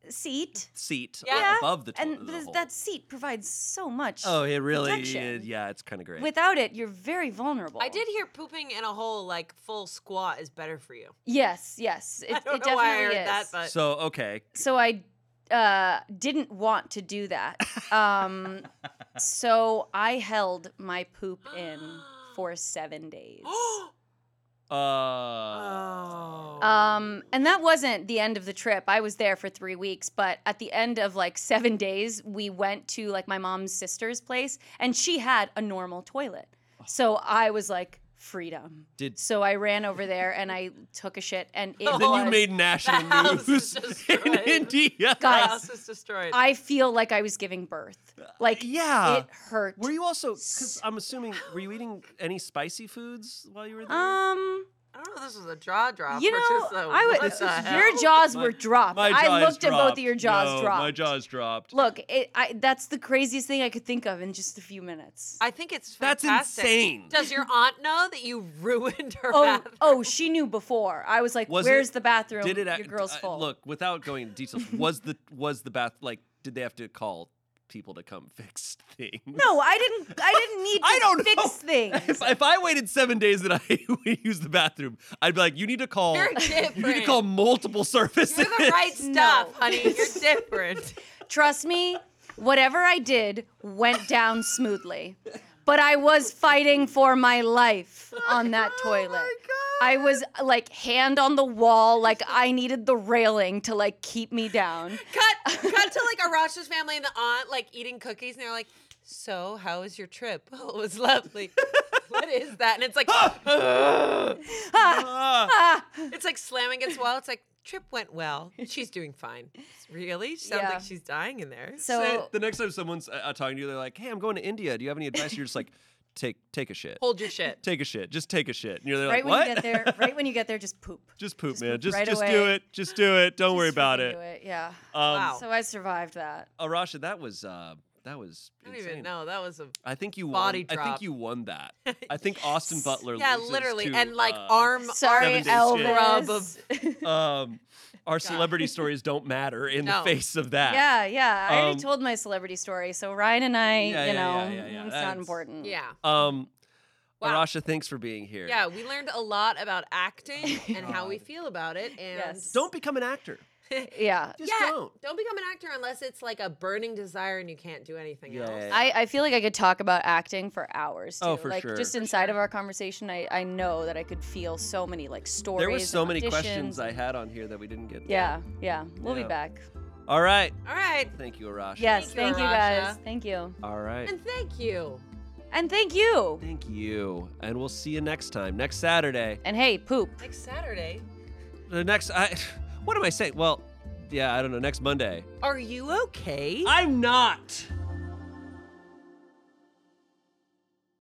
Speaker 3: Seat.
Speaker 1: seat
Speaker 2: Yeah.
Speaker 1: above the toilet.
Speaker 3: And th- that seat provides so much.
Speaker 1: Oh, it really
Speaker 3: protection.
Speaker 1: is. Yeah, it's kind of great.
Speaker 3: Without it, you're very vulnerable.
Speaker 2: I did hear pooping in a hole like full squat is better for you. *laughs*
Speaker 3: Yes, yes. It,
Speaker 2: I don't know
Speaker 3: it definitely
Speaker 2: why I heard
Speaker 3: is.
Speaker 2: that, but *gasps*
Speaker 1: so okay,
Speaker 3: so I uh, didn't want to do that. Um, so I held my poop in for seven days.
Speaker 1: uh,
Speaker 3: Oh.
Speaker 2: Oh.
Speaker 3: Um, and that wasn't the end of the trip. I was there for three weeks, but at the end of like seven days, we went to like my mom's sister's place, and she had a normal toilet. So I was like, freedom.
Speaker 1: did
Speaker 3: So I ran over there and I took a shit, and it
Speaker 2: Oh,
Speaker 1: then
Speaker 3: was,
Speaker 1: you made national
Speaker 3: *laughs*
Speaker 2: The house
Speaker 1: news
Speaker 2: is
Speaker 1: *laughs* in
Speaker 2: destroyed.
Speaker 1: India?
Speaker 2: My
Speaker 3: Guys,
Speaker 2: house is destroyed.
Speaker 3: I feel like I was giving birth. Like
Speaker 1: yeah.
Speaker 3: it hurt.
Speaker 1: Were you also? Because I'm assuming, were you eating any spicy foods while you were there?
Speaker 3: um.
Speaker 2: I don't know. if This was a jaw drop.
Speaker 3: You
Speaker 2: or
Speaker 3: know,
Speaker 2: just a,
Speaker 3: I
Speaker 2: what
Speaker 3: would.
Speaker 1: This
Speaker 2: the
Speaker 1: is
Speaker 2: hell?
Speaker 3: Your jaws
Speaker 1: My-
Speaker 3: were dropped.
Speaker 1: my jaw
Speaker 3: I
Speaker 1: is
Speaker 3: looked at both
Speaker 1: dropped.
Speaker 3: of your jaws
Speaker 1: no,
Speaker 3: dropped.
Speaker 1: My jaws dropped.
Speaker 3: Look, it, I, that's the craziest thing I could think of in just a few minutes.
Speaker 2: I think it's
Speaker 1: That's
Speaker 2: fantastic.
Speaker 1: insane.
Speaker 2: Does your aunt know that you ruined her
Speaker 3: oh,
Speaker 2: bathroom? *laughs*
Speaker 3: oh, she knew before. I was like,
Speaker 1: Was it-
Speaker 3: "Where's the bathroom?
Speaker 1: Did it? ac-
Speaker 3: your girl's
Speaker 1: uh,
Speaker 3: full."
Speaker 1: Look, without going into
Speaker 3: *laughs*
Speaker 1: details, was the was the bath like? Did they have to call people to come *laughs* fix things?
Speaker 3: no, I didn't. I didn't need
Speaker 1: *laughs*
Speaker 3: to
Speaker 1: I don't
Speaker 3: fix
Speaker 1: know.
Speaker 3: things.
Speaker 1: *laughs* If, if I waited seven days that I *laughs* would use the bathroom, I'd be like, you need to call. *laughs*
Speaker 2: You're
Speaker 1: you need to
Speaker 2: different.
Speaker 1: call multiple services.
Speaker 2: You're the
Speaker 1: *laughs*
Speaker 2: right stuff,
Speaker 3: No.
Speaker 2: honey.
Speaker 3: *laughs*
Speaker 2: You're different.
Speaker 3: Trust me, whatever I did went down smoothly. But I was fighting for my life
Speaker 2: *laughs*
Speaker 3: on that
Speaker 2: Oh
Speaker 3: toilet. I was like hand on the wall, like I needed the railing to like keep me
Speaker 2: *laughs*
Speaker 3: down.
Speaker 2: cut, cut to like Arash's family and the aunt like eating cookies, and they're like, "So, how was your trip? *laughs* Oh, it was lovely. what is that?" And
Speaker 1: *laughs*
Speaker 2: it's like,
Speaker 1: Ah,
Speaker 2: it's like slamming its wall. It's like. Trip went well. She's doing
Speaker 3: *laughs*
Speaker 2: fine. Really? She sounds
Speaker 3: Yeah.
Speaker 2: like she's dying in there.
Speaker 3: So
Speaker 1: the next time someone's uh, uh, talking to you, they're like, "Hey, I'm going to India. Do you have any advice?" You're just like, "Take take a shit.
Speaker 2: Hold your shit.
Speaker 1: Take a shit. Just take a shit." And you're like,
Speaker 3: right when
Speaker 1: "What?"
Speaker 3: you get there, right when you get there, just poop.
Speaker 1: *laughs* just poop,
Speaker 3: just
Speaker 1: man.
Speaker 3: poop
Speaker 1: just
Speaker 3: right
Speaker 1: just do
Speaker 3: away.
Speaker 1: it. Just do it. Don't worry
Speaker 3: Just
Speaker 1: about
Speaker 3: freaking
Speaker 1: it.
Speaker 3: do Yeah.
Speaker 1: Um,
Speaker 2: Wow.
Speaker 3: So I survived that.
Speaker 1: Arasha, that was uh, that was
Speaker 2: I don't
Speaker 1: insane.
Speaker 2: even know. That was a
Speaker 1: I think you
Speaker 2: Body
Speaker 1: won. I
Speaker 2: drop.
Speaker 1: think you won
Speaker 2: *laughs*
Speaker 1: that. I think Austin Butler.
Speaker 2: yeah,
Speaker 1: loses
Speaker 2: literally,
Speaker 1: to,
Speaker 2: and like
Speaker 1: uh,
Speaker 2: arm
Speaker 1: seven
Speaker 3: Sorry,
Speaker 1: days
Speaker 2: scrub
Speaker 3: Elvis.
Speaker 2: of-
Speaker 3: *laughs*
Speaker 1: um, our celebrity stories don't matter in
Speaker 2: No.
Speaker 1: the face of that.
Speaker 3: yeah, yeah. I
Speaker 1: Um,
Speaker 3: already told my celebrity story, so Ryan and I,
Speaker 1: Yeah,
Speaker 3: you
Speaker 1: yeah, yeah,
Speaker 3: know,
Speaker 1: yeah, yeah.
Speaker 3: it's
Speaker 1: That's-
Speaker 3: not important.
Speaker 2: Yeah.
Speaker 1: Um,
Speaker 2: Wow.
Speaker 1: Arasha, thanks for being here.
Speaker 2: Yeah, we learned a lot about *laughs* acting and how we
Speaker 1: God.
Speaker 2: feel about it. And
Speaker 3: Yes.
Speaker 1: Don't become an actor.
Speaker 3: Yeah.
Speaker 1: Just
Speaker 2: yeah,
Speaker 1: don't.
Speaker 2: become an actor unless it's like a burning desire and you can't do anything else.
Speaker 1: Yeah.
Speaker 3: I, I feel like I could talk about acting for hours. Too.
Speaker 1: Oh, for
Speaker 3: like
Speaker 1: sure.
Speaker 3: just
Speaker 1: For
Speaker 3: inside of our conversation, I, I know that I could feel so many like stories.
Speaker 1: There were so
Speaker 3: and
Speaker 1: many
Speaker 3: auditions
Speaker 1: questions I
Speaker 3: and-
Speaker 1: had on here that we didn't get. to.
Speaker 3: Yeah, yeah. We'll
Speaker 1: Yeah.
Speaker 3: be back.
Speaker 1: All right.
Speaker 2: All right.
Speaker 1: Thank you, Arasha.
Speaker 3: Yes,
Speaker 2: Thank you,
Speaker 3: thank you,
Speaker 2: Arasha.
Speaker 3: guys. Thank you.
Speaker 1: All right.
Speaker 2: And thank you.
Speaker 3: And thank you.
Speaker 1: Thank you. And we'll see you next time, next Saturday.
Speaker 3: And hey, poop.
Speaker 2: Next Saturday.
Speaker 1: The next, I, *laughs* what am I saying? Well, yeah, I don't know. Next Monday.
Speaker 2: Are you okay?
Speaker 1: I'm not.